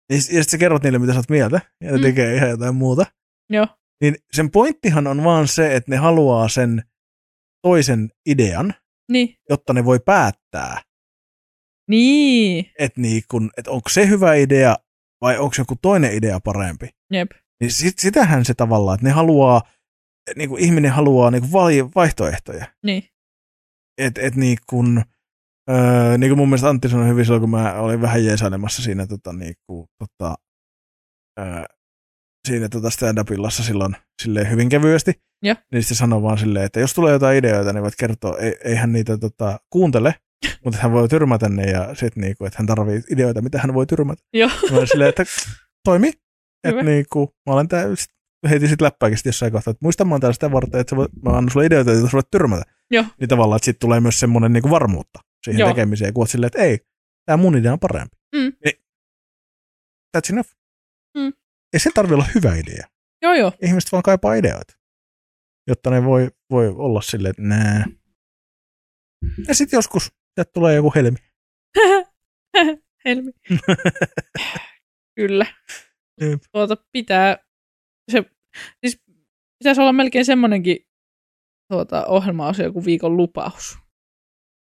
niin s- ja sit sä kerrot niille, mitä sä oot mieltä, ja ne Mm. tekee ihan jotain muuta, joo, niin sen pointtihan on vaan se, että ne haluaa sen toisen idean, niin, jotta ne voi päättää, niin, että niinku, et onko se hyvä idea vai onko joku toinen idea parempi. jep, Niin sit, sitähän se tavallaan, että ne haluaa, niinku, ihminen haluaa niinku, vali- vaihtoehtoja. niin, Et, et niinku, öö, niinku mun mielestä Antti sanoi hyvin silloin, kun mä olin vähän jeesailemassa siinä, tota, niinku, tota, öö, siinä tota stand-upillassa silloin silleen hyvin kevyesti. Joo. Niin sitten sanoi vaan silleen, että jos tulee jotain ideoita, niin voit kertoa, ei, ei hän niitä tota, kuuntele, mutta hän voi tyrmätä ne ja sitten niinku, että hän tarvii ideoita, mitä hän voi tyrmätä. joo, Mä olin silleen, että toimi. Hyvä. Että niinku, mä olen tää, sit heitin sit läppääkin sit jossain kohtaa, että muista mä oon täällä sitä varten, että sä voit, mä annan sulle ideoita, että sä voit tyrmätä. Joo. Niin tavallaan, että sit tulee myös semmoinen niinku varmuutta siihen Joo. Joo. tekemiseen, kun oot silleen, että ei, tää mun idea on parempi. Mm. Niin, that's enough. Mm. Ei sen tarvi olla hyvä idea. joo, joo, Ihmiset vaan kaipaa ideoita, jotta ne voi, voi olla silleen, että nää. Ja sit joskus, sieltä tulee joku helmi. [laughs] helmi. Kyllä. Jep. Tuota pitää, se, siis pitäisi olla melkein semmoinenkin tuota, ohjelmaosio kuin viikon lupaus.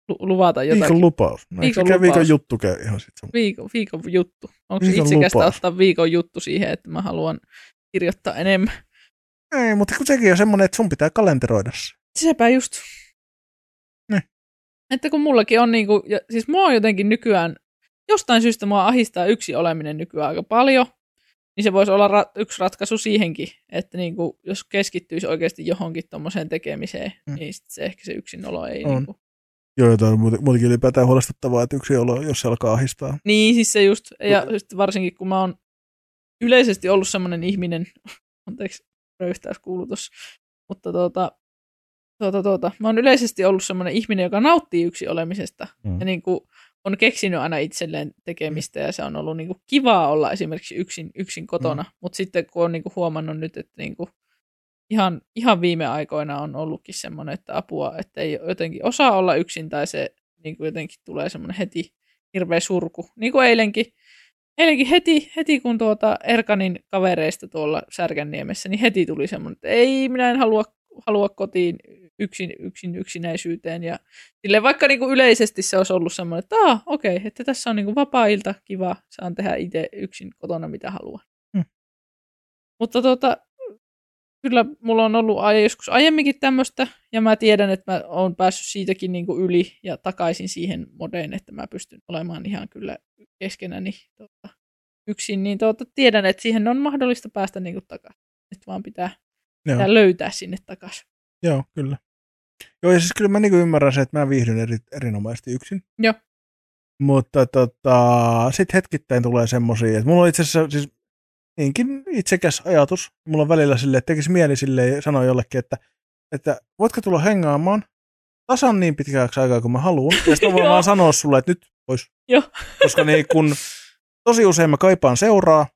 Lu, luvata jotakin. Viikon lupaus. No, Viikon viikon, lupaus. lupaus. viikon juttu käy ihan sit sama. viikon, viikon juttu. Onko se Viikon itsekästä lupaus. ottaa viikon juttu siihen, että mä haluan kirjoittaa enemmän? Ei, mutta kun sekin on semmoinen, että sun pitää kalenteroida se. Sepä just. Niin. Että kun mullakin on niinku, ja, siis mua on jotenkin nykyään, jostain syystä mua ahistaa yksi oleminen nykyään aika paljon, niin se voisi olla ra- yksi ratkaisu siihenkin, että niinku, jos keskittyisi oikeasti johonkin tuommoiseen tekemiseen, Mm. niin sit se ehkä se yksinolo ei... On. Niinku, Joo, jotain muuten- muutenkin ylipäätään huolestuttavaa, että yksi olo, jos se alkaa ahistaa. Niin, siis se just, ja Mut- just varsinkin kun mä oon yleisesti ollut semmoinen ihminen, [laughs] anteeksi, röyhtäyskuulutus, mutta tuota, tuota, tuota, mä oon yleisesti ollut semmoinen ihminen, joka nauttii yksi olemisesta, Mm. ja niin kuin on keksinyt aina itselleen tekemistä, ja se on ollut niin kuin kivaa olla esimerkiksi yksin, yksin kotona, mutta sitten kun on niin kuin huomannut nyt, että niin kuin ihan, ihan viime aikoina on ollutkin semmoinen, että apua, että ei jotenkin osaa olla niinku yksin, tai se niin kuin jotenkin tulee semmoinen heti hirveä surku, niin kuin Niinku eilenkin. Heilläkin heti, heti kun tuota Erkanin kavereista tuolla Särkänniemessä, niin heti tuli semmoinen, että ei, minä en halua, halua kotiin yksin, yksin yksinäisyyteen. Ja sille vaikka niin kuin yleisesti se olisi ollut semmoinen, että ah, okei, okay, että tässä on niin kuin vapaa-ilta, kiva, saan tehdä itse yksin kotona mitä haluan. Hmm. Mutta tuota, kyllä mulla on ollut aie, joskus aiemminkin tämmöistä, ja mä tiedän, että mä oon päässyt siitäkin niin kuin yli ja takaisin siihen modeen, että mä pystyn olemaan ihan kyllä keskenäni tuota, yksin, niin tuota, tiedän, että siihen on mahdollista päästä niin kuin takaisin. Että vaan pitää, Joo. pitää löytää sinne takaisin. Joo, kyllä. Joo, ja siis kyllä mä niin ymmärrän sen, että mä viihdyn eri, erinomaisesti yksin. Joo. Mutta tota, sitten hetkittäin tulee semmoisia, että mulla on itse asiassa siis niinkin itsekäs ajatus. Mulla on välillä silleen, että tekisi mieli silleen ja sanoa jollekin, että, että voitko tulla hengaamaan tasan niin pitkäksi aikaa kuin mä haluan. [laughs] Ja sitten mä voin Joo. vaan sanoa sulle, että nyt pois. Joo. Koska niin [laughs] kun tosi usein mä kaipaan seuraa.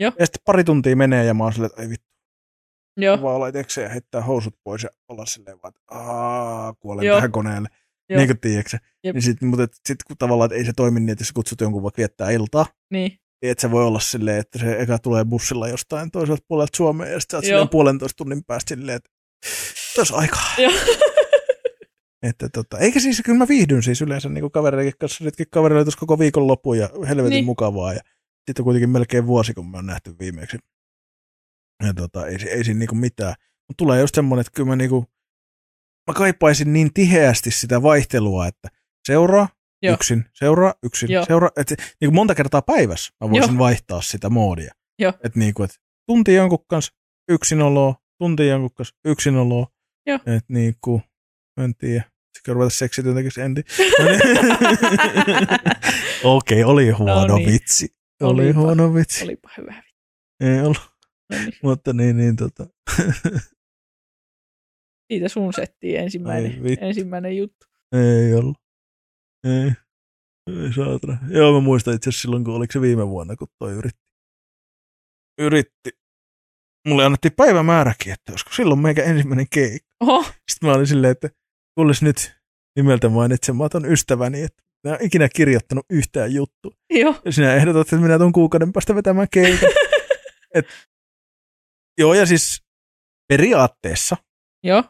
Joo. Ja sitten pari tuntia menee ja mä oon silleen, että ei vittu, Joo, vaan olla itsekseen ja heittää housut pois ja olla silleen vaan, että aah, kuolen Joo. tähän koneelle. Joo. Niin kuin tiedätkö. Jep. Niin sit, mutta sitten kun tavallaan, että ei se toimi niin, että jos sä kutsut jonkun vaikka viettää iltaa, [laughs] niin. niin et se voi olla silleen, että se eka tulee bussilla jostain toiselta puolelta Suomea ja sitten Joo. silleen puolentoista tunnin päästä silleen, että tässä aikaa. Joo. [laughs] Että tota, eikä siis, kyllä mä viihdyn siis yleensä niin kavereiden kanssa, nytkin kavereilla tuossa koko viikon loppuun ja helvetin Niin. mukavaa. Ja sitten on kuitenkin melkein vuosi, kun mä oon nähty viimeksi. Ja tota, ei, si- ei siinä niinku mitään. Mutta tulee just semmoinen, että kyllä mä, niinku, mä kaipaisin niin tiheästi sitä vaihtelua, että seuraa, Joo. yksin, seuraa, yksin, Joo. seuraa. Että niin kuin monta kertaa päivässä mä voisin Joo. vaihtaa sitä moodia. Joo. Että niin kuin, et tunti jonkun kanssa yksinoloa, tunti jonkun kanssa yksinoloa. Joo. Että niin kuin, en tiedä. Sitten ruveta seksityöntä endi. [laughs] No niin. Okei, oli huono No niin. vitsi. Oli Olipa. huono vitsi. Oli. Olipa hyvä. Ei ollut, No niin. mutta niin, niin tota. Siitä sun settiin ensimmäinen, Ai vittu. ensimmäinen juttu. Ei ollut. Ei. Ei saatana. Joo, mä muistan itse asiassa silloin, kun oliko se viime vuonna, kun toi yritti. Yritti. Mulle annettiin päivämääräkin, että olisiko silloin meikä ensimmäinen keikka. Oho, Sitten mä olin silleen, että kuulis nyt nimeltä mainitsematon ystäväni, että mä en ole ikinä kirjoittanut yhtään juttua. joo, Ja sinä ehdotat, että minä tuon kuukauden päästä vetämään [laughs] keikan. Et, joo, ja siis periaatteessa joo,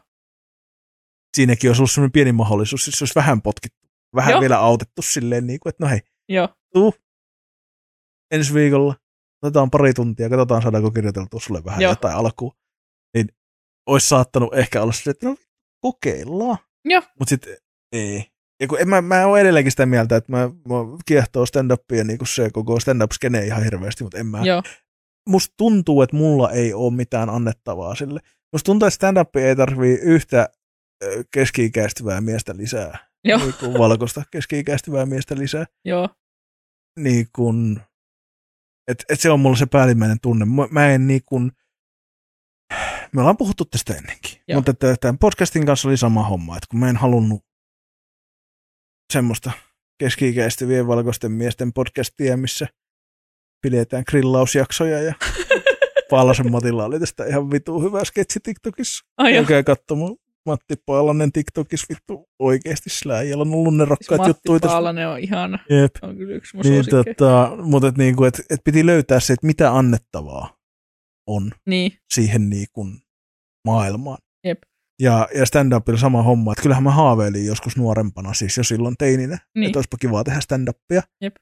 siinäkin olisi ollut sellainen pieni mahdollisuus, siis olisi vähän potkittu, vähän Joo. Joo. vielä autettu silleen, niin kuin, että no hei, joo, ensi viikolla otetaan pari tuntia, katsotaan saadaanko kirjoiteltua sulle vähän Joo. Joo. jotain alkuun. Niin olisi saattanut ehkä olla silleen, että no kokeillaan. Joo. Mutta sitten ei. Ja kun en mä, mä oon edelleenkin sitä mieltä, että mä, mä kiehtoo stand-upia niin kuin se koko stand-up-skene ihan hirveästi, mutta en mä, joo, musta tuntuu, että mulla ei ole mitään annettavaa sille. Musta tuntuu, että stand-up ei tarvii yhtä ö, keski-ikäistyvää miestä lisää. Joo. Niin kuin valkoista keski-ikäistyvää miestä lisää. joo, Niin kuin, et, et se on mulla se päällimmäinen tunne. Mä, mä en niin kuin, me ollaan puhuttu tästä ennenkin, Joo. mutta että tämän podcastin kanssa oli sama homma, että kun mä en halunnut semmoista keski-ikäistyvien valkoisten miesten podcastia, missä pidetään grillausjaksoja [laughs] ja Paalasen Matilla oli tästä ihan vitu hyvä sketsi TikTokissa. ai joo. Käykää katsomaan Matti Paalanen TikTokissa vittu oikeasti, sillä ei ole ollut nerokkaat Siis Matti juttuja tässä. Paalanen on ihana. Jep. Se on kyllä yksi mun Niin, niin, tota, mutta et niinku, et, et piti löytää se, että mitä annettavaa on niin, siihen niinku maailmaan. Jep. Ja, ja stand-upilla sama homma, että kyllähän mä haaveilin joskus nuorempana, siis jo silloin teininä, Niin. niin. että olisipa kivaa tehdä stand-upia. Jep.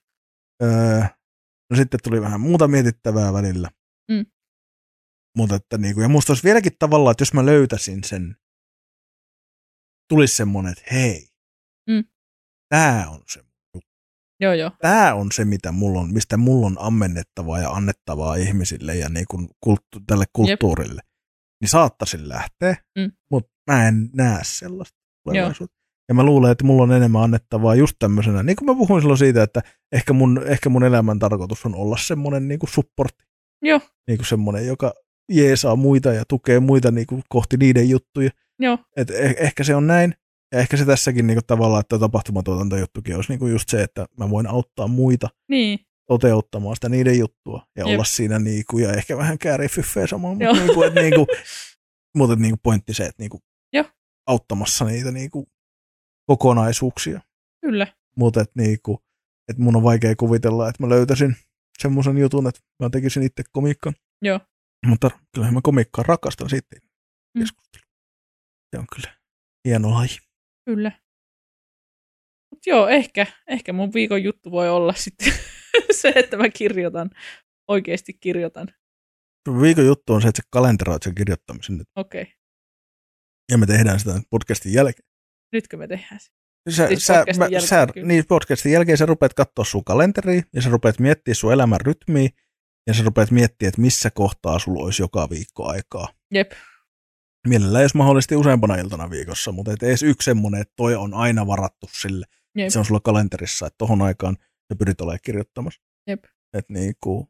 Öö, no sitten tuli vähän muuta mietittävää välillä. Mm. Mutta että niinku, ja musta olisi vieläkin tavallaan, että jos mä löytäisin sen, tulisi semmoinen, että hei, Mm. tämä on se joo, joo, tämä on se, mitä mulla on, mistä mulla on ammennettavaa ja annettavaa ihmisille ja niin kuin kulttu, tälle kulttuurille, niin saattaisin lähteä, Mm. mutta mä en näe sellaista tulevaisuutta. Ja mä luulen, että mulla on enemmän annettavaa just tämmöisenä, niin kuin mä puhuin silloin siitä, että ehkä mun, ehkä mun elämän tarkoitus on olla semmoinen niin kuin supportti. Joo. Niin kuin semmoinen, joka jeesaa muita ja tukee muita niin kuin kohti niiden juttuja. joo, Et eh- ehkä se on näin. Ja ehkä se tässäkin niinku tavallaan, että tapahtumatuotantojuttukin olisi niinku just se, että mä voin auttaa muita niin, toteuttamaan sitä niiden juttua ja Jep. Jep. olla siinä niinku, ja ehkä vähän kääriä fyffejä samalla, Joo. mutta, niinku, et [laughs] niinku, mutta niinku pointti se, että niinku Joo. auttamassa niitä niinku kokonaisuuksia. kyllä, Mutta et niinku, et mun on vaikea kuvitella, että mä löytäisin semmoisen jutun, että mä tekisin itse komikkan. Joo. Mutta kyllähän mä komikkaa rakastan sitten Mm. keskustelu. Se on kyllä hieno laji. Kyllä. Mut joo, ehkä, ehkä mun viikon juttu voi olla [laughs] sitten se, että mä kirjoitan. Oikeasti kirjoitan. Sun Viikon juttu on se, että sä kalenteroit sen kirjoittamisen nyt. Okei, okay. Ja me tehdään sitä podcastin jälkeen. nytkö me tehdään se? Sä, Siis sä, podcastin mä, jälkeen, sä, kyllä. niin podcastin jälkeen sä rupeat katsoa sun kalenteria ja sä rupeat miettimään sun elämän rytmiä ja sä rupeat miettimään, että missä kohtaa sulla olisi joka viikko aikaa. Jep. Mielellään jos mahdollisesti useampana iltana viikossa, mutta et edes yksi semmoinen, että toi on aina varattu sille. Jep. Se on sulla kalenterissa, että tohon aikaan sä pyrit olemaan kirjoittamassa. Jep. Et niin kuin,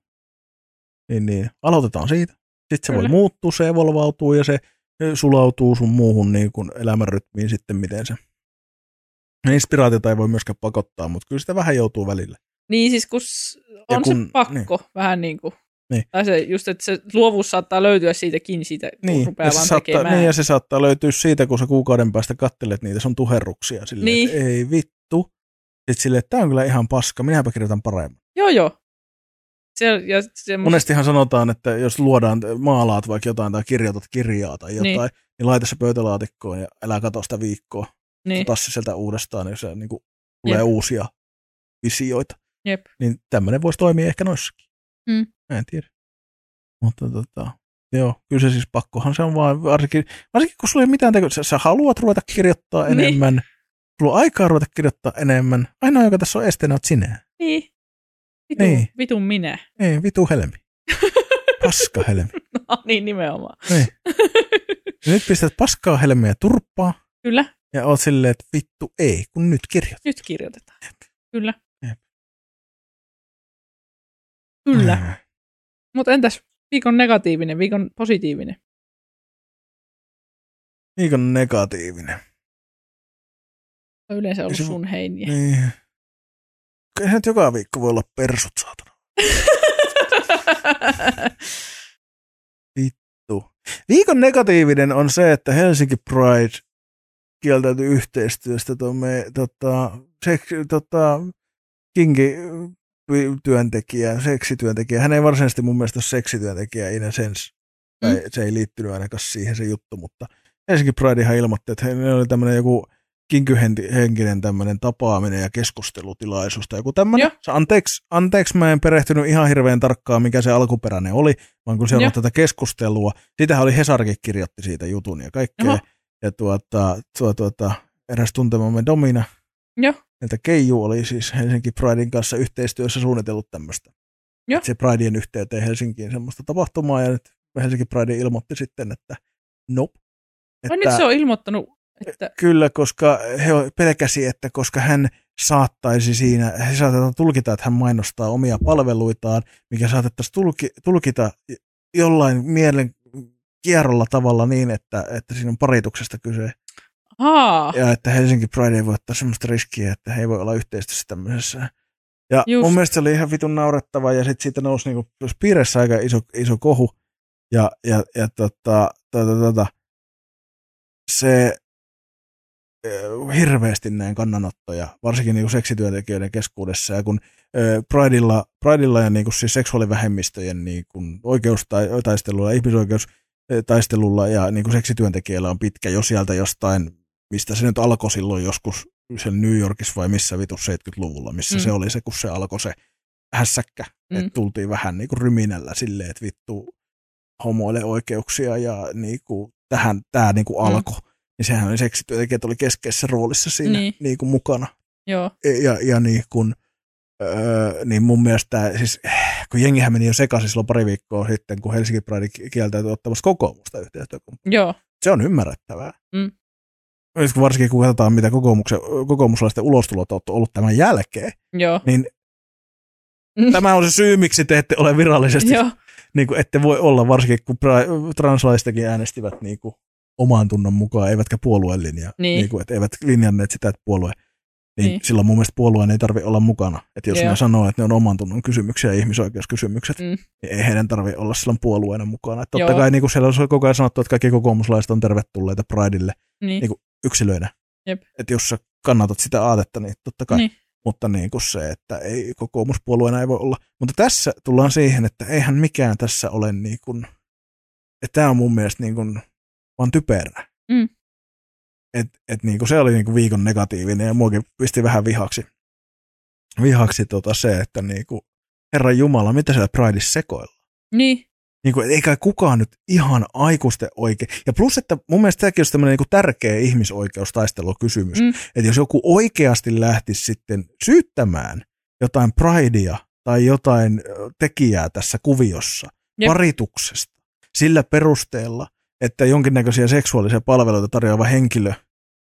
niin, niin. Aloitetaan siitä. Sitten se voi Kyllä. muuttua, se evolvautuu ja se ö, sulautuu sun muuhun niin kuin elämänrytmiin sitten, miten se. Inspiraatiota ei voi myöskään pakottaa, mutta kyllä sitä vähän joutuu välillä. Niin siis kun s- on kun- se pakko niin. vähän niin kuin. Niin. Tai se just, että se luovuus saattaa löytyä siitäkin, siitä, kun niin. rupeaa ja, se vaan saattaa, tekemään. niin, ja se saattaa löytyä siitä, kun sä kuukauden päästä kattelet niitä sun tuherruksia. Silleen, Niin. niin. että ei vittu. Sitten silleen, että tämä on kyllä ihan paska, minäpä kirjoitan paremmin. Joo, joo. Se, ja se, Monestihan sanotaan, että jos luodaan, maalaat vaikka jotain tai kirjoitat kirjaa tai jotain, niin, niin laita se pöytälaatikkoon ja älä katso sitä viikkoa. niin, Ota se sieltä uudestaan, jos se niin kuin, tulee Jep. uusia visioita. Jep. Niin tämmöinen voisi toimia ehkä noissakin. Mm. Mä en tiedä. Mutta tota, joo, kyllä se siis pakkohan se on vaan, varsinkin, varsinkin kun sulla ei ole mitään tekoa, sä, sä haluat ruveta kirjoittaa Niin. enemmän, sulla on aikaa ruveta kirjoittaa enemmän, ainoa joka tässä on esteenä on sinä. niin. Vitun, Niin. vitun minä. [laughs] Ei, vitu helmi. Paska helmi. No niin, nimenomaan. Ja nyt pistät paskaa helmeä turppaa Kyllä, ja oot silleen, että vittu ei, kun nyt kirjoit. nyt kirjoitetaan. Kyllä. Jep. Kyllä. Mutta entäs viikon negatiivinen, viikon positiivinen? Viikon Niin negatiivinen. Se on yleensä ollut Se- sun heiniä. [laughs] Niin. Kyllä se nyt joka viikko voi olla persut, saatana. Viikon negatiivinen on se, että Helsinki Pride kieltäytyi yhteistyöstä tuon me, tota, seks, tota, kinki työntekijä, seksityöntekijä. Hän ei varsinaisesti mun mielestä ole seksityöntekijä in a sense. Tai Mm. se ei liittynyt ainakaan siihen se juttu, mutta Helsinki Pridehan ilmoitti, että heillä oli tämmöinen joku kinkyhenkinen tämmöinen tapaaminen ja keskustelutilaisuus tai joku tämmöinen. Joo. Se, Anteeksi, anteeksi, mä en perehtynyt ihan hirveän tarkkaan, mikä se alkuperäinen oli, vaan kun seurannut tätä keskustelua. Sitähän oli Hesarkin kirjoitti siitä jutun ja kaikkea. Oho. Ja tuota, tuo, tuota, eräs tuntemamme Domina, Joo. että Keiju oli siis Helsinki Pridein kanssa yhteistyössä suunnitellut tämmöistä. Joo. Että Se Pridein yhteyteen Helsinkiin semmoista tapahtumaa ja nyt Helsinki Pride ilmoitti sitten, että nope. Vai nyt se on ilmoittanut, että Kyllä, koska he pelkäsi, että koska hän saattaisi siinä, he saatetaan tulkita, että hän mainostaa omia palveluitaan, mikä saatettaisiin tulki, tulkita jollain mielen kierrolla tavalla niin, että, että siinä on parituksesta kyse. haa, Ja että Helsinki Pride ei voi ottaa sellaista riskiä, että he ei voi olla yhteistyössä tämmöisessä. Ja Just. Just. mun mielestä se oli ihan vitun naurettavaa, ja sitten siitä nousi niinku tuossa piirissä aika iso, iso kohu. Ja, ja, ja tota, tota, tota, se ö, hirveästi näin kannanottoja, varsinkin niinku seksityöntekijöiden keskuudessa, ja kun ö, Prideilla, Prideilla ja niinku siis seksuaalivähemmistöjen niinku oikeustaistelulla ja ihmisoikeustaistelulla ja niinku seksityöntekijöillä on pitkä jo sieltä jostain mistä se nyt alkoi silloin joskus, sen New Yorkissa vai missä vitus 70-luvulla, missä Mm. mm. se oli se, kun se alkoi se hässäkkä, mm. Mm. että tultiin vähän niin kuin ryminällä silleen, että vittu homoille oikeuksia ja niin kuin tähän tämä niin kuin Mm. alkoi. Niin sehän oli seksityöntekijät oli keskeisessä roolissa siinä Niin. niin. Niin kuin mukana. joo, Ja, ja niin kuin, öö, niin mun mielestä, tää- siis, kun jengihän meni jo sekaisin silloin pari viikkoa sitten, kun Helsinki Pride kieltäytyi ottamassa kokoomusta yhteistyökumppaniksi joo, se on ymmärrettävää. Mm. Nyt kun varsinkin kun katsotaan, mitä kokoomuksen, kokoomuslaisten ulostulot on ollut tämän jälkeen, joo, niin Mm. tämä on se syy, miksi te ette ole virallisesti, joo, niin kuin ette voi olla, varsinkin kun pra- translaistakin äänestivät niin kuin oman tunnon mukaan, eivätkä puolueen linjaa, Niin. kuin, että eivät linjanneet sitä, että puolue, niin, Niin. niin. silloin mun mielestä puolueen ei tarvitse olla mukana. Että jos Joo. ne sanoo, että ne on oman tunnon kysymyksiä ja ihmisoikeuskysymykset, Mm. mm. niin ei heidän tarvitse olla silloin puolueena mukana. Et totta Joo. Joo. kai niin kuin siellä on koko ajan sanottu, että kaikki kokoomuslaiset on tervetulleita Prideille niin, Niin kuin yksilöinä. Jep. Että jos sä kannatat sitä aatetta, niin totta kai. Niin. Niin. mutta niin kuin se, että ei kokoomuspuolueena ei voi olla. Mutta tässä tullaan siihen, että eihän mikään tässä ole niin kuin, että tämä on mun mielestä niin kuin, vaan typerä. Mm. Et, et niin kuin se oli niin kuin viikon negatiivinen ja muokin pisti vähän vihaksi, vihaksi tota se, että niin kuin, Herra Jumala, mitä siellä Prideissa sekoilla? Niin, Niin kuin, eikä kukaan nyt ihan aikuisten oikein. Ja plus, että mun mielestä tämäkin olisi tämmöinen niin tärkeä ihmisoikeustaistelukysymys. Mm. Mm. Että jos joku oikeasti lähtisi sitten syyttämään jotain pridea tai jotain ö, tekijää tässä kuviossa, Jep. Jep. parituksesta, sillä perusteella, että jonkinnäköisiä seksuaalisia palveluita tarjoava henkilö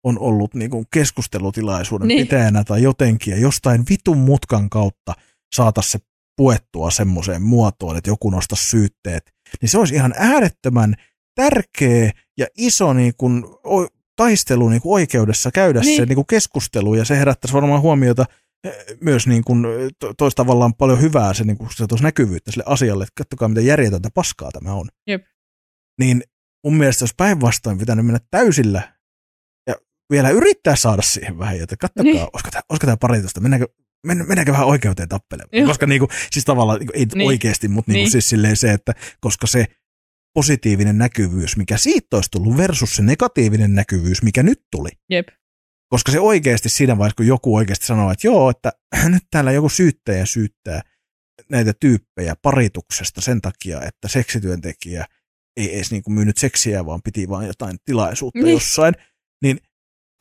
on ollut niin kuin keskustelutilaisuuden Niin. niin. pitäjänä tai jotenkin, ja jostain vitun mutkan kautta saataisiin se puettua semmoiseen muotoon, että joku nostaa syytteet, niin se olisi ihan äärettömän tärkeä ja iso niin kuin, o, taistelu niin kuin oikeudessa käydä Niin. niin. se niin kuin keskustelu, ja se herättäisi varmaan huomiota eh, myös niin kuin, eh, to- toisi tavallaan paljon hyvää se, niin kuin, se toisi näkyvyyttä sille asialle, että katsokaa miten järjetöntä paskaa tämä on. Jep. Niin mun mielestä olisi päinvastoin pitänyt mennä täysillä ja vielä yrittää saada siihen vähän, että katsokaa, Niin. niin. olisiko tämä, olisiko tämä paritusta, mennäänkö, men, mennäänkö vähän oikeuteen tappelemaan. Joo. Koska niinku, siis tavallaan, niinku, ei Niin. niin. oikeasti, mutta niinku, Niin. niin. siis silleen se, että koska se positiivinen näkyvyys, mikä siitä olisi tullut versus se negatiivinen näkyvyys, mikä nyt tuli. jep. Koska se oikeasti siinä vaiheessa, kun joku oikeasti sanoo, että joo, että nyt täällä joku syyttäjä syyttää näitä tyyppejä parituksesta sen takia, että seksityöntekijä ei edes niin kuin myynyt seksiä, vaan piti vaan jotain tilaisuutta Niin. niin. jossain, niin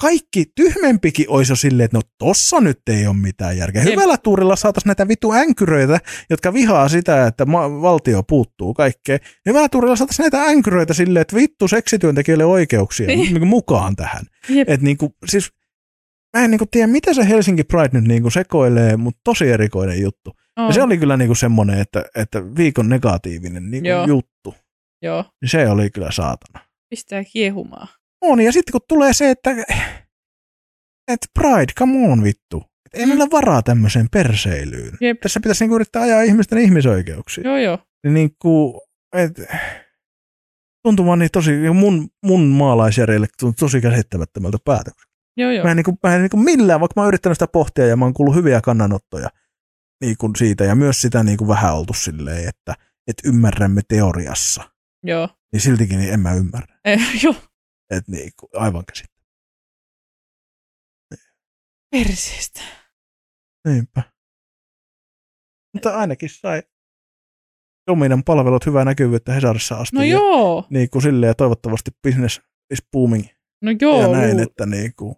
kaikki tyhmempikin olisi jo silleen, että no tossa nyt ei ole mitään järkeä. Jep. Hyvällä tuurilla saataisiin näitä vitu änkyröitä, jotka vihaa sitä, että ma- valtio puuttuu kaikkeen. Hyvällä tuurilla saataisiin näitä änkyröitä silleen, että vittu seksityöntekijöille oikeuksia Niin. niin. mukaan tähän. Jep. Et niinku, siis, mä en niinku tiedä, mitä se Helsinki Pride nyt niinku sekoilee, mutta tosi erikoinen juttu. Oh, Ja se oli kyllä niinku semmoinen, että, että viikon negatiivinen niinku Joo. juttu. Niin Joo, Se oli kyllä saatana. pistää kiehumaan. On, ja sitten kun tulee se, että et Pride, come on vittu. Et ei Mm. meillä varaa tämmöiseen perseilyyn. Jep. Tässä pitäisi niinku yrittää ajaa ihmisten ihmisoikeuksia. Joo, joo. Niin Niinku, et, tuntuu vaan niin tosi, mun, mun maalaisjärjelle tuntuu tosi käsittämättömältä päätökseltä. Joo, joo. Mä en, niin kuin, mä en niin kuin millään, vaikka mä oon yrittänyt sitä pohtia ja mä oon kuullut hyviä kannanottoja niin kuin siitä ja myös sitä niin kuin vähän oltu silleen, että, että ymmärrämme teoriassa. Joo. Niin siltikin niin en mä ymmärrä. Eh, joo. Et niin kuin, aivan käsin. Perseestä. Niinpä. Mutta ainakin sai Dominan palvelut hyvää näkyvyyttä Hesarissa asti. No ja joo. Niin kuin silleen ja toivottavasti business is booming No oh, ja joo. näin, luul- että niin kuin,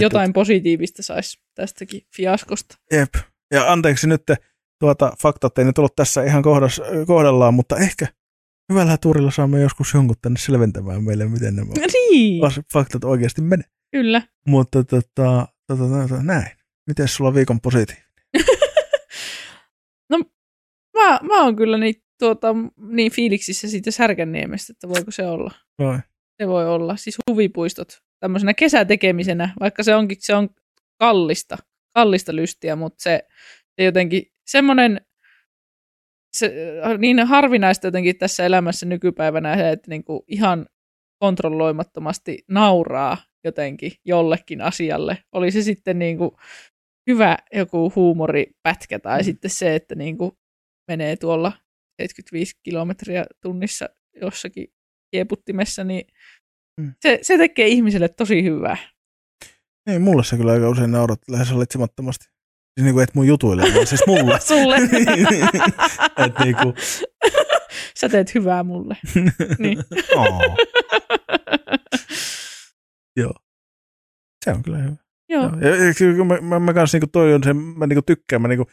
Jotain positiivista saisi tästäkin fiaskosta. Jep. Ja anteeksi nyt, tuota, faktat ei nyt ollut tässä ihan kohdas, kohdallaan, mutta ehkä hyvällä tuurilla saamme joskus jonkun tänne selventämään meille, miten nämä [laughs] Niin. as- faktat oikeasti menee. Kyllä. Mutta tota, tota, tota, näin. Miten sulla on viikon positiivi? Mä, mä oon kyllä niin, tuota, niin fiiliksissä siitä Särkänniemestä, että voiko se olla. Vai. Se voi olla. Siis huvipuistot tämmöisenä kesätekemisenä, vaikka se onkin se on kallista, kallista lystiä, mutta se, se jotenkin semmoinen se, äh, niin harvinaista jotenkin tässä elämässä nykypäivänä se, että niinku ihan kontrolloimattomasti nauraa jotenkin jollekin asialle. Oli se sitten niinku hyvä joku huumoripätkä tai Mm. sitten se, että niinku menee tuolla 75 kilometriä tunnissa jossakin kieputtimessa, niin Mm. se, se tekee ihmiselle tosi hyvää. Niin, mulle se kyllä aika usein naurat lähes hallitsemattomasti. Siis niin kuin et mun jutuille, vaan siis [laughs] mulle. [laughs] Sulle. Niin. et niin kuin, Sä teet hyvää mulle. [laughs] [laughs] Niin. Aa, se on kyllä hyvä. Joo. Joo. Ja, ja kyllä mä, mä, mä kans niinku toi on se, mä niinku tykkään, mä niinku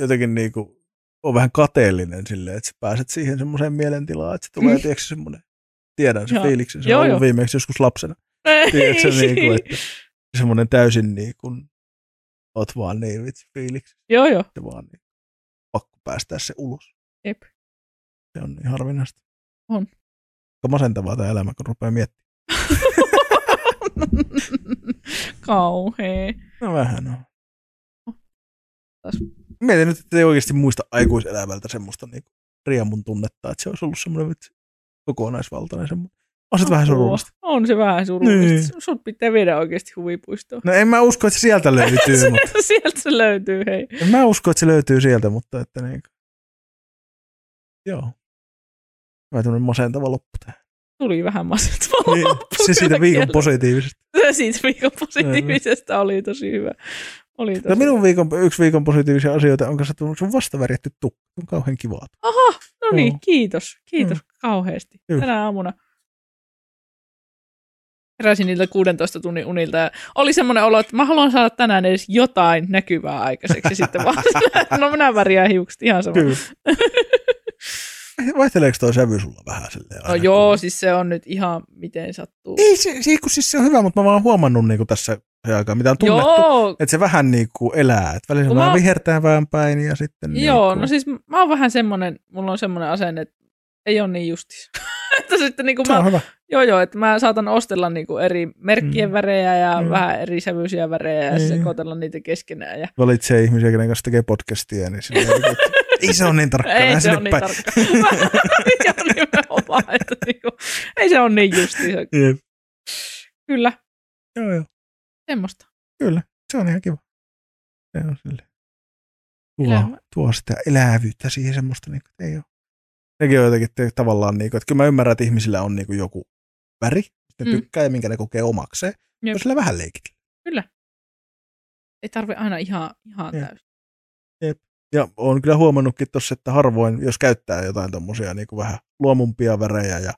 jotenkin niinku on vähän kateellinen silleen, että sä pääset siihen semmoiseen mielentilaan, että se tulee, Mm. tiedätkö semmoinen, tiedän sen Joo. fiiliksen, se Joo, on joo. ollut viimeksi joskus lapsena, [laughs] tiedätkö niinku, että semmoinen täysin niinku, oot vaan niin vitsi fiiliksi, [laughs] Joo, joo. [laughs] se vaan niin, pakko päästää se ulos. Jep. Se on niin harvinaista. On. Aika masentavaa tämä elämä, kun rupeaa miettimään. Kauhee. No vähän on. No. Taas. Mietin nyt, että ei oikeasti muista niin aikuiselämältä semmoista niinku riemun tunnetta, että se olisi ollut semmoinen vitsi kokonaisvaltainen semmoinen. On se vähän Apua. surullista. On se vähän surullista. Niin. Niin. Sut pitää viedä oikeasti huvipuistoon. No en mä usko, että se sieltä löytyy, mutta Sieltä [laughs] se löytyy, hei. en mä usko, että se löytyy sieltä, mutta että niin. Joo. Mä tämmönen masentava loppu [laughs] tähän. Tuli vähän masentava Niin, loppu se siitä kyllä viikon kieltä. positiivisesta. [laughs] Se siitä viikon positiivisesta oli tosi hyvä. Oli tosi No minun viikon, yksi viikon positiivisia asioita on kanssa tullut sun vastavärjätty tukku. On kauhean kivaa. Aha, no niin, Joo. Mm. kiitos. Kiitos kauheasti. Kyllä. Tänä aamuna heräsin niiltä 16 tunnin unilta ja oli semmoinen olo, että mä haluan saada tänään edes jotain näkyvää aikaiseksi. Sitten vaan, [laughs] [laughs] no minä värjään hiukset ihan sama. Kyllä. [laughs] Vaihteleeko toi sävy sulla vähän silleen? No aina, joo, kun- siis se on nyt ihan miten sattuu. Ei, se, se, kun siis se on hyvä, mutta mä vaan huomannut niin tässä se aikaa, mitä on tunnettu. Joo, Että se vähän niin kuin elää, että välillä se Kun vähän mä- vihertää vähän päin ja sitten niin joo kuin, no siis mä oon vähän semmoinen, mulla on semmoinen asenne, että ei ole niin justis. [laughs] että sitten niin kuin se mä on hyvä. Joo, joo, että mä saatan ostella niinku eri merkkien Mm. mm. värejä ja Mm. mm. vähän eri sävyisiä värejä ja Niin. mm. sekoitella niitä keskenään. Ja... Valitsee ihmisiä, kenen kanssa tekee podcastia, [laughs] niin silleen, niin kuin, että ei se ole niin tarkkaa. Ei se lähde sinne on niin päin. tarkka. [laughs] se on nimenomaan, että niinku, ei se on niin justi. Jep. Kyllä, Joo, joo, semmoista. kyllä. Se on ihan kiva. Se on silleen. Tuo, Elämä. tuo sitä elävyyttä siihen semmoista, niin kuin, että ei ole. Sekin on jotenkin te, tavallaan, niin kuin, että kyllä mä ymmärrän, että ihmisillä on niin kuin joku väri, ne Mm. tykkää ja minkä ne kokee omakseen. Jep. Jep. Sillä vähän leikitään. Ei tarvi aina ihan, ihan Joo. täysin. Ja olen kyllä huomannutkin tuossa, että harvoin, jos käyttää jotain tuommoisia niin kuin vähän luomumpia värejä ja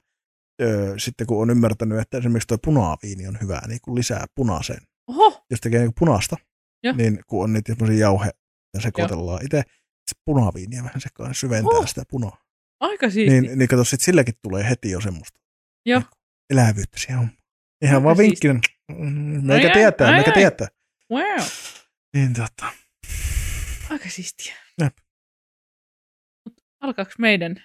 öö, sitten kun on ymmärtänyt, että esimerkiksi tuo punaviini on hyvää, niin kun lisää punaiseen. Oho, Jos tekee niin punaista, Joo. niin kun on niitä semmoisia jauhe ja sekoitellaan itse, se punaviiniä vähän sekaan niin syventää Oho. sitä punaa. aika Oh! siisti. Niin, niin kato, sitten silläkin tulee heti jo semmoista Joo. niin kuin elävyyttä siihen hommaan. Ihan Aika vaan siisti. No vinkkinä. Mm, Meikä Ai ai, tietää, ai meikä ai. tietää. Wow, Niin tota. aika siistiä. Jep. Mut alkaako meidän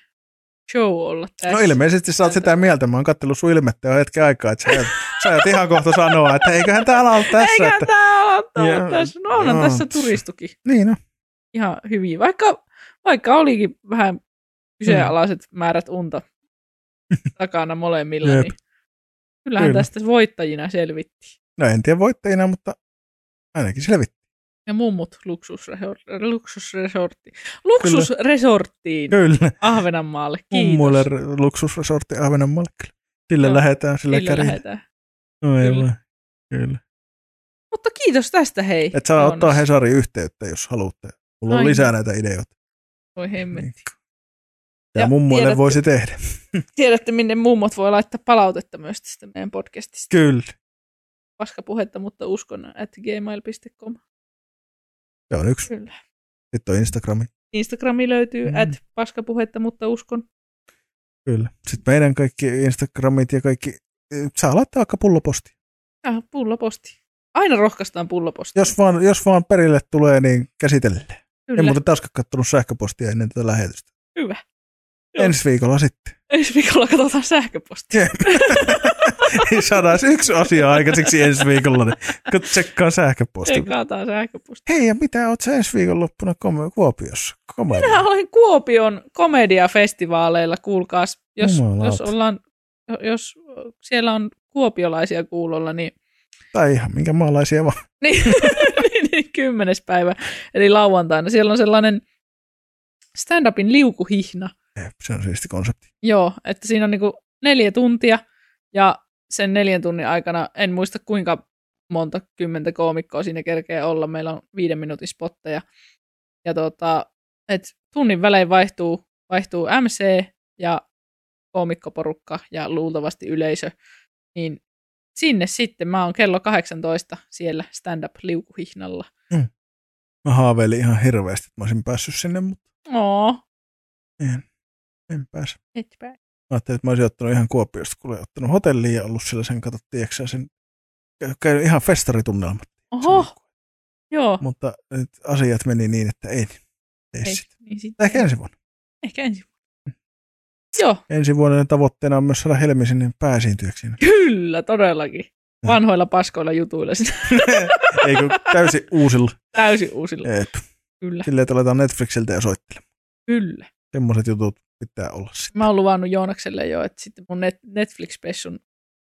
show olla tässä? No ilmeisesti sä oot sitä mieltä. Mä oon kattellut sun ilmettä jo hetken aikaa, että sä aiot, sä aiot ihan kohta sanoa, että eiköhän täällä ole tässä. Eiköhän että... tää ole Joo. ollut tässä. No onhan Joo. tässä turistukin. Niin no. ihan hyvin, vaikka, vaikka olikin vähän kyseenalaiset määrät [laughs] unta takana molemmilla, Mm. Jep. niin kyllähän Kyllä. tästä voittajina selvittiin. no en tiedä voittajina, mutta ainakin selvitti. Ja mummut luksusresor- luksusresortti. Luksusresorttiin Kyllä. Ahvenanmaalle, kiitos. Mummuille r- luksusresortti Ahvenanmaalle kyllä. Sillä Joo. lähetään, sillä, Sillä sillä kärjellä. lähdetään. No ei Kyllä. voi. Kyllä. Mutta kiitos tästä, hei. Et saa ottaa Joonas. Hesari yhteyttä, jos haluatte. Mulla on Aina. lisää näitä ideoita. Voi Niin. hemmet. Ja, ja Niin. Ja mummoille tiedätte- voisi tehdä. Tiedätte, minne mummot voi laittaa palautetta myös tästä meidän podcastista. Kyllä. Paskapuhetta, mutta uskon at gmail.com. Se on yksi. Kyllä. Sitten on Instagrami. Instagrami löytyy Mm. mm. at paskapuhetta, mutta uskon. Kyllä. Sitten meidän kaikki Instagramit ja kaikki. e, Saa laittaa vaikka pulloposti. Ja Äh, pulloposti. Aina rohkaistaan pulloposti. Jos vaan, jos vaan perille tulee, niin käsitellään. Kyllä. En muuten taaskaan kattonut sähköpostia ennen tätä lähetystä. Hyvä. Joo. Ensi viikolla sitten. [laughs] Ensi viikolla katsotaan sähköpostia. Niin Saadaan se yksi asia aikaiseksi ensi viikolla, niin kun tsekkaa sähköposti. Tsekataan sähköpostia. Hei, ja mitä oot sä ensi viikonloppuna Kome- Kuopiossa? Komedia. Minä olen Kuopion komediafestivaaleilla, kuulkaas. Jos, Jumalauta. jos, ollaan, jos siellä on kuopiolaisia kuulolla, niin, [laughs] Tai ihan minkä maalaisia vaan. niin, niin, niin kymmenes päivä, eli lauantaina. Siellä on sellainen stand-upin liukuhihna. Jep, Se on siisti konsepti. Joo, että siinä on niinku neljä tuntia ja sen neljän tunnin aikana en muista kuinka monta kymmentä koomikkoa siinä kerkee olla. Meillä on viiden minuutin spotteja. Ja tota, et tunnin välein vaihtuu, vaihtuu MC ja koomikkoporukka ja luultavasti yleisö. Niin sinne sitten mä oon kello 18 siellä stand-up liukuhihnalla. Mä haaveilin ihan hirveästi, että mä olisin päässyt sinne, mutta Oo, en pääse. etpä. Mä ajattelin, että mä olisin ottanut ihan Kuopiosta, kun olin ottanut hotelliin ja ollut siellä sen, kato, tiedätkö sä sen käy- käy ihan festaritunnelmat. Oho, joo. Mutta nyt asiat meni niin, että ei. Ei, Ei, ei. niin sit, Ehkä ensi vuonna. ehkä ensi vuonna. Joo, Ensi vuonna tavoitteena on myös saada Helmi sinne [laughs] pääesiintyjäksi. siinä. Kyllä, todellakin. Vanhoilla paskoilla jutuilla sinä Ei kun täysin uusilla. täysin uusilla. Eep. Kyllä, Silleen, että aletaan Netflixiltä ja soittelemaan. kyllä. Semmoiset jutut pitää olla sitten. Mä oon luvannut Joonakselle jo, että sitten mun net- Netflix-spessun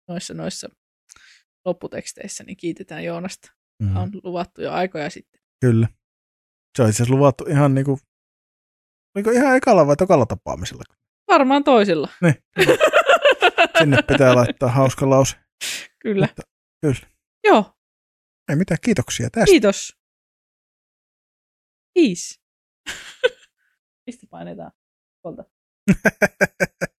noissa, noissa lopputeksteissä niin kiitetään Joonasta. Mm. Mm. On luvattu jo aikoja sitten. Kyllä. Se on itse asiassa luvattu ihan niinku, niinku ihan ekalla vai tokalla tapaamisella. Varmaan toisilla. Niin. Sinne pitää laittaa hauska lause. [laughs] Kyllä. Mutta kyllä. Joo, Ei mitään, kiitoksia tästä. kiitos. [laughs] Kiis. Mistä painetaan? Tuolta.